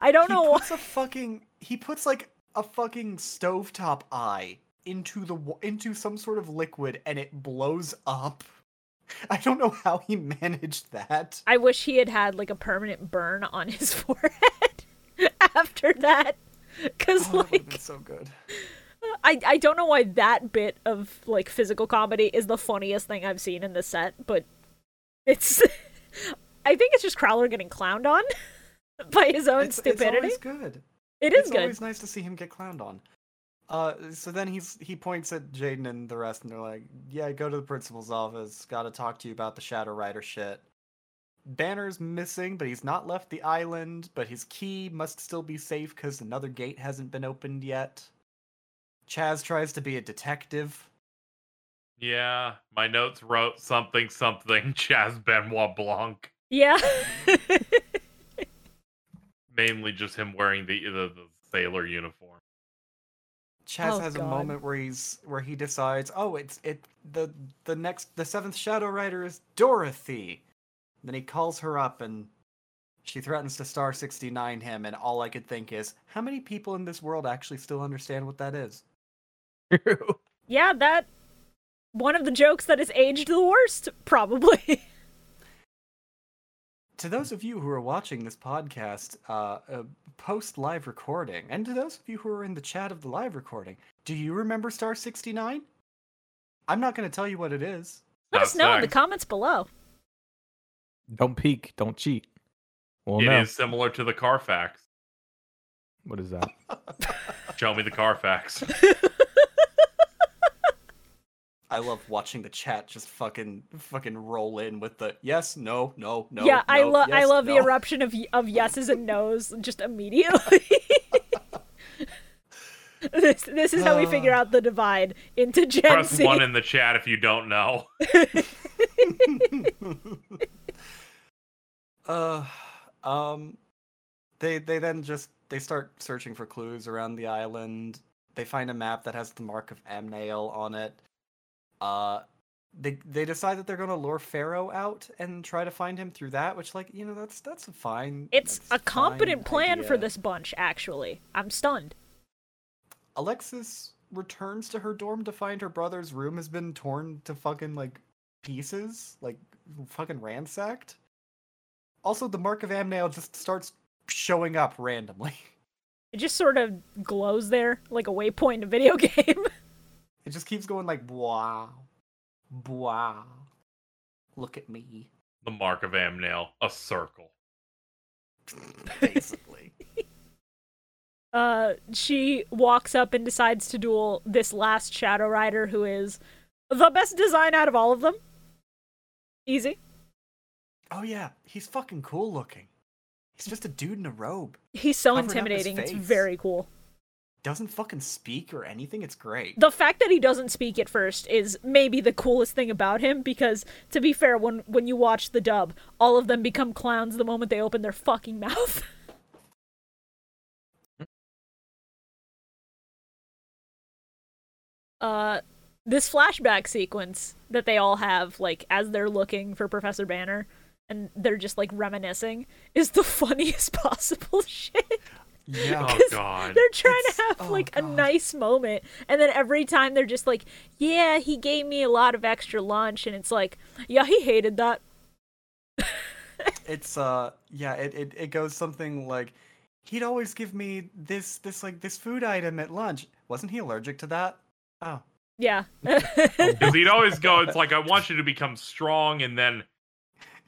Speaker 1: I don't
Speaker 2: He
Speaker 1: know why.
Speaker 2: puts a fucking. He puts like a fucking stovetop eye into the wa- into some sort of liquid, and it blows up. I don't know how he managed that.
Speaker 1: I wish he had had like a permanent burn on his forehead after that, because
Speaker 2: Oh, that would've
Speaker 1: like.
Speaker 2: been so good.
Speaker 1: I, I don't know why that bit of like physical comedy is the funniest thing I've seen in this set, but it's I think it's just Crowler getting clowned on by his own
Speaker 2: It's, it's
Speaker 1: stupidity.
Speaker 2: always good.
Speaker 1: it is
Speaker 2: it's
Speaker 1: good.
Speaker 2: always nice to see him get clowned on. Uh, so then he's he points at Jaden and the rest, and they're like, "Yeah, go to the principal's office. Got to talk to you about the Shadow Rider shit." Banner's missing, but he's not left the island. But his key must still be safe because another gate hasn't been opened yet. Chaz tries to be a detective.
Speaker 4: Yeah, my notes wrote something something Chaz Benoit Blanc.
Speaker 1: Yeah.
Speaker 4: Mainly just him wearing the the, the sailor uniform.
Speaker 2: Chaz
Speaker 1: Oh,
Speaker 2: has a
Speaker 1: God.
Speaker 2: moment where he's where he decides, oh, it's it the the next the seventh Shadow Rider is Dorothy. Then he calls her up and she threatens to star sixty nine him, and all I could think is, how many people in this world actually still understand what that is?
Speaker 1: yeah, that one of the jokes that has aged the worst, probably.
Speaker 2: To those of you who are watching this podcast uh, uh, post live recording, and to those of you who are in the chat of the live recording, do you remember Star sixty nine? I'm not going to tell you what it is.
Speaker 1: Let us
Speaker 4: Stop
Speaker 1: know in the
Speaker 4: saying.
Speaker 1: comments below.
Speaker 3: don't peek, don't cheat. Well,
Speaker 4: It
Speaker 3: no.
Speaker 4: is similar to the Carfax.
Speaker 3: What is that?
Speaker 4: Show me the Carfax.
Speaker 2: I love watching the chat just fucking fucking roll in with the yes, no, no, no.
Speaker 1: yeah, I
Speaker 2: no,
Speaker 1: love I
Speaker 2: yes,
Speaker 1: love the
Speaker 2: no."
Speaker 1: eruption of y- of yeses and nos just immediately. this this is how we figure
Speaker 2: Ah.
Speaker 1: out the divide into Gen
Speaker 4: Press
Speaker 1: Z.
Speaker 4: one in the chat if you don't know.
Speaker 2: Uh, um, they they then just they start searching for clues around the island. They find a map that has the mark of Amnail on it. Uh, they they decide that they're going to lure Pharaoh out and try to find him through that, which like you know that's that's a fine.
Speaker 1: It's
Speaker 2: that's
Speaker 1: a competent
Speaker 2: fine
Speaker 1: plan for
Speaker 2: idea.
Speaker 1: this bunch, actually. I'm stunned.
Speaker 2: Alexis returns to her dorm to find her brother's room has been torn to fucking like pieces, like fucking ransacked. Also, the mark of Amnail just starts showing up randomly.
Speaker 1: It just sort of glows there like a waypoint in a video game.
Speaker 2: It just keeps going like wow, wow. Look at me,
Speaker 4: The mark of Amnail, a circle.
Speaker 2: basically.
Speaker 1: uh, she walks up and decides to duel this last Shadow Rider, who is the best design out of all of them. Easy.
Speaker 2: oh yeah, he's fucking cool looking. He's just a dude in a robe.
Speaker 1: He's so
Speaker 2: Covered up his
Speaker 1: intimidating. It's
Speaker 2: face.
Speaker 1: very cool.
Speaker 2: Doesn't fucking speak or anything. It's great.
Speaker 1: The fact that he doesn't speak at first is maybe the coolest thing about him because to be fair when when you watch the dub, all of them become clowns the moment they open their fucking mouth. uh this flashback sequence that they all have like as they're looking for Professor Banner and they're just like reminiscing is the funniest possible shit.
Speaker 2: yeah.
Speaker 4: Oh
Speaker 1: 'Cause
Speaker 4: god.
Speaker 1: They're trying to
Speaker 2: It's-
Speaker 1: have
Speaker 2: oh,
Speaker 1: like a
Speaker 2: God.
Speaker 1: nice moment, and then every time they're just like, "Yeah, he gave me a lot of extra lunch," and it's like, "Yeah, he hated that."
Speaker 2: it's uh yeah it, it it goes something like he'd always give me this this like this food item at lunch wasn't he allergic to that oh
Speaker 1: Yeah,
Speaker 4: Because he'd always go, it's like, I want you to become strong and then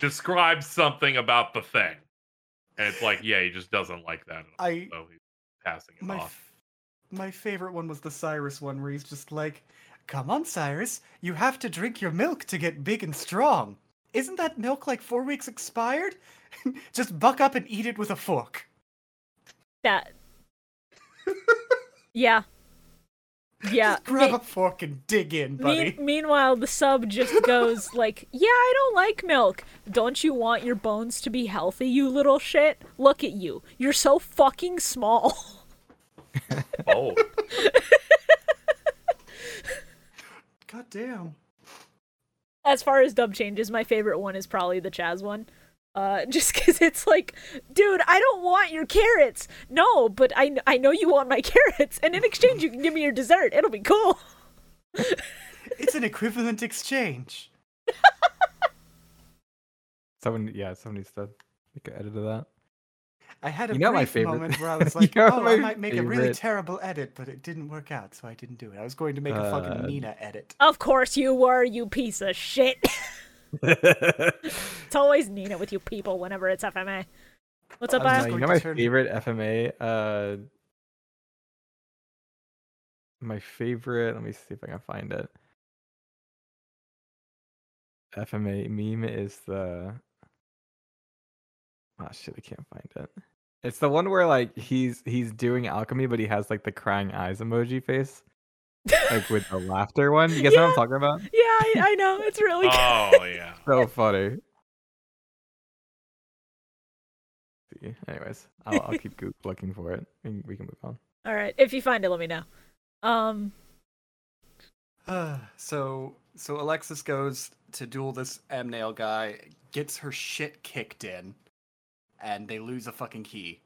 Speaker 4: describe something about the thing. And it's like, yeah, he just doesn't like that at all.
Speaker 2: i
Speaker 4: So he's passing it
Speaker 2: my
Speaker 4: off.
Speaker 2: f- my favorite one was the cyrus one where he's just like come on cyrus you have to drink your milk to get big and strong isn't that milk like four weeks expired just buck up and eat it with a fork
Speaker 1: that. yeah, yeah.
Speaker 2: just grab
Speaker 1: Uh, Me-
Speaker 2: a fork and dig in
Speaker 1: mean-
Speaker 2: buddy
Speaker 1: meanwhile, the sub just goes like, "Yeah, I don't like milk. Don't you want your bones to be healthy, you little shit? Look at you. You're so fucking small."
Speaker 4: Oh,
Speaker 2: god damn
Speaker 1: as far as dub changes, my favorite one is probably the Chaz one. Uh, just because it's like, dude, I don't want your carrots. No, but I, kn- I know you want my carrots, and in exchange, you can give me your dessert. It'll be cool.
Speaker 2: it's an equivalent exchange
Speaker 3: Someone, yeah, somebody said they could edit of that.
Speaker 2: I had a
Speaker 3: You know my
Speaker 2: brief
Speaker 3: favorite-
Speaker 2: moment where I was
Speaker 3: You
Speaker 2: like,
Speaker 3: know
Speaker 2: "Oh, I
Speaker 3: my
Speaker 2: might make a really
Speaker 3: favorite-
Speaker 2: terrible edit, but it didn't work out, so I didn't do it. I was going to make a
Speaker 3: Uh,
Speaker 2: fucking Nina edit."
Speaker 1: Of course you were, you piece of shit. it's always Nina with you people whenever it's FMA. What's up,
Speaker 2: I
Speaker 1: Al?
Speaker 2: was
Speaker 3: Uh,
Speaker 2: just
Speaker 3: you
Speaker 2: going
Speaker 3: know
Speaker 2: to
Speaker 3: my
Speaker 2: turn-
Speaker 3: favorite FMA. Uh, my favorite. Let me see if I can find it. FMA meme is the. Oh shit! I can't find it. It's the one where like he's he's doing alchemy, but he has like the crying eyes emoji face, like with the laughter one. You guys know what
Speaker 1: Yeah.
Speaker 3: I'm talking about?
Speaker 1: Yeah, I, I know. It's really good.
Speaker 4: oh yeah.
Speaker 3: So funny. See, anyways, I'll, I'll keep goo- looking for it, and we can move on.
Speaker 1: All right. If you find it, let me know. Um,
Speaker 2: Ah, so, so Alexis goes to duel this Amnail guy, gets her shit kicked in, and they lose a fucking key.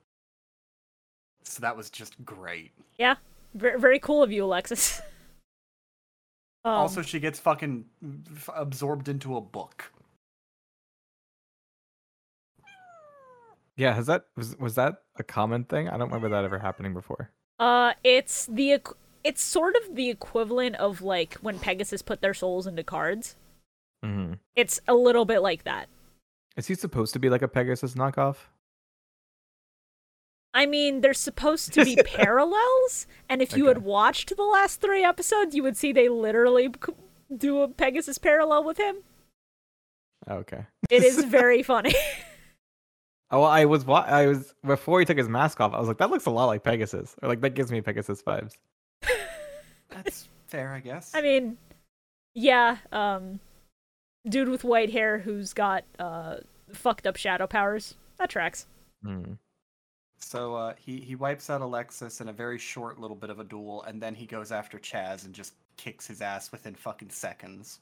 Speaker 2: So that was just great.
Speaker 1: very, very cool of you, Alexis. Um,
Speaker 2: also, she gets fucking f- absorbed into a book.
Speaker 3: Yeah, has that was was that a common thing? I don't remember that ever happening before.
Speaker 1: Uh, it's the equ- it's sort of the equivalent of like when Pegasus put their souls into cards.
Speaker 3: Mm-hmm.
Speaker 1: It's a little bit like that.
Speaker 3: Is he supposed to be like a Pegasus knockoff?
Speaker 1: I mean, there's supposed to be parallels, and if you had
Speaker 3: Okay.
Speaker 1: watched the last three episodes, you would see they literally c- do a Pegasus parallel with him.
Speaker 3: Oh, okay.
Speaker 1: It is very funny.
Speaker 3: Oh, well, I was wa- I was before he took his mask off. I was like, that looks a lot like Pegasus, or like that gives me Pegasus vibes.
Speaker 2: That's fair, I guess.
Speaker 1: I mean, yeah, um, dude with white hair who's got uh fucked up shadow powers. That tracks.
Speaker 3: Mm.
Speaker 2: So uh, he he wipes out Alexis in a very short little bit of a duel, and then he goes after Chaz and just kicks his ass within fucking seconds.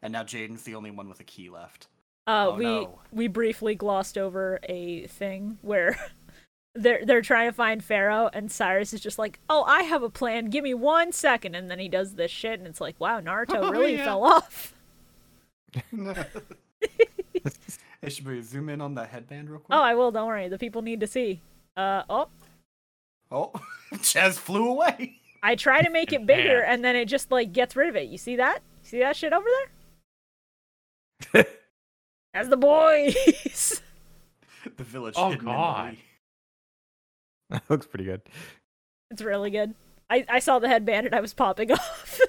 Speaker 2: And now Jaden's the only one with a key left.
Speaker 1: Uh,
Speaker 2: Oh,
Speaker 1: we
Speaker 2: no.
Speaker 1: we briefly glossed over a thing where they're they're trying to find Pharaoh, and Cyrus is just like, "Oh, I have a plan. Give me one second. and then he does this shit, and it's like, "Wow, Naruto
Speaker 2: Oh,
Speaker 1: really
Speaker 2: yeah.
Speaker 1: fell off."
Speaker 2: hey, should we zoom in on the headband real
Speaker 1: Oh,
Speaker 2: quick?
Speaker 1: I will. Don't worry. The people need to see. Uh oh,
Speaker 2: Oh, Chaz flew away.
Speaker 1: I try to make it
Speaker 4: Man.
Speaker 1: bigger, and then it just like gets rid of it. You see that? See that shit over there? That's the boys.
Speaker 2: The village.
Speaker 4: Oh,
Speaker 2: hidden in the
Speaker 4: God.
Speaker 2: lee.
Speaker 3: that looks pretty good.
Speaker 1: it's really good. I I saw the headband, and I was popping off.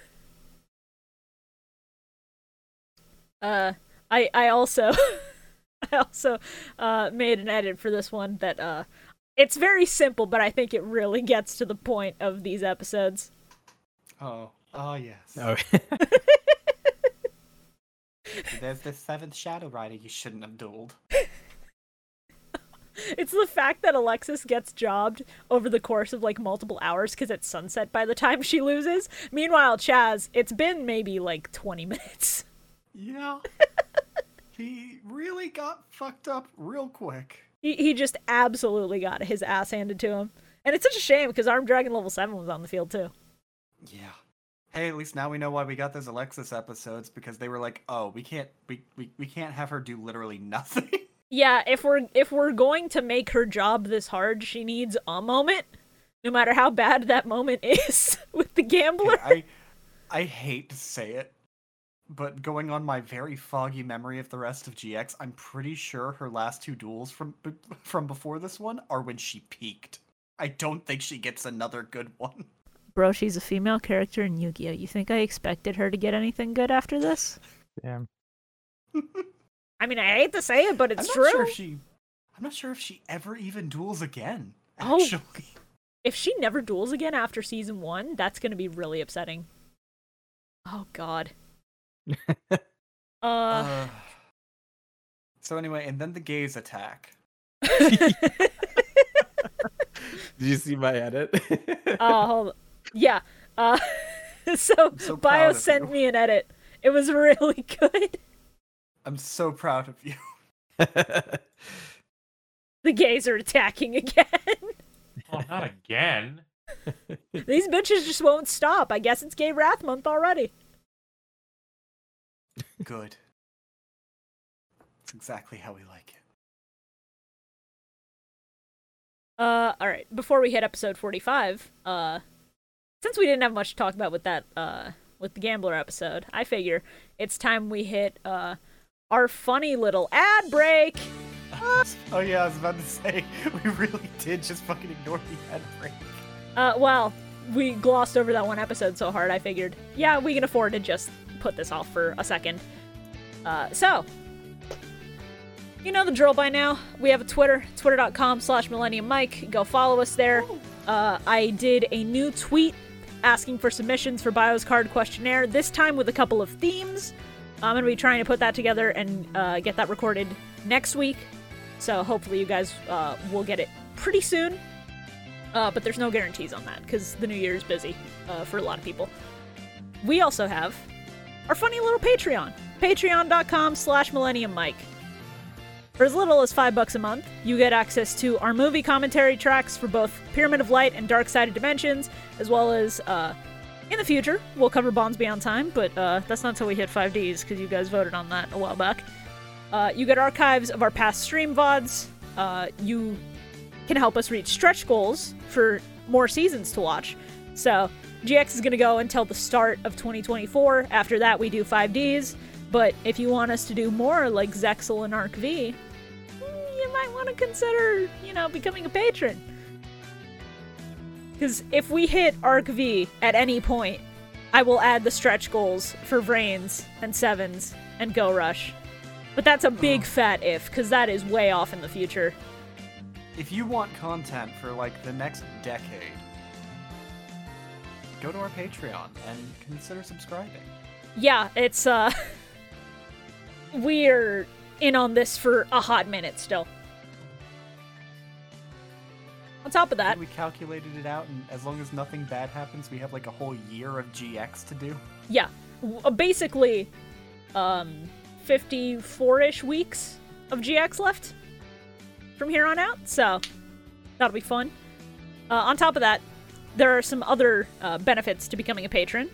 Speaker 1: uh, I I also I also uh made an edit for this one that uh it's very simple, but I think it really gets to the point of these episodes.
Speaker 2: Oh, oh yes.
Speaker 3: Oh,
Speaker 2: There's the seventh Shadow Rider you shouldn't have dueled.
Speaker 1: It's the fact that Alexis gets jobbed over the course of like multiple hours because it's sunset by the time she loses. Meanwhile, Chaz, it's been maybe like 20 minutes.
Speaker 2: Yeah. he really got fucked up real quick.
Speaker 1: He, he just absolutely got his ass handed to him. And it's such a shame because Armed Dragon level 7 was on the field too.
Speaker 2: Yeah. Hey, at least now we know why we got those Alexis episodes because they were like, oh, we can't, we, we, we can't have her do literally nothing.
Speaker 1: Yeah, if we're if we're going to make her job this hard, she needs a moment, no matter how bad that moment is with the gambler.
Speaker 2: Okay, I, I hate to say it, but going on my very foggy memory of the rest of GX, I'm pretty sure her last two duels from b- from before this one are when she peaked. I don't think she gets another good one.
Speaker 1: Bro, she's a female character in Yu-Gi-Oh. You think I expected her to get anything good after this?
Speaker 3: damn.
Speaker 1: I mean, I hate to say it, but it's
Speaker 2: I'm not
Speaker 1: true.
Speaker 2: sure if she. I'm not sure if she ever even duels again.
Speaker 1: Oh.
Speaker 2: Actually,
Speaker 1: if she never duels again after season one, that's going to be really upsetting. Oh God. uh,
Speaker 2: Ugh. so anyway, and then the gaze attack.
Speaker 3: Did you see my edit?
Speaker 1: uh, hold- yeah. Uh, so,
Speaker 2: so proud
Speaker 1: Bio
Speaker 2: of
Speaker 1: sent
Speaker 2: you.
Speaker 1: me an edit. It was really good.
Speaker 2: I'm so proud of you.
Speaker 1: The gays are attacking again.
Speaker 4: Oh, not again.
Speaker 1: These bitches just won't stop. I guess it's Gay Wrath Month already.
Speaker 2: Good. It's exactly how we like it.
Speaker 1: Uh, all right. Before we hit episode forty-five, uh, since we didn't have much to talk about with that, uh, with the gambler episode, I figure it's time we hit uh our funny little ad break.
Speaker 2: Oh yeah, I was about to say we really did just fucking ignore the ad break.
Speaker 1: Uh, well, we glossed over that one episode so hard, I figured, yeah, we can afford to just put this off for a second. Uh, so, you know the drill by now. We have a Twitter, twitter.com slash Millennium Mike. Go follow us there. Uh, I did a new tweet asking for submissions for Bio's Card Questionnaire, this time with a couple of themes. I'm going to be trying to put that together and uh, get that recorded next week. So, hopefully, you guys uh, will get it pretty soon uh, but there's no guarantees on that because the new year is busy uh, for a lot of people we also have our funny little patreon patreon.com slash millennium mike for as little as five bucks a month you get access to our movie commentary tracks for both pyramid of light and dark sided dimensions as well as uh, in the future we'll cover bonds beyond time but uh, that's not till we hit 5ds because you guys voted on that a while back uh, you get archives of our past stream vods uh, you can help us reach stretch goals for more seasons to watch. So, GX is going to go until the start of 2024. After that, we do 5Ds. But if you want us to do more like Zexel and Arc V, mm, you might want to consider, you know, becoming a patron. Because if we hit Arc V at any point, I will add the stretch goals for Vrains and Sevens and Go Rush. But that's a big fat if, because that is way off in the future.
Speaker 2: If you want content for like the next decade, go to our Patreon and consider subscribing.
Speaker 1: yeah, it's uh we're in on this for a hot minute still. On top of
Speaker 2: I
Speaker 1: that,
Speaker 2: think we calculated it out, and as long as nothing bad happens, we have like a whole year of GX to do.
Speaker 1: yeah, w- uh, basically um, 54 ish weeks of GX left from here on out, so that'll be fun. Uh, on top of that, there are some other uh, benefits to becoming a patron,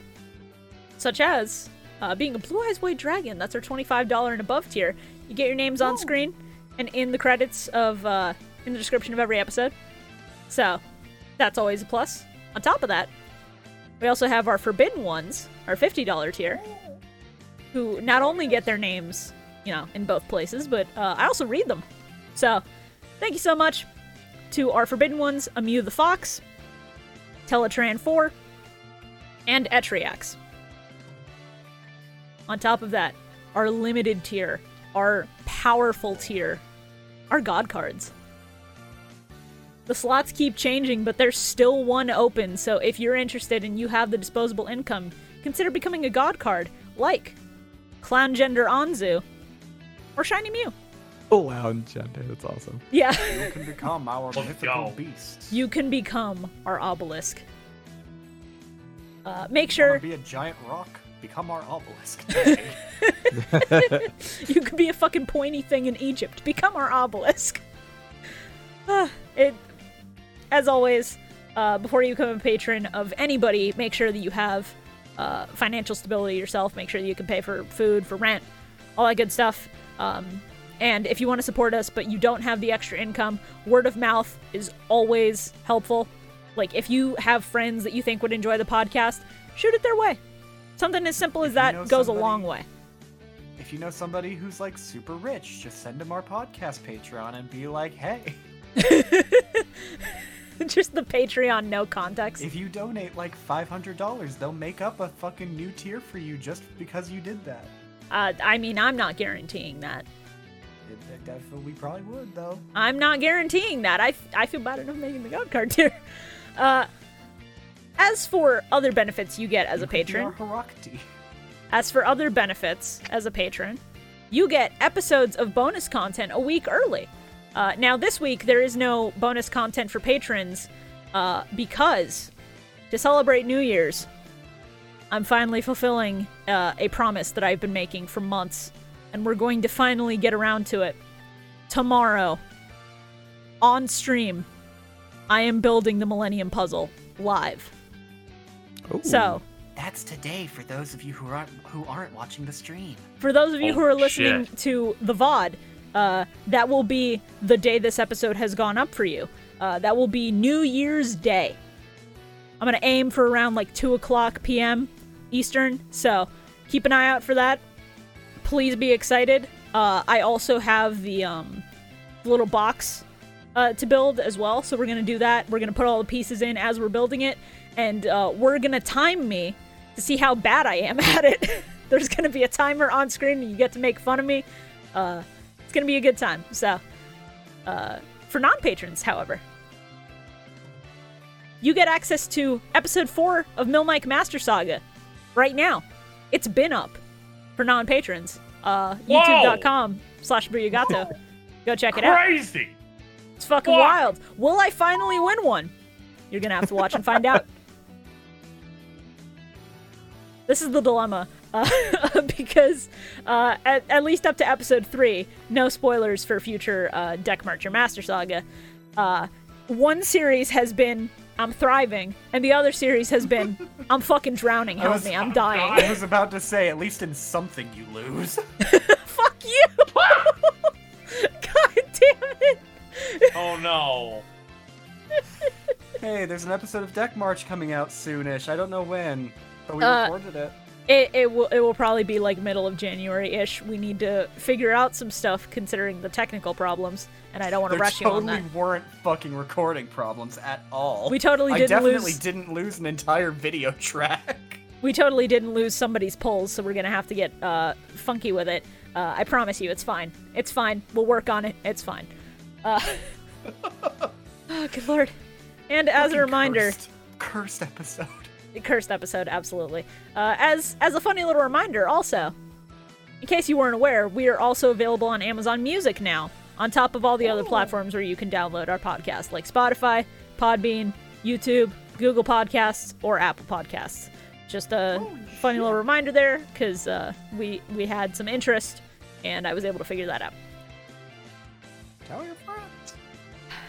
Speaker 1: such as uh, being a Blue Eyes White Dragon. That's our $25 and above tier. You get your names on screen and in the credits of, uh, in the description of every episode. So that's always a plus. On top of that, we also have our Forbidden Ones, our $50 tier, who not only get their names, you know, in both places, but uh, I also read them. So thank you so much to our Forbidden Ones, Amu the Fox, Teletran 4, and Etriax. On top of that, our limited tier, our powerful tier, our god cards. The slots keep changing, but there's still one open, so if you're interested and you have the disposable income, consider becoming a god card, like Clown Gender Anzu or Shiny Mew.
Speaker 3: Oh wow, and gender, that's awesome.
Speaker 1: Yeah.
Speaker 2: You can become our
Speaker 4: Let's
Speaker 2: mythical
Speaker 4: go.
Speaker 2: beasts.
Speaker 1: you can become our obelisk. Uh, make
Speaker 2: Wanna
Speaker 1: sure
Speaker 2: Be a giant rock. Become our obelisk.
Speaker 1: you could be a fucking pointy thing in Egypt. Become our obelisk. Ah, it, as always, uh, before you become a patron of anybody, make sure that you have uh, financial stability yourself. Make sure that you can pay for food, for rent, all that good stuff. Um, and if you want to support us, but you don't have the extra income, word of mouth is always helpful. Like if you have friends that you think would enjoy the podcast, shoot it their way. Something as simple as
Speaker 2: you
Speaker 1: that
Speaker 2: know
Speaker 1: goes a
Speaker 2: somebody-
Speaker 1: long way.
Speaker 2: if you know somebody who's like super rich, just send them our podcast Patreon and be like, hey,
Speaker 1: just the Patreon, no context.
Speaker 2: if you donate like $500, they'll make up a fucking new tier for you just because you did that.
Speaker 1: Uh, I mean, I'm not guaranteeing that.
Speaker 2: It, it, I feel we probably would though.
Speaker 1: I'm not guaranteeing that. I, f- I feel bad enough making the god card tier. Uh, as for other benefits you get as a patron,
Speaker 2: You're Herakti.
Speaker 1: As for other benefits as a patron, you get episodes of bonus content a week early. Uh, now, this week, there is no bonus content for patrons uh, because to celebrate New Year's, I'm finally fulfilling uh, a promise that I've been making for months, and we're going to finally get around to it. Tomorrow, on stream, I am building the Millennium Puzzle live.
Speaker 3: Ooh.
Speaker 1: So.
Speaker 2: That's today for those of you who aren't who aren't watching the stream.
Speaker 1: for those of you who
Speaker 4: Oh,
Speaker 1: are listening
Speaker 4: shit.
Speaker 1: to the VOD, uh, that will be the day this episode has gone up for you. Uh, that will be New Year's Day. I'm going to aim for around like 2 o'clock p.m. Eastern, so keep an eye out for that. Please be excited. Uh, I also have the um, little box uh, to build as well, so we're going to do that. We're going to put all the pieces in as we're building it, and uh, we're going to time me to see how bad I am at it. There's going to be a timer on screen, and you get to make fun of me. Uh, it's going to be a good time. So, uh, for non patrons, however, you get access to episode four of Mill Mike Master Saga right now. It's been up for non patrons. Uh,
Speaker 4: Whoa!
Speaker 1: YouTube.com slash Burigato. Go check it out.
Speaker 4: Crazy.
Speaker 1: It's fucking
Speaker 4: Fuck.
Speaker 1: wild. Will I finally win one? You're gonna have to watch and find out. This is the dilemma, uh, because uh, at, at least up to episode three, no spoilers for future uh, Deck Marcher Master Saga. Uh, one series has been I'm thriving, and the other series has been I'm fucking drowning. Help
Speaker 2: was-
Speaker 1: me, Oh, I'm dying.
Speaker 2: I was about to say, at least in something you lose.
Speaker 1: Fuck you! God damn it!
Speaker 4: Oh no.
Speaker 2: hey, there's an episode of Deck March coming out soonish. I don't know when, but we
Speaker 1: Uh,
Speaker 2: recorded it.
Speaker 1: It, it will it will probably be like middle of January ish. We need to figure out some stuff considering the technical problems, and I don't want to
Speaker 2: There
Speaker 1: rush you on
Speaker 2: totally
Speaker 1: that.
Speaker 2: weren't fucking recording problems at all.
Speaker 1: We totally
Speaker 2: I
Speaker 1: didn't
Speaker 2: definitely
Speaker 1: lose-
Speaker 2: didn't lose an entire video track.
Speaker 1: We totally didn't lose somebody's polls, so we're gonna have to get uh, funky with it. Uh, I promise you, it's fine. It's fine. We'll work on it. It's fine. Uh, oh, good lord! And as a
Speaker 2: Fucking
Speaker 1: reminder,
Speaker 2: cursed, cursed episode.
Speaker 1: cursed episode absolutely uh, as as a funny little reminder also in case you weren't aware we are also available on amazon music now on top of all the other platforms where you can download our podcast like spotify podbean youtube google podcasts or apple podcasts Just a
Speaker 2: Oh,
Speaker 1: funny little reminder there, because uh, we we had some interest, and I was able to figure that out.
Speaker 2: Tell your friends.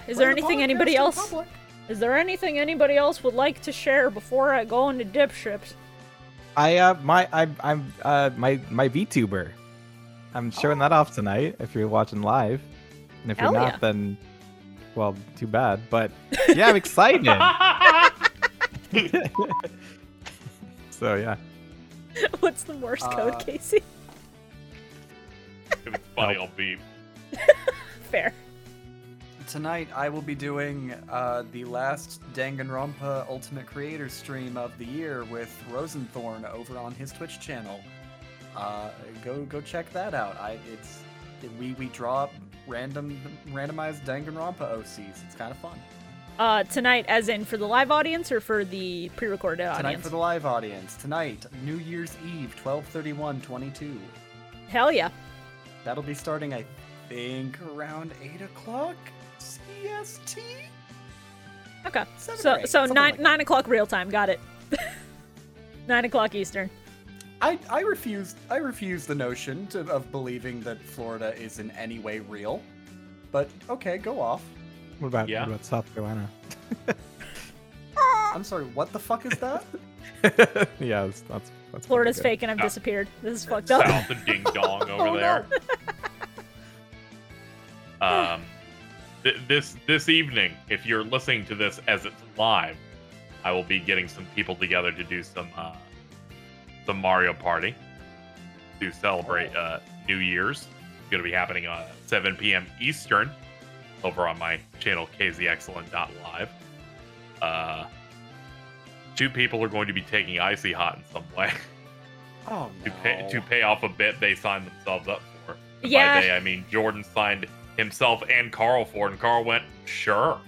Speaker 1: Is there
Speaker 2: Play the
Speaker 1: anything
Speaker 2: podcast
Speaker 1: anybody
Speaker 2: in
Speaker 1: else?
Speaker 2: public.
Speaker 1: Is there anything anybody else would like to share before I go into dipships?
Speaker 3: I uh my I I'm uh my my VTuber. I'm
Speaker 2: Oh.
Speaker 3: showing that off tonight if you're watching live. And if
Speaker 1: Hell
Speaker 3: you're not
Speaker 1: yeah.
Speaker 3: then well, too bad, but yeah, I'm excited. so yeah.
Speaker 1: What's the Morse
Speaker 2: Uh,
Speaker 1: code, Casey?
Speaker 4: if it's funny, I'll beep.
Speaker 1: Fair.
Speaker 2: Tonight I will be doing uh, the last Danganronpa Ultimate Creator stream of the year with Rosenthorn over on his Twitch channel. Uh, go go check that out. I it's we we draw random randomized Danganronpa OCs. It's kind of fun
Speaker 1: Uh, tonight, as in for the live audience or for the pre-recorded
Speaker 2: tonight
Speaker 1: audience?
Speaker 2: for the live audience. Tonight New Year's Eve 12:31:22.
Speaker 1: Hell yeah.
Speaker 2: That'll be starting I think around eight o'clock CST.
Speaker 1: Okay.
Speaker 2: Seven
Speaker 1: so
Speaker 2: or eight,
Speaker 1: so
Speaker 2: something
Speaker 1: nine
Speaker 2: like that.
Speaker 1: nine o'clock real time. Got it. nine o'clock Eastern.
Speaker 2: I, I refuse I refuse the notion to, of believing that Florida is in any way real. But okay, go off.
Speaker 3: What about
Speaker 4: Yeah.
Speaker 3: what about South Carolina?
Speaker 2: I'm sorry. What the fuck is that?
Speaker 3: yeah, that's that's, that's
Speaker 1: Florida's
Speaker 3: pretty
Speaker 1: fake, and I've
Speaker 4: Yeah.
Speaker 1: disappeared. This is fucked up. Oh,
Speaker 4: South of Ding Dong over there. Um, th- this this evening, if you're listening to this as it's live, I will be getting some people together to do some uh, some Mario Party to celebrate
Speaker 1: Oh.
Speaker 4: uh, New Year's. It's going to be happening on 7 p.m. Eastern over on my channel kzexcellent.live. Uh, two people are going to be taking Icy Hot in some way
Speaker 2: Oh
Speaker 4: to
Speaker 2: no.
Speaker 4: pay to pay off a bet they signed themselves up for. And
Speaker 1: Yeah.
Speaker 4: By they, I mean Jordan signed himself and Carl for, it, and Carl went, "Sure."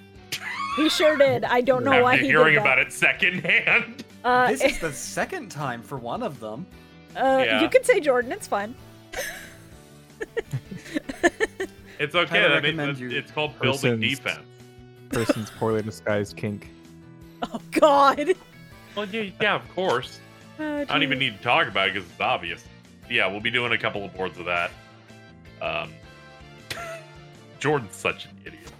Speaker 1: He sure did. I don't know
Speaker 4: After
Speaker 1: why he
Speaker 4: hearing
Speaker 1: did that.
Speaker 4: about it secondhand,
Speaker 1: Uh,
Speaker 2: this is the second time for one of them.
Speaker 1: uh,
Speaker 4: Yeah.
Speaker 1: You can say Jordan. It's fine.
Speaker 4: it's okay.
Speaker 2: Highly
Speaker 4: I mean,
Speaker 2: recommend
Speaker 4: it's,
Speaker 2: you
Speaker 4: it's called building
Speaker 3: persons.
Speaker 4: defense.
Speaker 3: good. person's poorly disguised kink.
Speaker 1: Oh God.
Speaker 4: Well, yeah, yeah, of course.
Speaker 1: Oh,
Speaker 4: I don't even
Speaker 1: geez.
Speaker 4: need to talk about it because it's obvious. Yeah, we'll be doing a couple of boards of that. Um, Jordan's such an idiot.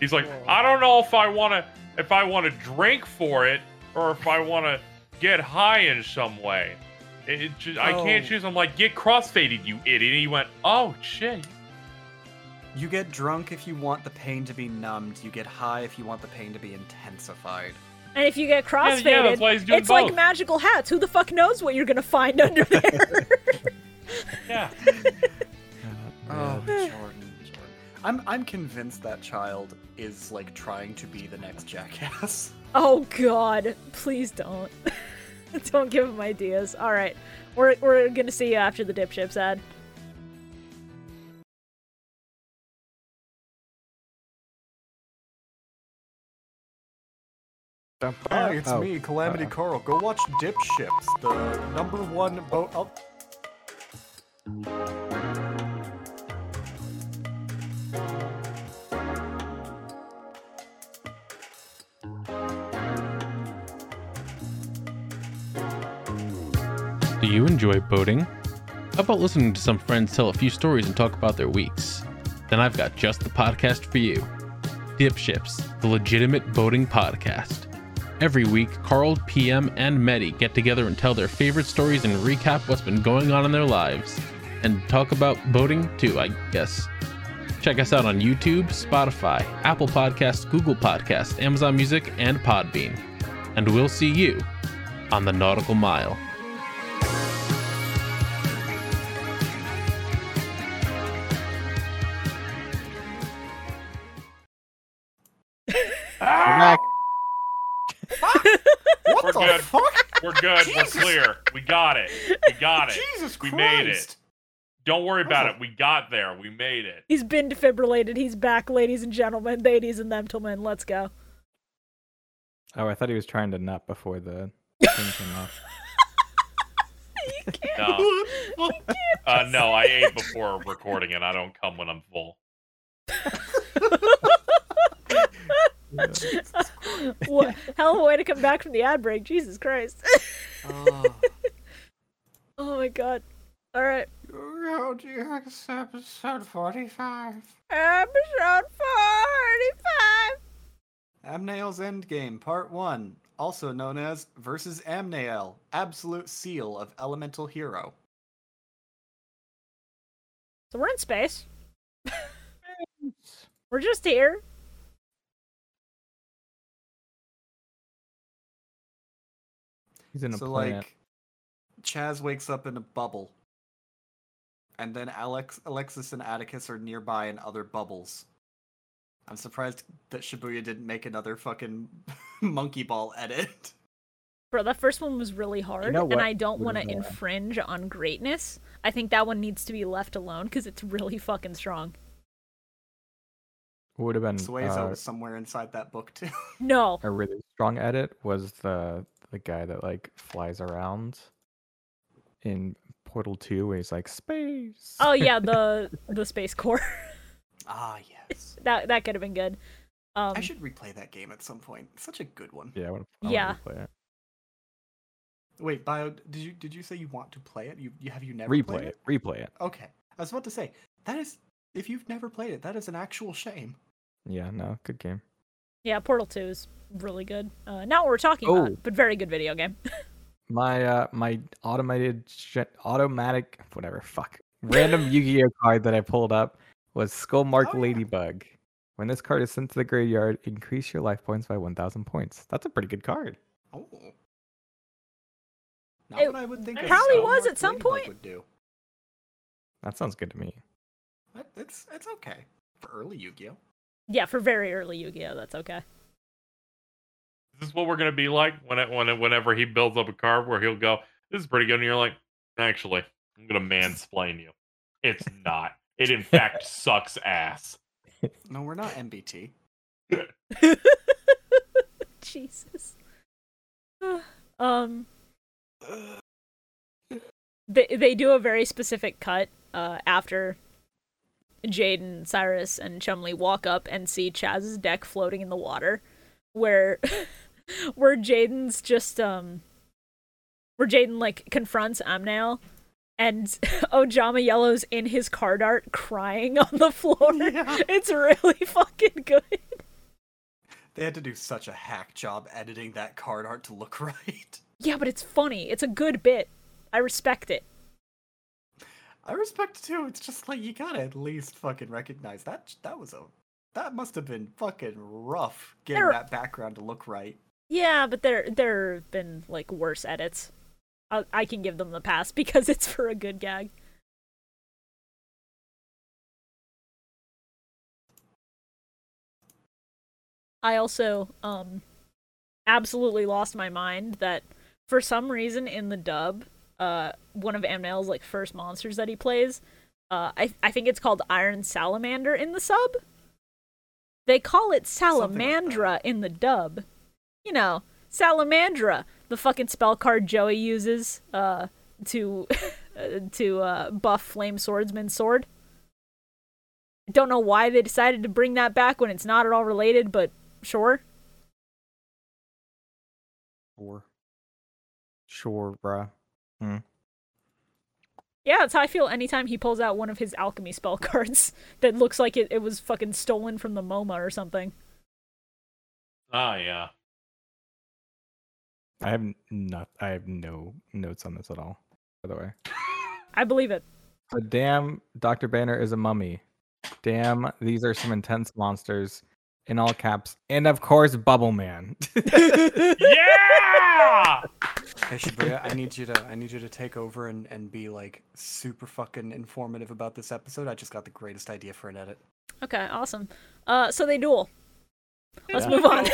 Speaker 4: He's like, I don't know if I want to, if I want to drink for it, or if I want to get high in some way. It, it ju- I can't
Speaker 2: Oh.
Speaker 4: choose. I'm like, get crossfaded, you idiot. And he went, oh shit.
Speaker 2: You get drunk if you want the pain to be numbed. You get high if you want the pain to be intensified.
Speaker 1: And if you get
Speaker 4: Yeah,
Speaker 1: crossfaded,
Speaker 4: yeah, that's why he's doing
Speaker 1: it's
Speaker 4: both.
Speaker 1: like magical hats. Who the fuck knows what you're gonna find under there?
Speaker 4: yeah.
Speaker 2: Oh, Jordan, Jordan. I'm I'm convinced that child is like trying to be the next jackass.
Speaker 1: oh God. Please don't. don't give him ideas. All right. We're we're gonna see you after the dip ships ad.
Speaker 2: Hi, it's
Speaker 3: Oh.
Speaker 2: me, Calamity Carl. Go watch Dip Ships, the number one boat. Oh,
Speaker 5: Do you enjoy boating? How about listening to some friends tell a few stories and talk about their weeks? Then I've got just the podcast for you Dip Ships, the legitimate boating podcast. Every week, Carl, PM, and Medi get together and tell their favorite stories and recap what's been going on in their lives. And talk about boating too, I guess. Check us out on YouTube, Spotify, Apple Podcasts, Google Podcasts, Amazon Music, and Podbean. And we'll see you on the Nautical Mile.
Speaker 3: Mac,
Speaker 2: what
Speaker 4: We're
Speaker 2: the
Speaker 4: good.
Speaker 2: fuck?
Speaker 4: We're good. We're
Speaker 2: Jesus.
Speaker 4: clear. We got it. We got it.
Speaker 2: Jesus
Speaker 4: We
Speaker 2: Christ!
Speaker 4: made it. Don't worry about
Speaker 2: Awesome.
Speaker 4: it. We got there. We made it.
Speaker 1: He's been defibrillated. He's back, ladies and gentlemen, ladies and gentlemen. Let's go.
Speaker 3: Oh, I thought he was trying to nut before the thing came off.
Speaker 4: No. Uh, no, I ate before recording and I don't come when I'm full.
Speaker 1: what, hell of a way to come back from the ad break. Jesus Christ.
Speaker 2: Oh.
Speaker 1: oh my god. All right.
Speaker 2: How do you accept episode 45?
Speaker 1: Episode 45.
Speaker 2: Amnail's Endgame, Part 1, also known as Versus Amnail, Absolute Seal of Elemental Hero.
Speaker 1: So we're in space. we're just here.
Speaker 3: He's in a
Speaker 2: so,
Speaker 3: planet.
Speaker 2: like, Chaz wakes up in a bubble. And then Alex, Alexis and Atticus are nearby in other bubbles. I'm surprised that Shibuya didn't make another fucking monkey ball edit.
Speaker 1: Bro, that first one was really hard,
Speaker 3: know
Speaker 1: and
Speaker 3: what
Speaker 1: I don't
Speaker 3: would
Speaker 1: want to
Speaker 3: have been alright?
Speaker 1: infringe on greatness. I think that one needs to be left alone because it's really fucking strong.
Speaker 3: would have been
Speaker 2: Suezo
Speaker 3: uh,
Speaker 2: was somewhere inside that book, too.
Speaker 1: No,
Speaker 3: a really strong edit was the the guy that like flies around in Portal Two, where he's like space.
Speaker 1: Oh yeah, the the space core.
Speaker 2: ah, yes.
Speaker 1: that that could have been good. Um,
Speaker 2: I should replay that game at some point. It's such a good one.
Speaker 3: yeah, I wanna- I wanna
Speaker 1: Yeah.
Speaker 3: replay it.
Speaker 2: Wait, Bio, did you did you say you want to play it? You, you have you never
Speaker 3: replay
Speaker 2: played
Speaker 3: it, replay it.
Speaker 2: Okay, I was about to say that is if you've never played it, that is an actual shame.
Speaker 3: Yeah, no, good game.
Speaker 1: yeah, Portal Two is really good. Uh, not what we're talking
Speaker 3: Oh.
Speaker 1: about, but very good video game.
Speaker 3: My uh my automated sh- automatic whatever fuck random Yu-Gi-Oh card that I pulled up was Skullmark
Speaker 2: Oh, yeah.
Speaker 3: Ladybug. When this card is sent to the graveyard, increase your life points by one thousand points. That's a pretty good card.
Speaker 2: Oh, not
Speaker 1: It
Speaker 2: what I would think.
Speaker 1: it
Speaker 2: a
Speaker 1: probably
Speaker 2: Skull
Speaker 1: was
Speaker 2: Mark
Speaker 1: at some
Speaker 2: Ladybug
Speaker 1: point.
Speaker 2: Would do.
Speaker 3: That sounds good to me.
Speaker 2: But It's it's okay for early Yu-Gi-Oh.
Speaker 1: Yeah, for very early Yu-Gi-Oh, that's okay.
Speaker 4: This is what we're gonna be like when it, when it, whenever he builds up a card where he'll go, "This is pretty good," and you're like, "Actually, I'm gonna mansplain you. It's not. It in fact sucks ass."
Speaker 2: No, we're not MBT.
Speaker 1: Jesus. um, they they do a very specific cut uh, after Jade and Cyrus and Chumley walk up and see Chaz's deck floating in the water, where where Jaden's just um where Jaden like confronts Amnail. And Ojama Yellow's in his card art crying on the floor.
Speaker 2: Yeah.
Speaker 1: It's really fucking good.
Speaker 2: They had to do such a hack job editing that card art to look right.
Speaker 1: Yeah, but it's funny. It's a good bit. I respect it.
Speaker 2: I respect it too. It's just like you gotta at least fucking recognize that that was a that must have been fucking rough getting
Speaker 1: There-
Speaker 2: that background to look right.
Speaker 1: Yeah, but there there have been like worse edits. I, I can give them the pass because it's for a good gag. I also um absolutely lost my mind that for some reason in the dub, uh one of Amnail's like first monsters that he plays, uh I I think it's called Iron Salamander in the sub. They call it
Speaker 2: Something like that.
Speaker 1: Salamandra in the dub. You know, Salamandra, the fucking spell card Joey uses uh to to uh buff Flame Swordsman's sword. Don't know why they decided to bring that back when it's not at all related, but sure.
Speaker 3: Sure. Sure, bruh.
Speaker 1: Yeah, that's how I feel anytime he pulls out one of his alchemy spell cards that looks like it, it was fucking stolen from the MoMA or something.
Speaker 4: Oh yeah.
Speaker 3: I have not. I have no notes on this at all. By the way,
Speaker 1: I believe it.
Speaker 3: so damn, Doctor Banner is a mummy. Damn, these are some intense monsters. In all caps, and of course, Bubble Man.
Speaker 4: Yeah.
Speaker 2: Hey Shibuya, I need you to I need you to take over and, and be like super fucking informative about this episode. I just got the greatest idea for an edit.
Speaker 1: Okay, awesome. Uh, so they duel. Let's move on.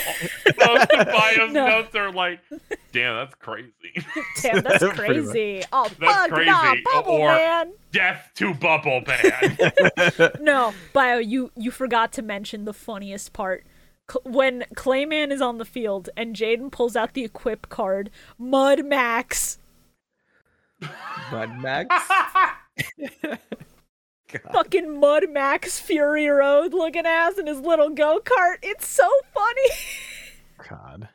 Speaker 4: Most of Bio's
Speaker 1: No.
Speaker 4: notes are like, "Damn, that's crazy."
Speaker 1: Damn, that's
Speaker 3: Pretty much.
Speaker 1: crazy. Oh,
Speaker 4: That's
Speaker 1: fuck, nah,
Speaker 4: crazy,
Speaker 1: Bubble
Speaker 4: or-
Speaker 1: Man.
Speaker 4: Death to Bubble Band.
Speaker 1: No, Bio, you, you forgot to mention the funniest part. Cl- When Clayman is on the field and Jaden pulls out the equip card, Mud Max.
Speaker 3: Mud Max.
Speaker 1: fucking Mud Max Fury Road looking ass in his little go kart. It's so funny.
Speaker 3: God.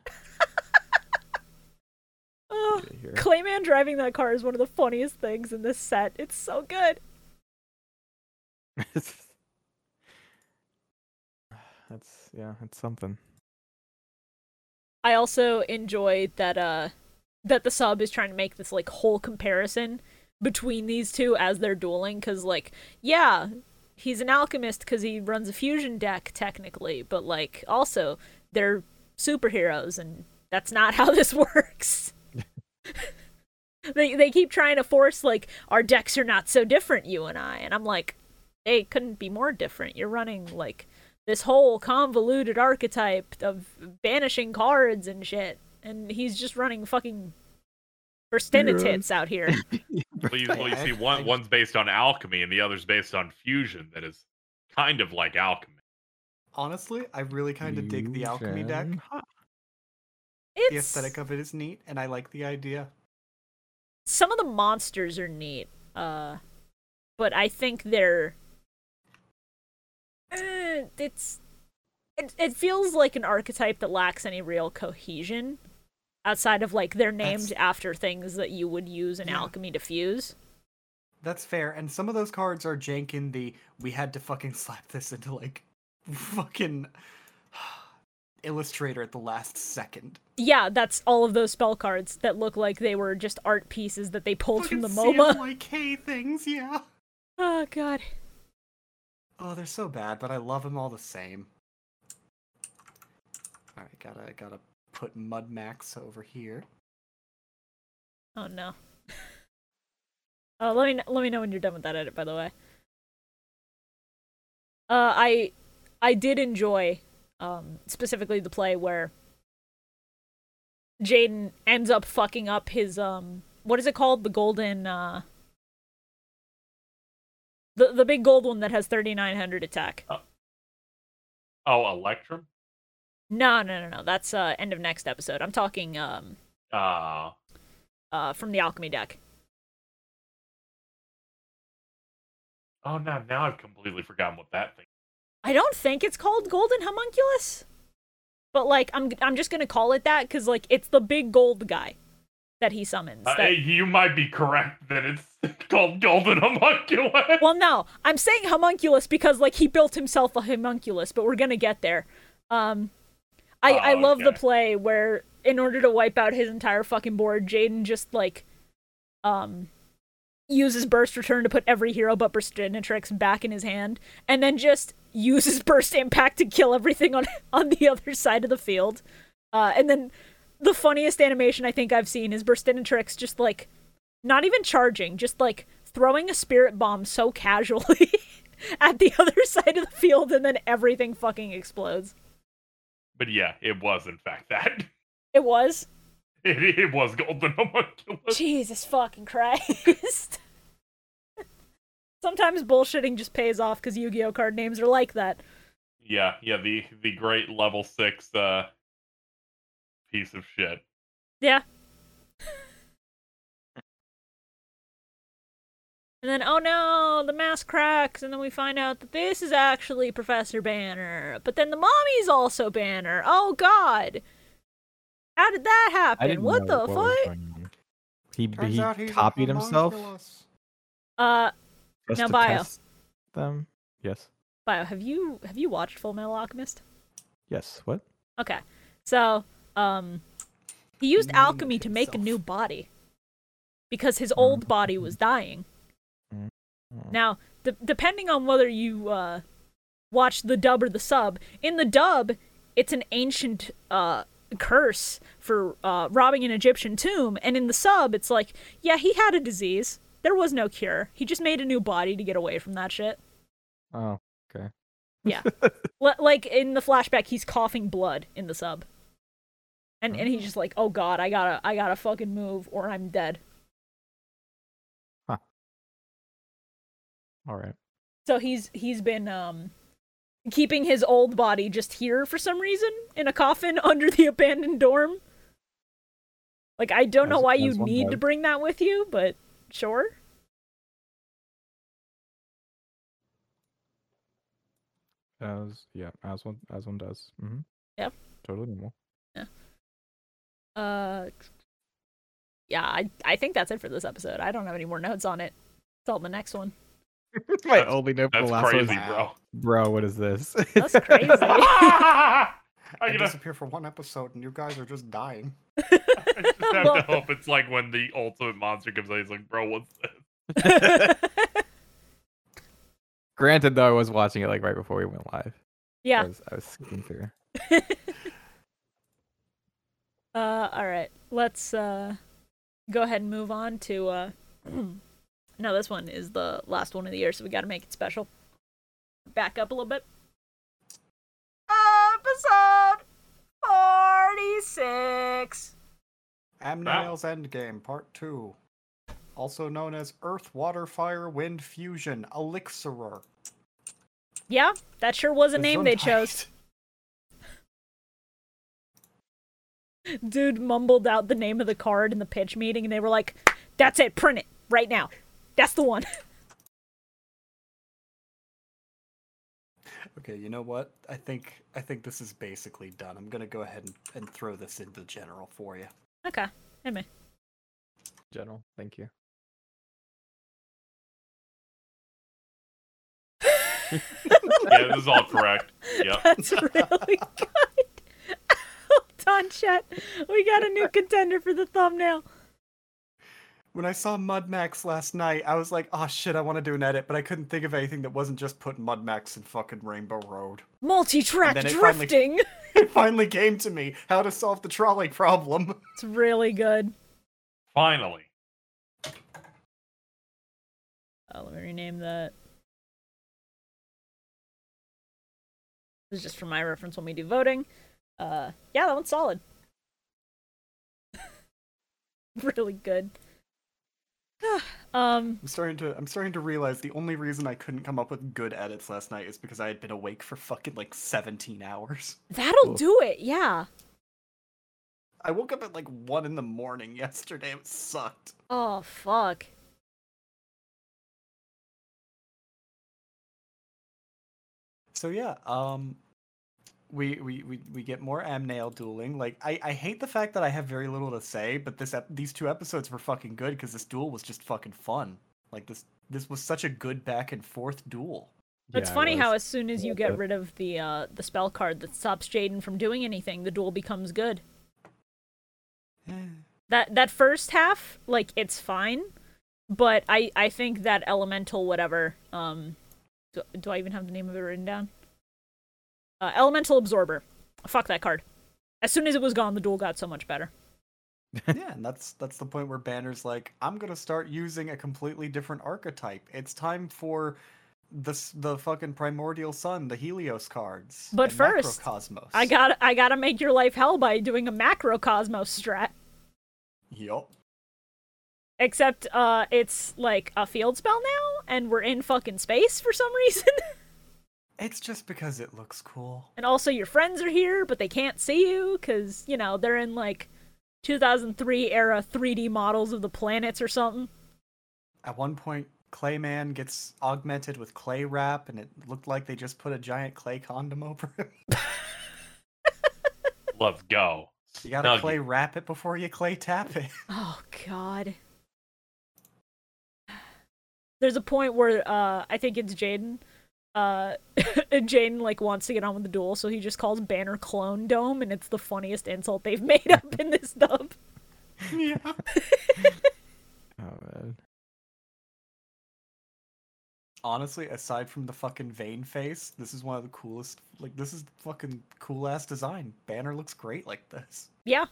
Speaker 1: Oh,
Speaker 3: Get here.
Speaker 1: Clayman driving that car is one of the funniest things in this set. It's so good.
Speaker 3: That's yeah, it's something.
Speaker 1: I also enjoy that uh that the sub is trying to make this like whole comparison between these two as they're dueling cuz like yeah, he's an alchemist cuz he runs a fusion deck technically, but like also they're superheroes and that's not how this works. they they keep trying to force like our decks are not so different you and I and I'm like they couldn't be more different. You're running like this whole convoluted archetype of banishing cards and shit, and he's just running fucking Verstenitits out here.
Speaker 4: Well, you, well, you see,
Speaker 2: I- I-
Speaker 4: one one's based on alchemy and the other's based on fusion. That is kind of like alchemy.
Speaker 2: Honestly, I really kind of dig the alchemy deck.
Speaker 3: Fusion.
Speaker 1: It's
Speaker 2: The aesthetic of it is neat, and I like the idea.
Speaker 1: some of the monsters are neat, uh, but I think they're Eh, it's it, it feels like an archetype that lacks any real cohesion outside of like they're named
Speaker 2: That's-
Speaker 1: after things that you would use in
Speaker 2: Yeah.
Speaker 1: alchemy to fuse.
Speaker 2: That's fair. And some of those cards are jank in the we had to fucking slap this into like fucking illustrator at the last second.
Speaker 1: Yeah, that's all of those spell cards that look like they were just art pieces that they pulled from the
Speaker 2: Fucking
Speaker 1: MoMA.
Speaker 2: CMYK things, yeah.
Speaker 1: Oh god.
Speaker 2: Oh, they're so bad, but I love them all the same. All right, gotta gotta put Mud Max over here.
Speaker 1: Oh no. Oh, let me kn- let me know when you're done with that edit, by the way. Uh, I I did enjoy um, specifically the play where Jaden ends up fucking up his um what is it called the golden uh the the big gold one that has 3900 attack.
Speaker 4: Oh, electrum.
Speaker 1: No, no, no, no. That's uh end of next episode. I'm talking um
Speaker 4: Uh,
Speaker 1: uh from the alchemy deck.
Speaker 4: oh no, now I've completely forgotten what that thing.
Speaker 1: I don't think it's called Golden Homunculus. But like I'm I'm just going to call it that cuz like it's the big gold guy that he summons.
Speaker 4: Uh,
Speaker 1: that-
Speaker 4: you might be correct that it's called golden homunculus.
Speaker 1: Well, no. I'm saying homunculus because like he built himself a homunculus, but we're going to get there. Um I I
Speaker 4: Oh,
Speaker 1: love the
Speaker 4: okay.
Speaker 1: play where in order to wipe out his entire fucking board, Jaden just like um uses burst return to put every hero but Burstinatrix back in his hand and then just uses burst impact to kill everything on on the other side of the field. Uh and then the funniest animation I think I've seen is Burstinatrix just like not even charging, just like throwing a spirit bomb so casually at the other side of the field and then everything fucking explodes.
Speaker 4: But yeah, it was in fact that.
Speaker 1: It was
Speaker 4: It, it was golden homunculus.
Speaker 1: Jesus fucking Christ. Sometimes bullshitting just pays off because Yu-Gi-Oh card names are like that.
Speaker 4: Yeah, yeah, the the great level six uh piece of shit.
Speaker 1: Yeah. And then, oh no, the mask cracks, and then we find out that this is actually Professor Banner. But then the mommy's also Banner. Oh god. How did that happen? What the fuck?
Speaker 3: He,
Speaker 2: Turns
Speaker 3: he
Speaker 2: out he's a
Speaker 3: copied himself
Speaker 2: homunculus.
Speaker 1: Uh,
Speaker 3: just
Speaker 1: Now
Speaker 3: to
Speaker 1: bio.
Speaker 3: test them. Yes.
Speaker 1: Bio, have you have you watched Full Metal Alchemist?
Speaker 3: Yes. What?
Speaker 1: Okay. So, um he used
Speaker 2: He
Speaker 1: alchemy to make a
Speaker 2: himself.
Speaker 1: new body because his old body was dying.
Speaker 3: Oh,
Speaker 1: Now, de- depending on whether you uh watch the dub or the sub, in the dub, it's an ancient uh curse for uh robbing an Egyptian tomb, and in the sub, it's like, yeah, he had a disease. There was no cure. He just made a new body to get away from that shit.
Speaker 3: Oh, okay.
Speaker 1: L- like in the flashback, he's coughing blood in the sub, and and he's just like, "Oh God, I gotta, I gotta fucking move, or I'm dead."
Speaker 3: All right.
Speaker 1: So he's he's been um keeping his old body just here for some reason in a coffin under the abandoned dorm. Like I don't know
Speaker 3: As-
Speaker 1: why you
Speaker 3: as one
Speaker 1: need to
Speaker 3: does.
Speaker 1: bring that with you, but sure.
Speaker 3: As yeah, as one as one does. Mm-hmm.
Speaker 1: Yep.
Speaker 3: Totally normal.
Speaker 1: Uh, yeah, I, I think that's it for this episode. I don't have any more notes on it. It's all the next one.
Speaker 3: My
Speaker 4: That's-
Speaker 3: only note for the
Speaker 4: That's
Speaker 3: last
Speaker 4: crazy,
Speaker 3: one.
Speaker 4: bro.
Speaker 3: Bro, what is this?
Speaker 1: That's crazy.
Speaker 4: Ah! I
Speaker 2: I
Speaker 4: just,
Speaker 2: disappear for one episode, and you guys are just dying.
Speaker 4: I just have
Speaker 1: Well-
Speaker 4: to hope it's like when the ultimate monster comes out. He's like, bro, what's this?
Speaker 3: Granted, though, I was watching it like right before we went live. I
Speaker 1: yeah.
Speaker 3: was, I was skipping through.
Speaker 1: Uh, all right. Let's uh, go ahead and move on to. Uh... now, this one is the last one of the year, so we got to make it special. Back up a little bit. Episode 46.
Speaker 2: Amnial's Endgame, Part 2. Also known as Earth, Water, Fire, Wind, Fusion, Elixir.
Speaker 1: Yeah, that sure was a name they chose. Dude mumbled out the name of the card in the pitch meeting, and they were like, "That's it, print it right now. That's the one."
Speaker 2: Okay, you know what? I think I think this is basically done. I'm gonna go ahead and, and throw this into general for you.
Speaker 1: okay, hit me.
Speaker 3: General, thank you.
Speaker 4: Yeah, this is all correct. Yep.
Speaker 1: That's really good. Hold on, chat. We got a new contender for the thumbnail.
Speaker 2: When I saw Mudmax last night, I was like, oh shit, I want to do an edit, but I couldn't think of anything that wasn't just put Mudmax in fucking Rainbow Road.
Speaker 1: Multi-track
Speaker 2: And then it finally-
Speaker 1: drifting.
Speaker 2: It finally came to me how to solve the trolley problem.
Speaker 1: It's really good.
Speaker 4: Finally.
Speaker 1: Uh, let me rename that. This is just for my reference when we do voting. Uh, yeah, that one's solid. really good. um,
Speaker 2: I'm starting to I'm starting to realize the only reason I couldn't come up with good edits last night is because I had been awake for fucking like 17 hours.
Speaker 1: that'll
Speaker 3: Oof.
Speaker 1: do it. Yeah.
Speaker 2: I woke up at like one in the morning yesterday. It sucked.
Speaker 1: Oh fuck.
Speaker 2: So yeah, um, we we we, we get more amnail dueling. Like I, I hate the fact that I have very little to say, but this ep- these two episodes were fucking good because this duel was just fucking fun. Like this this was such a good back and forth duel.
Speaker 1: It's
Speaker 3: Yeah, it
Speaker 1: funny how
Speaker 3: was.
Speaker 1: as soon as you
Speaker 3: Yeah,
Speaker 1: get
Speaker 3: but-
Speaker 1: rid of the uh the spell card that stops Jaden from doing anything, the duel becomes good. that that first half like it's fine but i i think that elemental whatever um do, do i even have the name of it written down uh, elemental absorber fuck that card as soon as it was gone the duel got so much better
Speaker 2: yeah, and that's that's the point where Banner's like, I'm gonna start using a completely different archetype. It's time for the s- the fucking primordial sun, the Helios cards.
Speaker 1: But
Speaker 2: and
Speaker 1: first,
Speaker 2: Macrocosmos.
Speaker 1: i got i gotta make your life hell by doing a macrocosmos strat
Speaker 2: yup.
Speaker 1: except uh it's like a field spell now and we're in fucking space for some reason
Speaker 2: It's just because it looks cool.
Speaker 1: And also, your friends are here, but they can't see you because, you know, they're in like 2003 era 3D models of the planets or something.
Speaker 2: At one point, Clayman gets augmented with clay wrap, and it looked like they just put a giant clay condom over him.
Speaker 4: Let's go.
Speaker 2: You gotta
Speaker 4: Snuggie.
Speaker 2: clay wrap it before you clay tap it.
Speaker 1: Oh, God. There's a point where uh, I think it's Jaden. Uh, Jaden like wants to get on with the duel, so he just calls Banner Clone Dome, and it's the funniest insult they've made up in this dub.
Speaker 2: yeah.
Speaker 3: Oh, man.
Speaker 2: Honestly, aside from the fucking vein face, this is one of the coolest. Like, this is fucking cool ass design. Banner looks great like this.
Speaker 1: Yeah,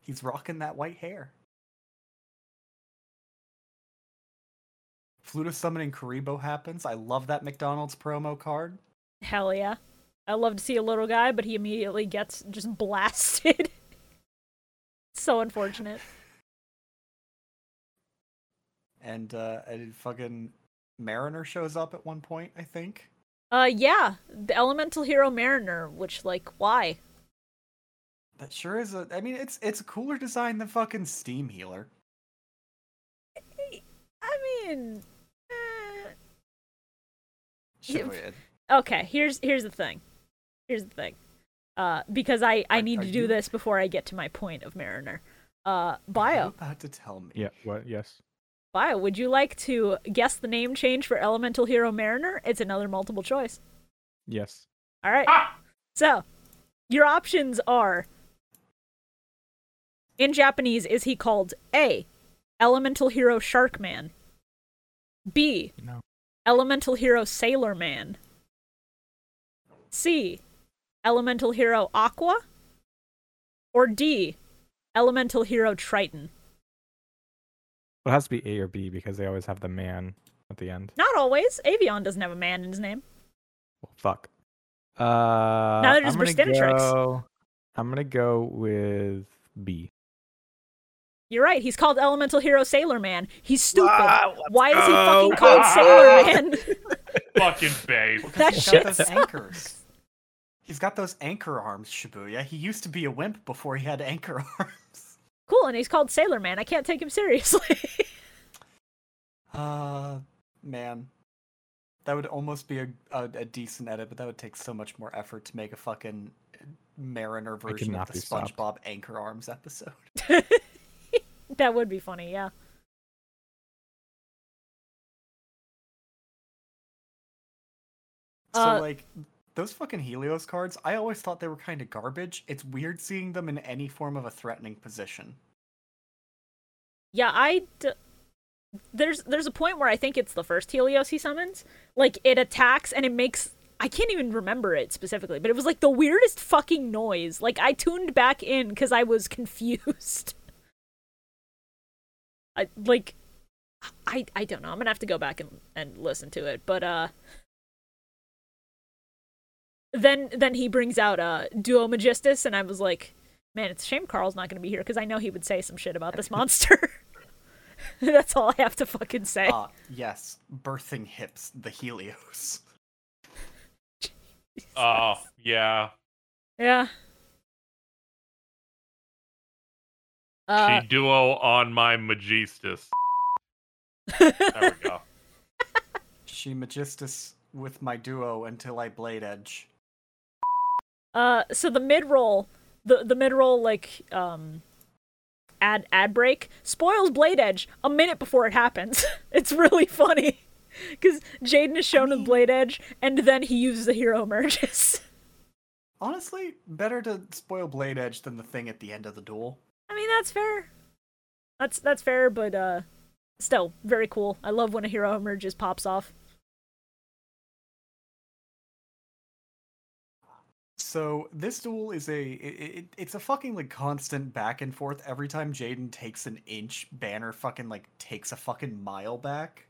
Speaker 2: He's rocking that white hair. Fluta summoning Karibo happens. I love that McDonald's promo card.
Speaker 1: hell yeah. I love to see a little guy, but he immediately gets just blasted. so unfortunate.
Speaker 2: and uh and fucking mariner shows up at one point i think
Speaker 1: Uh, yeah, the elemental hero Mariner. Which, like, why?
Speaker 2: that sure is a i mean it's it's a cooler design than fucking steam healer
Speaker 1: I mean, eh. Yeah,
Speaker 2: Show
Speaker 1: f-
Speaker 2: it.
Speaker 1: okay. Here's here's the thing. Here's the thing. Uh, because I I
Speaker 2: Are-
Speaker 1: need
Speaker 2: are
Speaker 1: to do
Speaker 2: you- Mm-hmm.
Speaker 1: this before I get to my point of Mariner. Uh,
Speaker 2: Are you
Speaker 1: Bio,
Speaker 2: about to tell me.
Speaker 6: Yeah. What? Yes.
Speaker 1: Bio, would you like to guess the name change for Elemental Hero Mariner? It's another multiple choice.
Speaker 6: Yes.
Speaker 1: All right. So, your options are in Japanese, is he called A, Elemental Hero Shark Man, B,
Speaker 6: No.
Speaker 1: Elemental Hero Sailor Man, C, Elemental Hero Aqua, or D, Elemental Hero Triton?
Speaker 6: Well, it has to be A or B because they always have the man at the end.
Speaker 1: Not always. Avion doesn't have a man in his name.
Speaker 6: Well, fuck. Uh,
Speaker 1: Neither does
Speaker 6: I'm gonna
Speaker 1: Bristaminatrix.
Speaker 6: go- I'm gonna go with B.
Speaker 1: You're right. He's called Elemental Hero Sailor Man. He's stupid.
Speaker 3: Wow,
Speaker 1: Why is he
Speaker 3: go.
Speaker 1: fucking called Sailor Man?
Speaker 4: Fucking base.
Speaker 1: That
Speaker 2: He's
Speaker 1: shit
Speaker 2: got those anchors. He's got those anchor arms, Shibuya. He used to be a wimp before he had anchor arms.
Speaker 1: cool and he's called sailor man i can't take him seriously
Speaker 2: Uh, man. That would almost be a, a, a decent edit, but that would take so much more effort to make a fucking Mariner version
Speaker 6: not
Speaker 2: of the
Speaker 6: be stopped.
Speaker 2: SpongeBob anchor arms episode.
Speaker 1: that would be funny yeah
Speaker 2: So
Speaker 1: Uh,
Speaker 2: like those fucking Helios cards, I always thought they were kind of garbage. It's weird seeing them in any form of a threatening position.
Speaker 1: yeah i d- there's there's a point where i think it's the first helios he summons like it attacks and it makes i can't even remember it specifically but it was like the weirdest fucking noise like i tuned back in because i was confused i like i i don't know i'm gonna have to go back and and listen to it but uh then then he brings out uh duo magistus and i was like man it's a shame carl's not gonna be here because i know he would say some shit about this monster that's all i have to fucking say
Speaker 2: Ah, yes, birthing hips, the Helios.
Speaker 4: Oh, yeah.
Speaker 1: yeah uh,
Speaker 4: she duo on my Magistus.
Speaker 1: Uh,
Speaker 4: There we go.
Speaker 2: She magistus with my duo until I blade edge.
Speaker 1: Uh, so the mid roll, the the mid roll like um, ad ad break spoils Blade Edge a minute before it happens. it's really funny because Jaden is shown with Blade Edge, and then he uses a hero emerges.
Speaker 2: Honestly, better to spoil blade edge than the thing at the end of the duel.
Speaker 1: I mean that's fair. That's that's fair, but uh, still very cool. I love when a hero emerges pops off.
Speaker 2: So this duel is a it, it, it's a fucking like constant back and forth. Every time Jaden takes an inch, Banner fucking like takes a fucking mile back.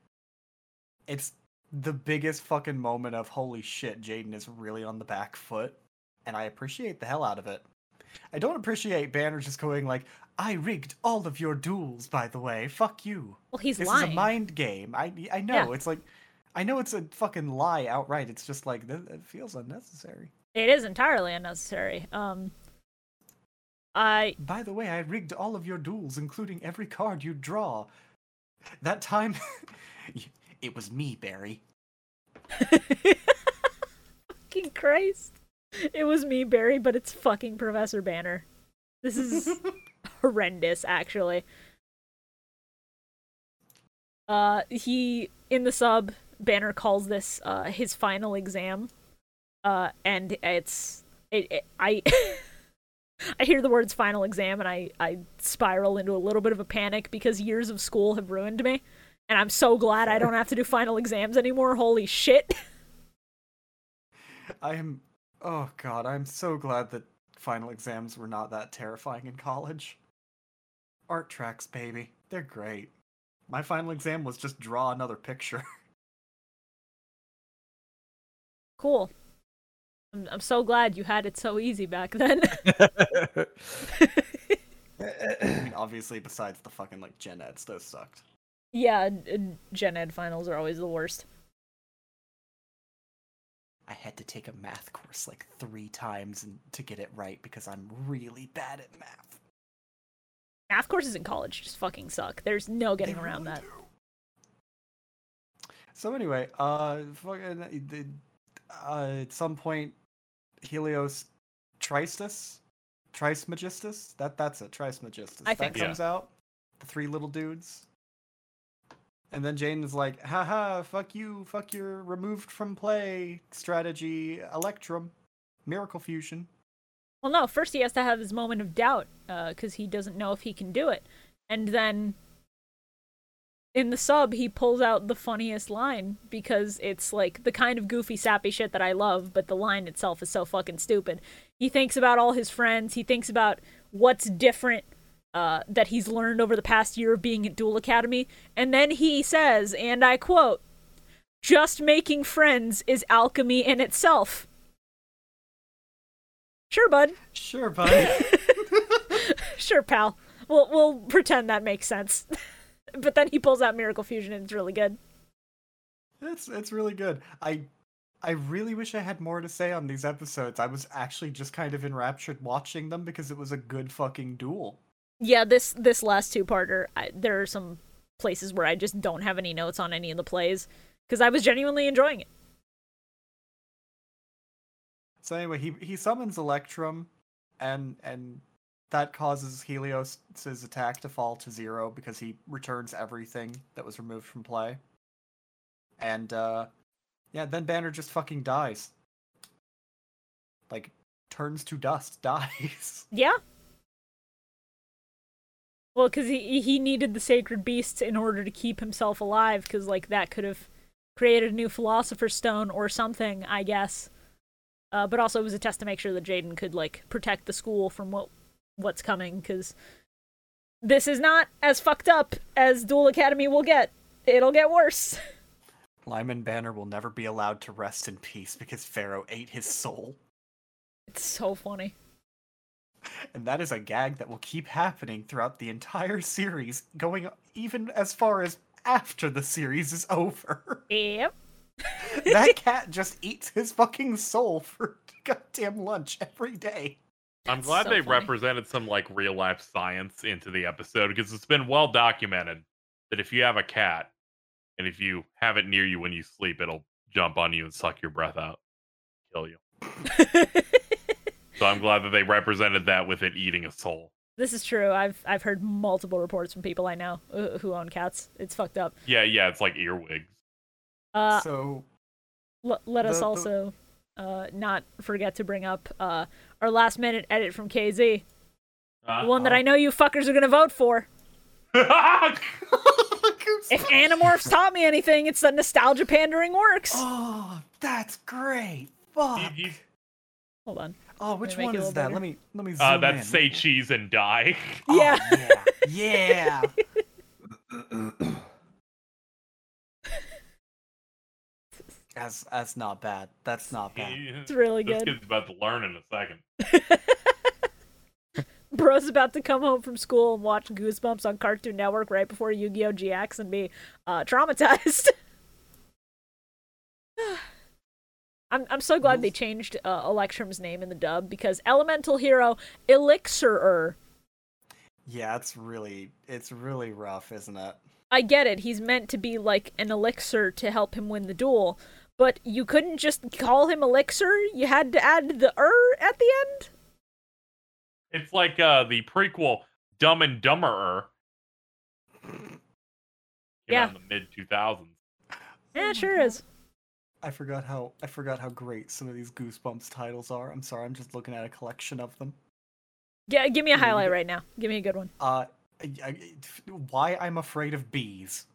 Speaker 2: It's the biggest fucking moment of holy shit, Jaden is really on the back foot, and I appreciate the hell out of it. I don't appreciate Banner just going like, "I rigged all of your duels, by the way. Fuck you."
Speaker 1: Well, he's
Speaker 2: this
Speaker 1: lying.
Speaker 2: is a mind game. I I know it's like, I know it's a fucking lie outright. It's just like th- it feels unnecessary.
Speaker 1: It is entirely unnecessary. Um, I
Speaker 2: By the way, I rigged all of your duels, including every card you draw. That time, y- it was me, Barry.
Speaker 1: fucking Christ. It was me, Barry, but it's fucking Professor Banner. This is horrendous, actually. Uh, he, in the sub, Banner calls this uh, his final exam. Uh, and it's. It, it, I. I hear the words final exam and I, I spiral into a little bit of a panic because years of school have ruined me. And I'm so glad I don't have to do final exams anymore. Holy shit.
Speaker 2: I am. Oh god, I'm so glad that final exams were not that terrifying in college. Art tracks, baby. They're great. My final exam was just draw another picture.
Speaker 1: Cool. I'm, I'm so glad you had it so easy back then.
Speaker 2: I mean, obviously, besides the fucking like gen eds, those sucked.
Speaker 1: yeah, uh, gen ed finals are always the worst.
Speaker 2: I had to take a math course like three times and- to get it right because I'm really bad at math.
Speaker 1: Math courses in college just fucking suck. There's no getting
Speaker 2: They
Speaker 1: around
Speaker 2: really
Speaker 1: that.
Speaker 2: do. So anyway, uh, fucking, uh, uh, at some point, Helios tristes Trismegistus? That that's it. Trismegistus.
Speaker 1: I
Speaker 2: that
Speaker 1: think
Speaker 4: so.
Speaker 2: comes out. The three little dudes. And then Jane is like, haha, fuck you, fuck your removed from play strategy, Electrum, Miracle Fusion.
Speaker 1: Well, no, first he has to have his moment of doubt because he doesn't know if he can do it. And then in the sub, he pulls out the funniest line because it's like the kind of goofy, sappy shit that I love, but the line itself is so fucking stupid. He thinks about all his friends, he thinks about what's different. Uh, that he's learned over the past year of being at Duel Academy. And then he says, and I quote, just making friends is alchemy in itself. Sure, bud.
Speaker 2: Sure, buddy.
Speaker 1: sure, pal. We'll we'll pretend that makes sense. but then he pulls out Miracle Fusion and it's really good.
Speaker 2: It's it's really good. I I really wish I had more to say on these episodes. I was actually just kind of enraptured watching them because it was a good fucking duel.
Speaker 1: Yeah, this this last two parter, there are some places where I just don't have any notes on any of the plays because I was genuinely enjoying it.
Speaker 2: So anyway, he he summons Electrum, and and that causes Helios's attack to fall to zero because he returns everything that was removed from play. And uh, yeah, then Banner just fucking dies. Like turns to dust, dies.
Speaker 1: Yeah. Well, because he he needed the sacred beasts in order to keep himself alive, because like that could have created a new philosopher's stone or something, I guess. Uh, but also, it was a test to make sure that Jaden could like protect the school from what what's coming, because this is not as fucked up as Dual Academy will get. It'll get worse.
Speaker 2: Lyman Banner will never be allowed to rest in peace because Pharaoh ate his soul.
Speaker 1: It's so funny.
Speaker 2: And that is a gag that will keep happening throughout the entire series, going even as far as after the series is over.
Speaker 1: Yep.
Speaker 2: that cat just eats his fucking soul for goddamn lunch every day.
Speaker 4: I'm
Speaker 1: That's
Speaker 4: glad
Speaker 1: so
Speaker 4: they
Speaker 1: funny.
Speaker 4: represented some like real life science into the episode because it's been well documented that if you have a cat and if you have it near you when you sleep, it'll jump on you and suck your breath out, kill you. So I'm glad that they represented that with it eating a soul.
Speaker 1: This is true. I've I've heard multiple reports from people I know uh, who own cats. It's fucked up.
Speaker 4: Yeah, yeah, it's like earwigs.
Speaker 1: Uh,
Speaker 2: so
Speaker 1: L- let us
Speaker 2: The- the-
Speaker 1: also uh, not forget to bring up uh, our last minute edit from KZ, the one that I know you fuckers are gonna vote for.
Speaker 4: I
Speaker 1: If Animorphs taught me anything, it's that nostalgia pandering works.
Speaker 2: Oh, that's great. Fuck.
Speaker 4: you,
Speaker 1: Hold on.
Speaker 2: Oh, which
Speaker 1: make
Speaker 2: one
Speaker 1: it a
Speaker 2: is
Speaker 1: little
Speaker 2: that?
Speaker 1: better.
Speaker 2: Let me let me Oh, zoom
Speaker 4: uh, that's
Speaker 2: in.
Speaker 4: say cheese and die.
Speaker 2: Oh,
Speaker 1: yeah.
Speaker 2: Yeah. yeah. that's that's not bad. That's not bad.
Speaker 1: It's really
Speaker 4: This
Speaker 1: good.
Speaker 4: kid's about to learn in a second.
Speaker 1: Bro's about to come home from school and watch Goosebumps on Cartoon Network right before Yu Gi Oh! GX and be uh, traumatized. I'm, I'm so glad they changed uh, Electrum's name in the dub because Elemental Hero Elixirer.
Speaker 2: Yeah, it's really it's really rough, isn't it?
Speaker 1: I get it. He's meant to be like an elixir to help him win the duel, but you couldn't just call him elixir. You had to add the er at the end.
Speaker 4: It's like uh, the prequel Dumb and Dumberer. Came
Speaker 1: Yeah.
Speaker 4: out in the mid 2000s.
Speaker 1: Yeah, it sure is.
Speaker 2: I forgot how I forgot how great some of these Goosebumps titles are. I'm sorry, I'm just looking at a collection of them.
Speaker 1: Yeah, give me a
Speaker 2: Yeah, you
Speaker 1: highlight
Speaker 2: get-
Speaker 1: right now. Give me a good one.
Speaker 2: Uh, I- I- f- why I'm afraid of bees?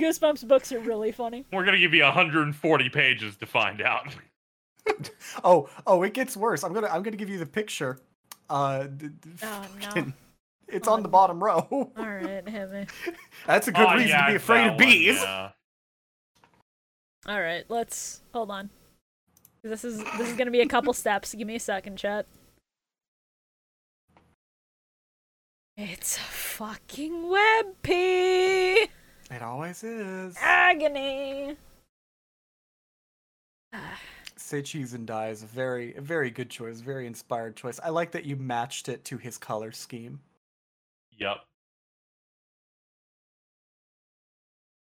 Speaker 1: Goosebumps books are really funny.
Speaker 4: We're gonna give you 140 pages to find out.
Speaker 2: Oh, oh, it gets worse. I'm gonna I'm gonna give you the picture. Uh, d- d-
Speaker 1: Oh, no.
Speaker 2: fucking- it's
Speaker 1: Oh,
Speaker 2: on the
Speaker 1: no.
Speaker 2: bottom row.
Speaker 1: All right, hit me.
Speaker 2: That's a good
Speaker 4: Oh,
Speaker 2: reason
Speaker 4: yeah,
Speaker 2: to be
Speaker 4: it's
Speaker 2: afraid
Speaker 4: that
Speaker 2: of
Speaker 4: one,
Speaker 2: bees.
Speaker 4: yeah.
Speaker 1: All right, let's hold on. This is this is gonna be a couple steps. Give me a second, chat. It's a fucking web page.
Speaker 2: It always is.
Speaker 1: Agony. Ah,
Speaker 2: Say cheese and die is a very a very good choice, very inspired choice. I like that you matched it to his color scheme.
Speaker 4: Yep.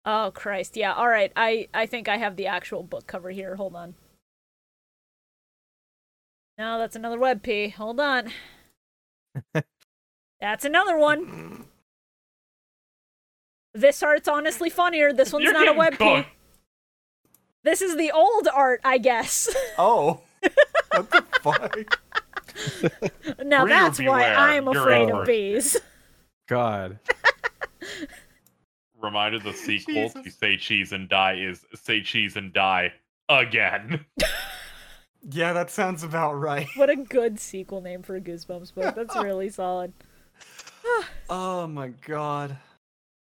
Speaker 1: Oh Christ, yeah. All right, I I think I have the actual book cover here. Hold on. No, that's another web P. Hold on. that's another one. This art's honestly funnier. This one's
Speaker 4: You're
Speaker 1: not a
Speaker 4: getting
Speaker 1: web P.
Speaker 4: cooked.
Speaker 1: This is the old art, I guess.
Speaker 2: Oh. what the fuck?
Speaker 1: now
Speaker 4: Reader
Speaker 1: that's why
Speaker 4: beware.
Speaker 1: I'm
Speaker 4: You're
Speaker 1: afraid
Speaker 4: over.
Speaker 1: of bees.
Speaker 6: God.
Speaker 4: Reminder the sequel to
Speaker 2: Jesus.
Speaker 4: Say Cheese and Die is Say Cheese and Die again.
Speaker 2: Yeah, that sounds about right.
Speaker 1: What a good sequel name for a Goosebumps book. That's really solid.
Speaker 2: Oh my god.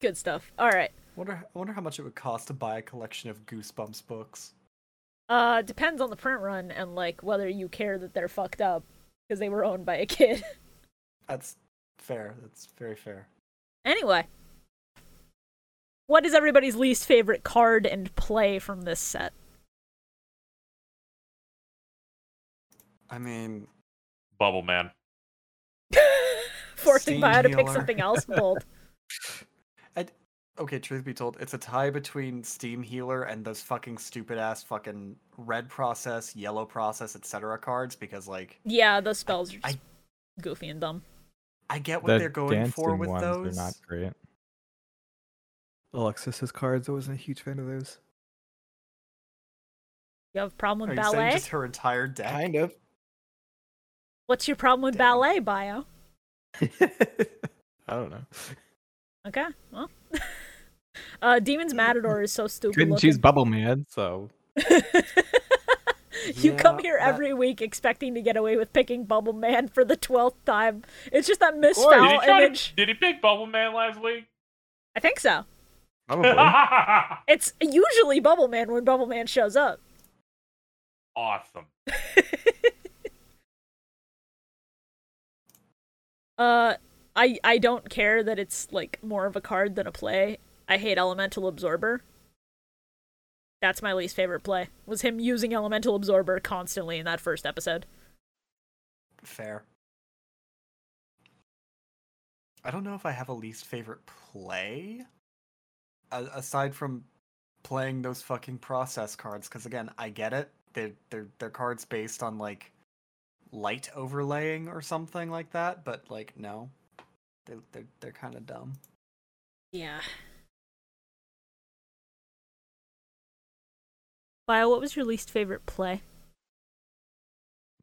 Speaker 1: Good stuff. All right.
Speaker 2: Wonder wonder how much it would cost to buy a collection of Goosebumps books.
Speaker 1: Uh, depends on the print run and like whether you care that they're fucked up because they were owned by a kid.
Speaker 2: That's fair. That's very fair.
Speaker 1: anyway, what is everybody's least favorite card and play from this set?
Speaker 2: I mean,
Speaker 4: Bubble Man.
Speaker 1: Forcing
Speaker 2: Steam
Speaker 1: Bio to pick
Speaker 2: healer.
Speaker 1: something else bold.
Speaker 2: okay, truth be told, it's a tie between Steam Healer and those fucking stupid ass fucking red process, yellow process, etc. cards because like
Speaker 1: Yeah, those spells are just
Speaker 2: I-
Speaker 1: goofy and dumb.
Speaker 2: I get what
Speaker 6: The
Speaker 2: they're going for
Speaker 6: dancing
Speaker 2: with
Speaker 6: ones
Speaker 2: those.
Speaker 6: are not great.
Speaker 7: Alexis's cards. I wasn't a huge fan of those.
Speaker 1: You have a problem
Speaker 2: Are
Speaker 1: with
Speaker 2: you saying
Speaker 1: ballet?
Speaker 2: just her entire deck?
Speaker 7: of.
Speaker 1: What's your problem with
Speaker 7: Damn.
Speaker 1: ballet, Bio?
Speaker 6: I don't know.
Speaker 1: Okay, well. uh, Demon's Matador is so stupid.
Speaker 6: Couldn't
Speaker 1: looking.
Speaker 6: choose Bubble Man, so
Speaker 1: you come
Speaker 2: Yeah,
Speaker 1: here
Speaker 2: that-
Speaker 1: every week expecting to get away with picking Bubble Man for the twelfth time. It's just that Miss
Speaker 4: Did he,
Speaker 1: Fowl
Speaker 4: try
Speaker 1: image.
Speaker 4: to, did he pick Bubble Man last week?
Speaker 1: I think so.
Speaker 6: probably.
Speaker 1: It's usually Bubble Man when Bubble Man shows up.
Speaker 4: awesome.
Speaker 1: Uh, I I don't care that it's like more of a card than a play. I hate Elemental Absorber. That's my least favorite play. Was him using Elemental Absorber constantly in that first episode.
Speaker 2: Fair. I don't know if I have a least favorite play. A- aside from playing those fucking process cards, because again, I get it. They're, they're, they're cards based on like light overlaying or something like that, but like, no. They, they're they're kind of dumb.
Speaker 1: Yeah. Bio, what was your least favorite play?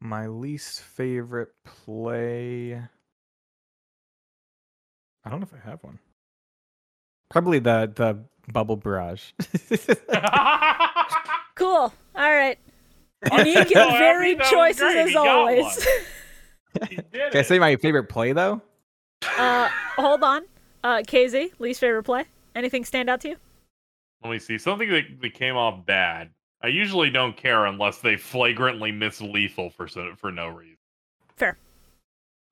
Speaker 6: My least favorite play. I don't know if I have one. Probably the the bubble barrage.
Speaker 1: Cool. All right. Unique
Speaker 4: Oh,
Speaker 1: and varied choices as always.
Speaker 6: Can I say my favorite play though?
Speaker 1: Uh, hold on. Uh, KZ, least favorite play. Anything stand out to you?
Speaker 4: Let me see. Something that, that came off bad. I usually don't care unless they flagrantly miss lethal for so, for no reason.
Speaker 1: Fair.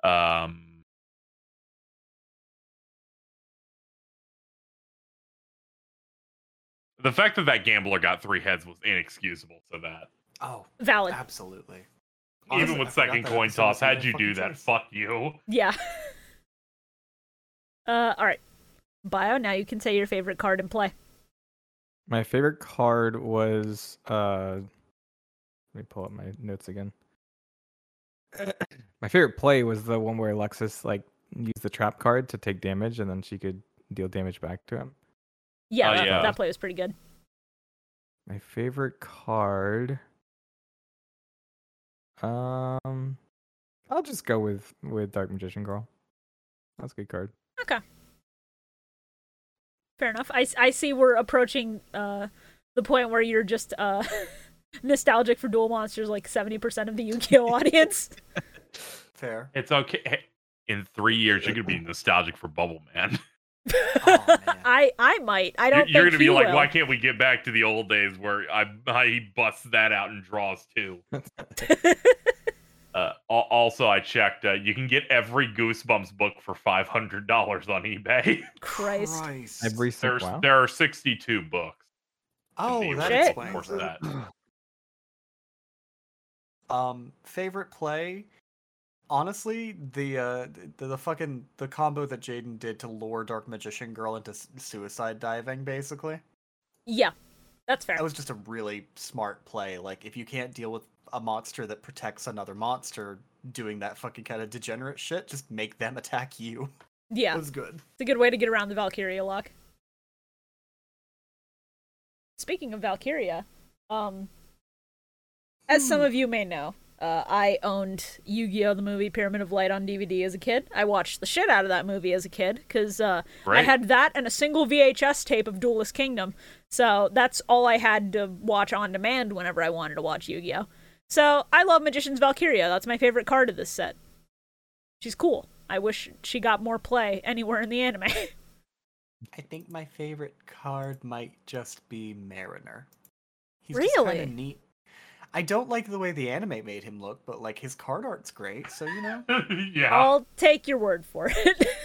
Speaker 4: Um. The fact that that gambler got three heads was inexcusable. So that,
Speaker 2: Oh,
Speaker 1: Valid.
Speaker 2: absolutely.
Speaker 4: even
Speaker 2: Honestly, I
Speaker 4: with
Speaker 2: forgot
Speaker 4: second
Speaker 2: that
Speaker 4: coin
Speaker 2: episode
Speaker 4: toss,
Speaker 2: was in
Speaker 4: how'd
Speaker 2: that
Speaker 4: you
Speaker 2: fucking
Speaker 4: do that?
Speaker 2: choice.
Speaker 4: Fuck you.
Speaker 1: Yeah. uh, all right. Bio, now you can say your favorite card and play.
Speaker 6: My favorite card was uh let me pull up my notes again. my favorite play was the one where Alexis like used the trap card to take damage and then she could deal damage back to him.
Speaker 1: Yeah,
Speaker 4: Oh,
Speaker 1: that,
Speaker 4: yeah.
Speaker 1: that play was pretty good.
Speaker 6: My favorite card um I'll just go with with Dark Magician Girl. That's a good card.
Speaker 1: Fair enough. I, s- I see we're approaching uh, the point where you're just uh, nostalgic for Duel Monsters like 70% of the Yu Gi Oh audience.
Speaker 2: Fair.
Speaker 4: It's okay. Hey, In three years, you're gonna be nostalgic for Bubble Man.
Speaker 2: man.
Speaker 1: I, I might. I don't
Speaker 4: You're, you're
Speaker 1: think
Speaker 4: gonna be
Speaker 1: he
Speaker 4: like,
Speaker 1: will.
Speaker 4: why can't we get back to the old days where I, I he busts that out and draws two. Uh, al- also, I checked. Uh, you can get every Goosebumps book for five hundred dollars on eBay.
Speaker 1: Christ.
Speaker 6: Every single
Speaker 4: There's
Speaker 6: wow.
Speaker 4: there are sixty two books. in the
Speaker 2: oh, that
Speaker 4: original
Speaker 1: Shit.
Speaker 2: explains
Speaker 4: course
Speaker 2: it.
Speaker 4: of that.
Speaker 2: Um, favorite play? Honestly, the uh the, the fucking the combo that Jaden did to lure Dark Magician Girl into s- suicide diving basically.
Speaker 1: Yeah, that's fair.
Speaker 2: That was just a really smart play. Like if you can't deal with a monster that protects another monster doing that fucking kind of degenerate shit. Just make them attack you.
Speaker 1: Yeah,
Speaker 2: That
Speaker 1: it's
Speaker 2: was good.
Speaker 1: a good way to get around the Valkyria lock. Speaking of Valkyria, um, as some of you may know, uh, I owned Yu-Gi-Oh! the movie Pyramid of Light on DVD as a kid. I watched the shit out of that movie as a kid because uh, I
Speaker 4: Right.
Speaker 1: had that and a single VHS tape of Duelist Kingdom. So that's all I had to watch on demand whenever I wanted to watch Yu Gi Oh! So I love Magician's Valkyria. That's my favorite card of this set. She's cool. I wish she got more play anywhere in the anime.
Speaker 2: I think my favorite card might just be Mariner. He's Just
Speaker 1: Really?
Speaker 2: kinda neat. I don't like the way the anime made him look, but like his card art's great, so you know. Oh,
Speaker 4: yeah.
Speaker 1: I'll take your word for it.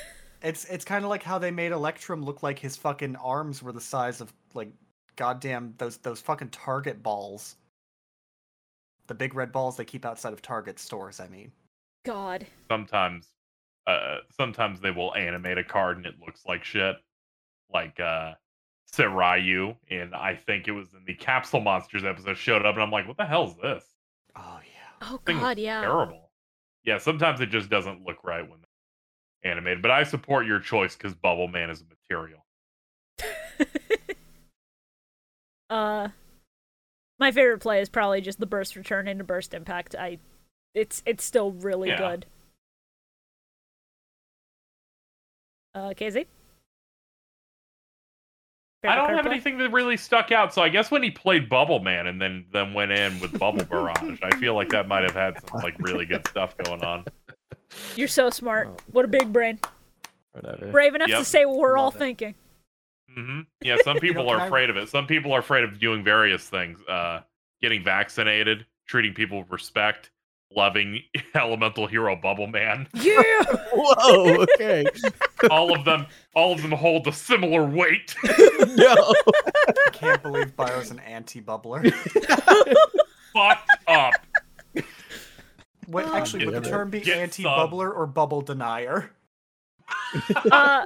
Speaker 2: It's it's kind of like how they made Electrum look like his fucking arms were the size of like goddamn those those fucking Target balls. The big red balls they keep outside of Target stores. I mean,
Speaker 1: God.
Speaker 4: sometimes uh sometimes they will animate a card and it looks like shit like uh Serayu and I think it was in the Capsule Monsters episode showed up and I'm like what the hell is this
Speaker 2: oh yeah,
Speaker 1: Oh
Speaker 4: Thing was
Speaker 1: God, yeah.
Speaker 4: terrible yeah sometimes it just doesn't look right when they're animated but I support your choice cuz Bubble Man is a material
Speaker 1: Uh, my favorite play is probably just the burst return into burst impact. I, it's it's still really
Speaker 4: Yeah.
Speaker 1: good. Uh, KZ.
Speaker 4: I
Speaker 1: Favorite
Speaker 4: don't
Speaker 1: card
Speaker 4: have
Speaker 1: play?
Speaker 4: anything that really stuck out so I guess when he played Bubble Man and then then went in with Bubble Barrage I feel like that might have had some like really good stuff going on
Speaker 1: You're so
Speaker 2: Oh.
Speaker 1: smart. What a big brain.
Speaker 6: Whatever.
Speaker 1: Brave enough to
Speaker 4: Yep.
Speaker 1: say what we're all
Speaker 2: Love it.
Speaker 1: thinking.
Speaker 4: hmm Yeah, some people
Speaker 2: can
Speaker 4: are
Speaker 2: I-
Speaker 4: afraid of it. Some people are afraid of doing various things: uh, getting vaccinated, treating people with respect, loving elemental hero Bubble Man.
Speaker 1: Yeah.
Speaker 3: Whoa, okay.
Speaker 4: All of them, all of them hold a similar weight.
Speaker 3: no.
Speaker 2: I can't believe Bio's an anti-bubbler.
Speaker 4: Fucked up.
Speaker 2: What actually would the
Speaker 3: Damn it.
Speaker 2: term be
Speaker 4: Get
Speaker 2: anti-bubbler or bubble denier?
Speaker 1: uh,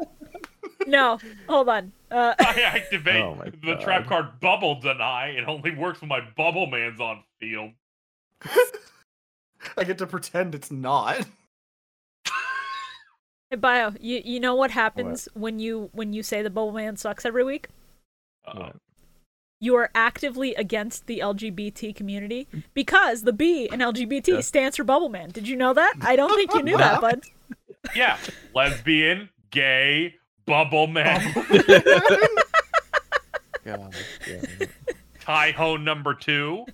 Speaker 1: no, hold on. Uh,
Speaker 4: I activate
Speaker 3: Oh my
Speaker 4: the trap
Speaker 3: God.
Speaker 4: card Bubble Deny. It only works when my Bubble Man's on field.
Speaker 2: I get to pretend it's not.
Speaker 1: hey, Bio, you you know what happens when you when you say the bubble man sucks every week?
Speaker 4: Uh-oh.
Speaker 1: You are actively against the LGBT community because the B in LGBT
Speaker 3: Yeah.
Speaker 1: stands for bubble man. Did you know that? I don't think you knew that, bud.
Speaker 4: Yeah, lesbian, gay, Bubble Man,
Speaker 3: Oh. God, yeah.
Speaker 4: Ty Ho number two.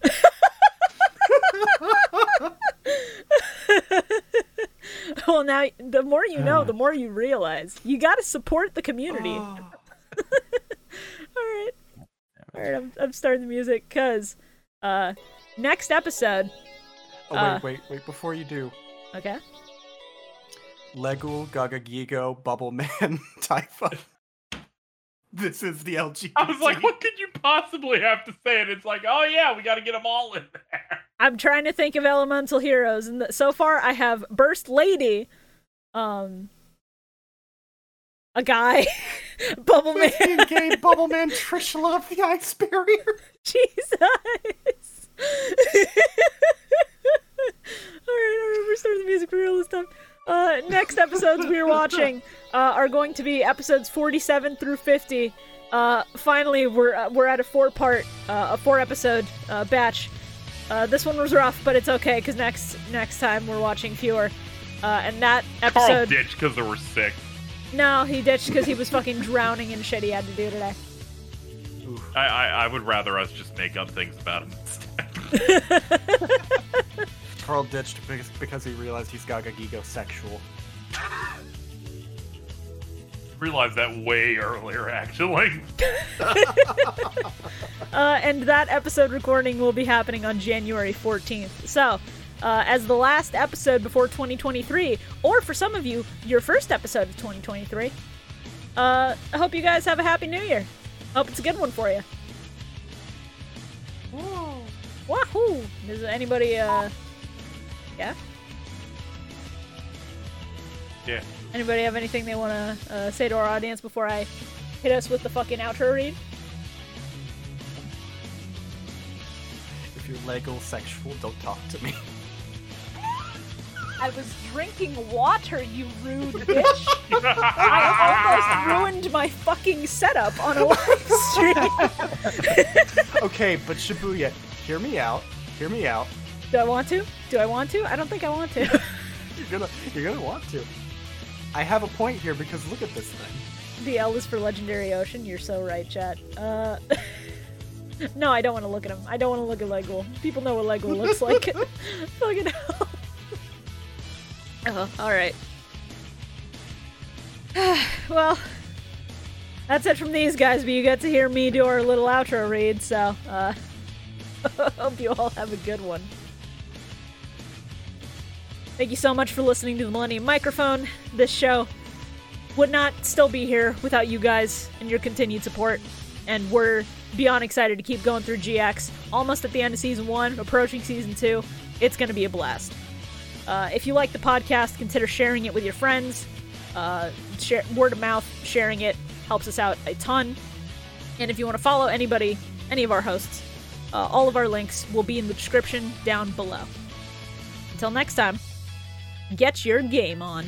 Speaker 1: well, now the more you know, the more you realize. You got to support the community.
Speaker 2: Oh,
Speaker 1: All right. All right, I'm, I'm starting the music because uh, next episode.
Speaker 2: Oh
Speaker 1: Uh.
Speaker 2: wait, wait, wait! Before you do,
Speaker 1: Okay.
Speaker 2: Legul Gagagigo Bubble Man Typhon. This is the LGBT.
Speaker 4: I was like, what could you possibly have to say? And it's like, oh yeah, we got to get them all in there.
Speaker 1: I'm trying to think of elemental heroes, and th- so far I have Burst Lady, um, a guy, Bubble Man,
Speaker 2: gay Bubble Man Trish Love the Ice Barrier.
Speaker 1: Jesus. all right, all right, we're starting the music for real this time. Uh, next episodes we are watching uh, are going to be episodes 47 through 50. Uh, finally, we're uh, we're at a four-part, uh, a four-episode uh, batch. Uh, this one was rough, but it's okay because next next time we're watching fewer. Uh, and that
Speaker 4: Carl
Speaker 1: episode,
Speaker 4: ditched because there were six.
Speaker 1: no, he ditched because he was fucking drowning in shit he had to do today.
Speaker 4: I, I I would rather us just make up things about him.
Speaker 2: Carl ditched because, because he realized he's Gagagigo sexual.
Speaker 4: Realized that way earlier, actually.
Speaker 1: Uh, and that episode recording will be happening on January 14th. So, uh, as the last episode before 2023, or for some of you, your first episode of 2023, uh, I hope you guys have a happy new year. Hope it's a good one for you. Wahoo! Does anybody, uh, yeah?
Speaker 4: Yeah.
Speaker 1: Anybody have anything they want to uh, say to our audience before I hit us with the fucking outro read?
Speaker 2: If you're legal sexual, don't talk to me.
Speaker 1: I was drinking water, you rude bitch.
Speaker 4: Ah.
Speaker 1: I almost ruined my fucking setup on a live stream.
Speaker 2: okay, but Shibuya, hear me out. Hear me out.
Speaker 1: Do I want to? Do I want to? I don't think I want to.
Speaker 2: You're gonna you're gonna want to. I have a point here because look at this thing.
Speaker 1: The L is for Legendary Ocean. You're so right, chat. Uh, no, I don't want to look at him. I don't want to look at Legul. People know what Legul looks like. Fucking hell. Oh, all right. well, that's it from these guys. But you get to hear me do our little outro read. So, uh, hope you all have a good one. Thank you so much for listening to the Millennium Microphone. This show would not still be here without you guys and your continued support. And we're beyond excited to keep going through GX. Almost at the end of season one, approaching season two. It's going to be a blast. Uh, if you like the podcast, consider sharing it with your friends. Uh, share, word of mouth, sharing it helps us out a ton. And if you want to follow anybody, any of our hosts, uh, all of our links will be in the description down below. Until next time, get your game on.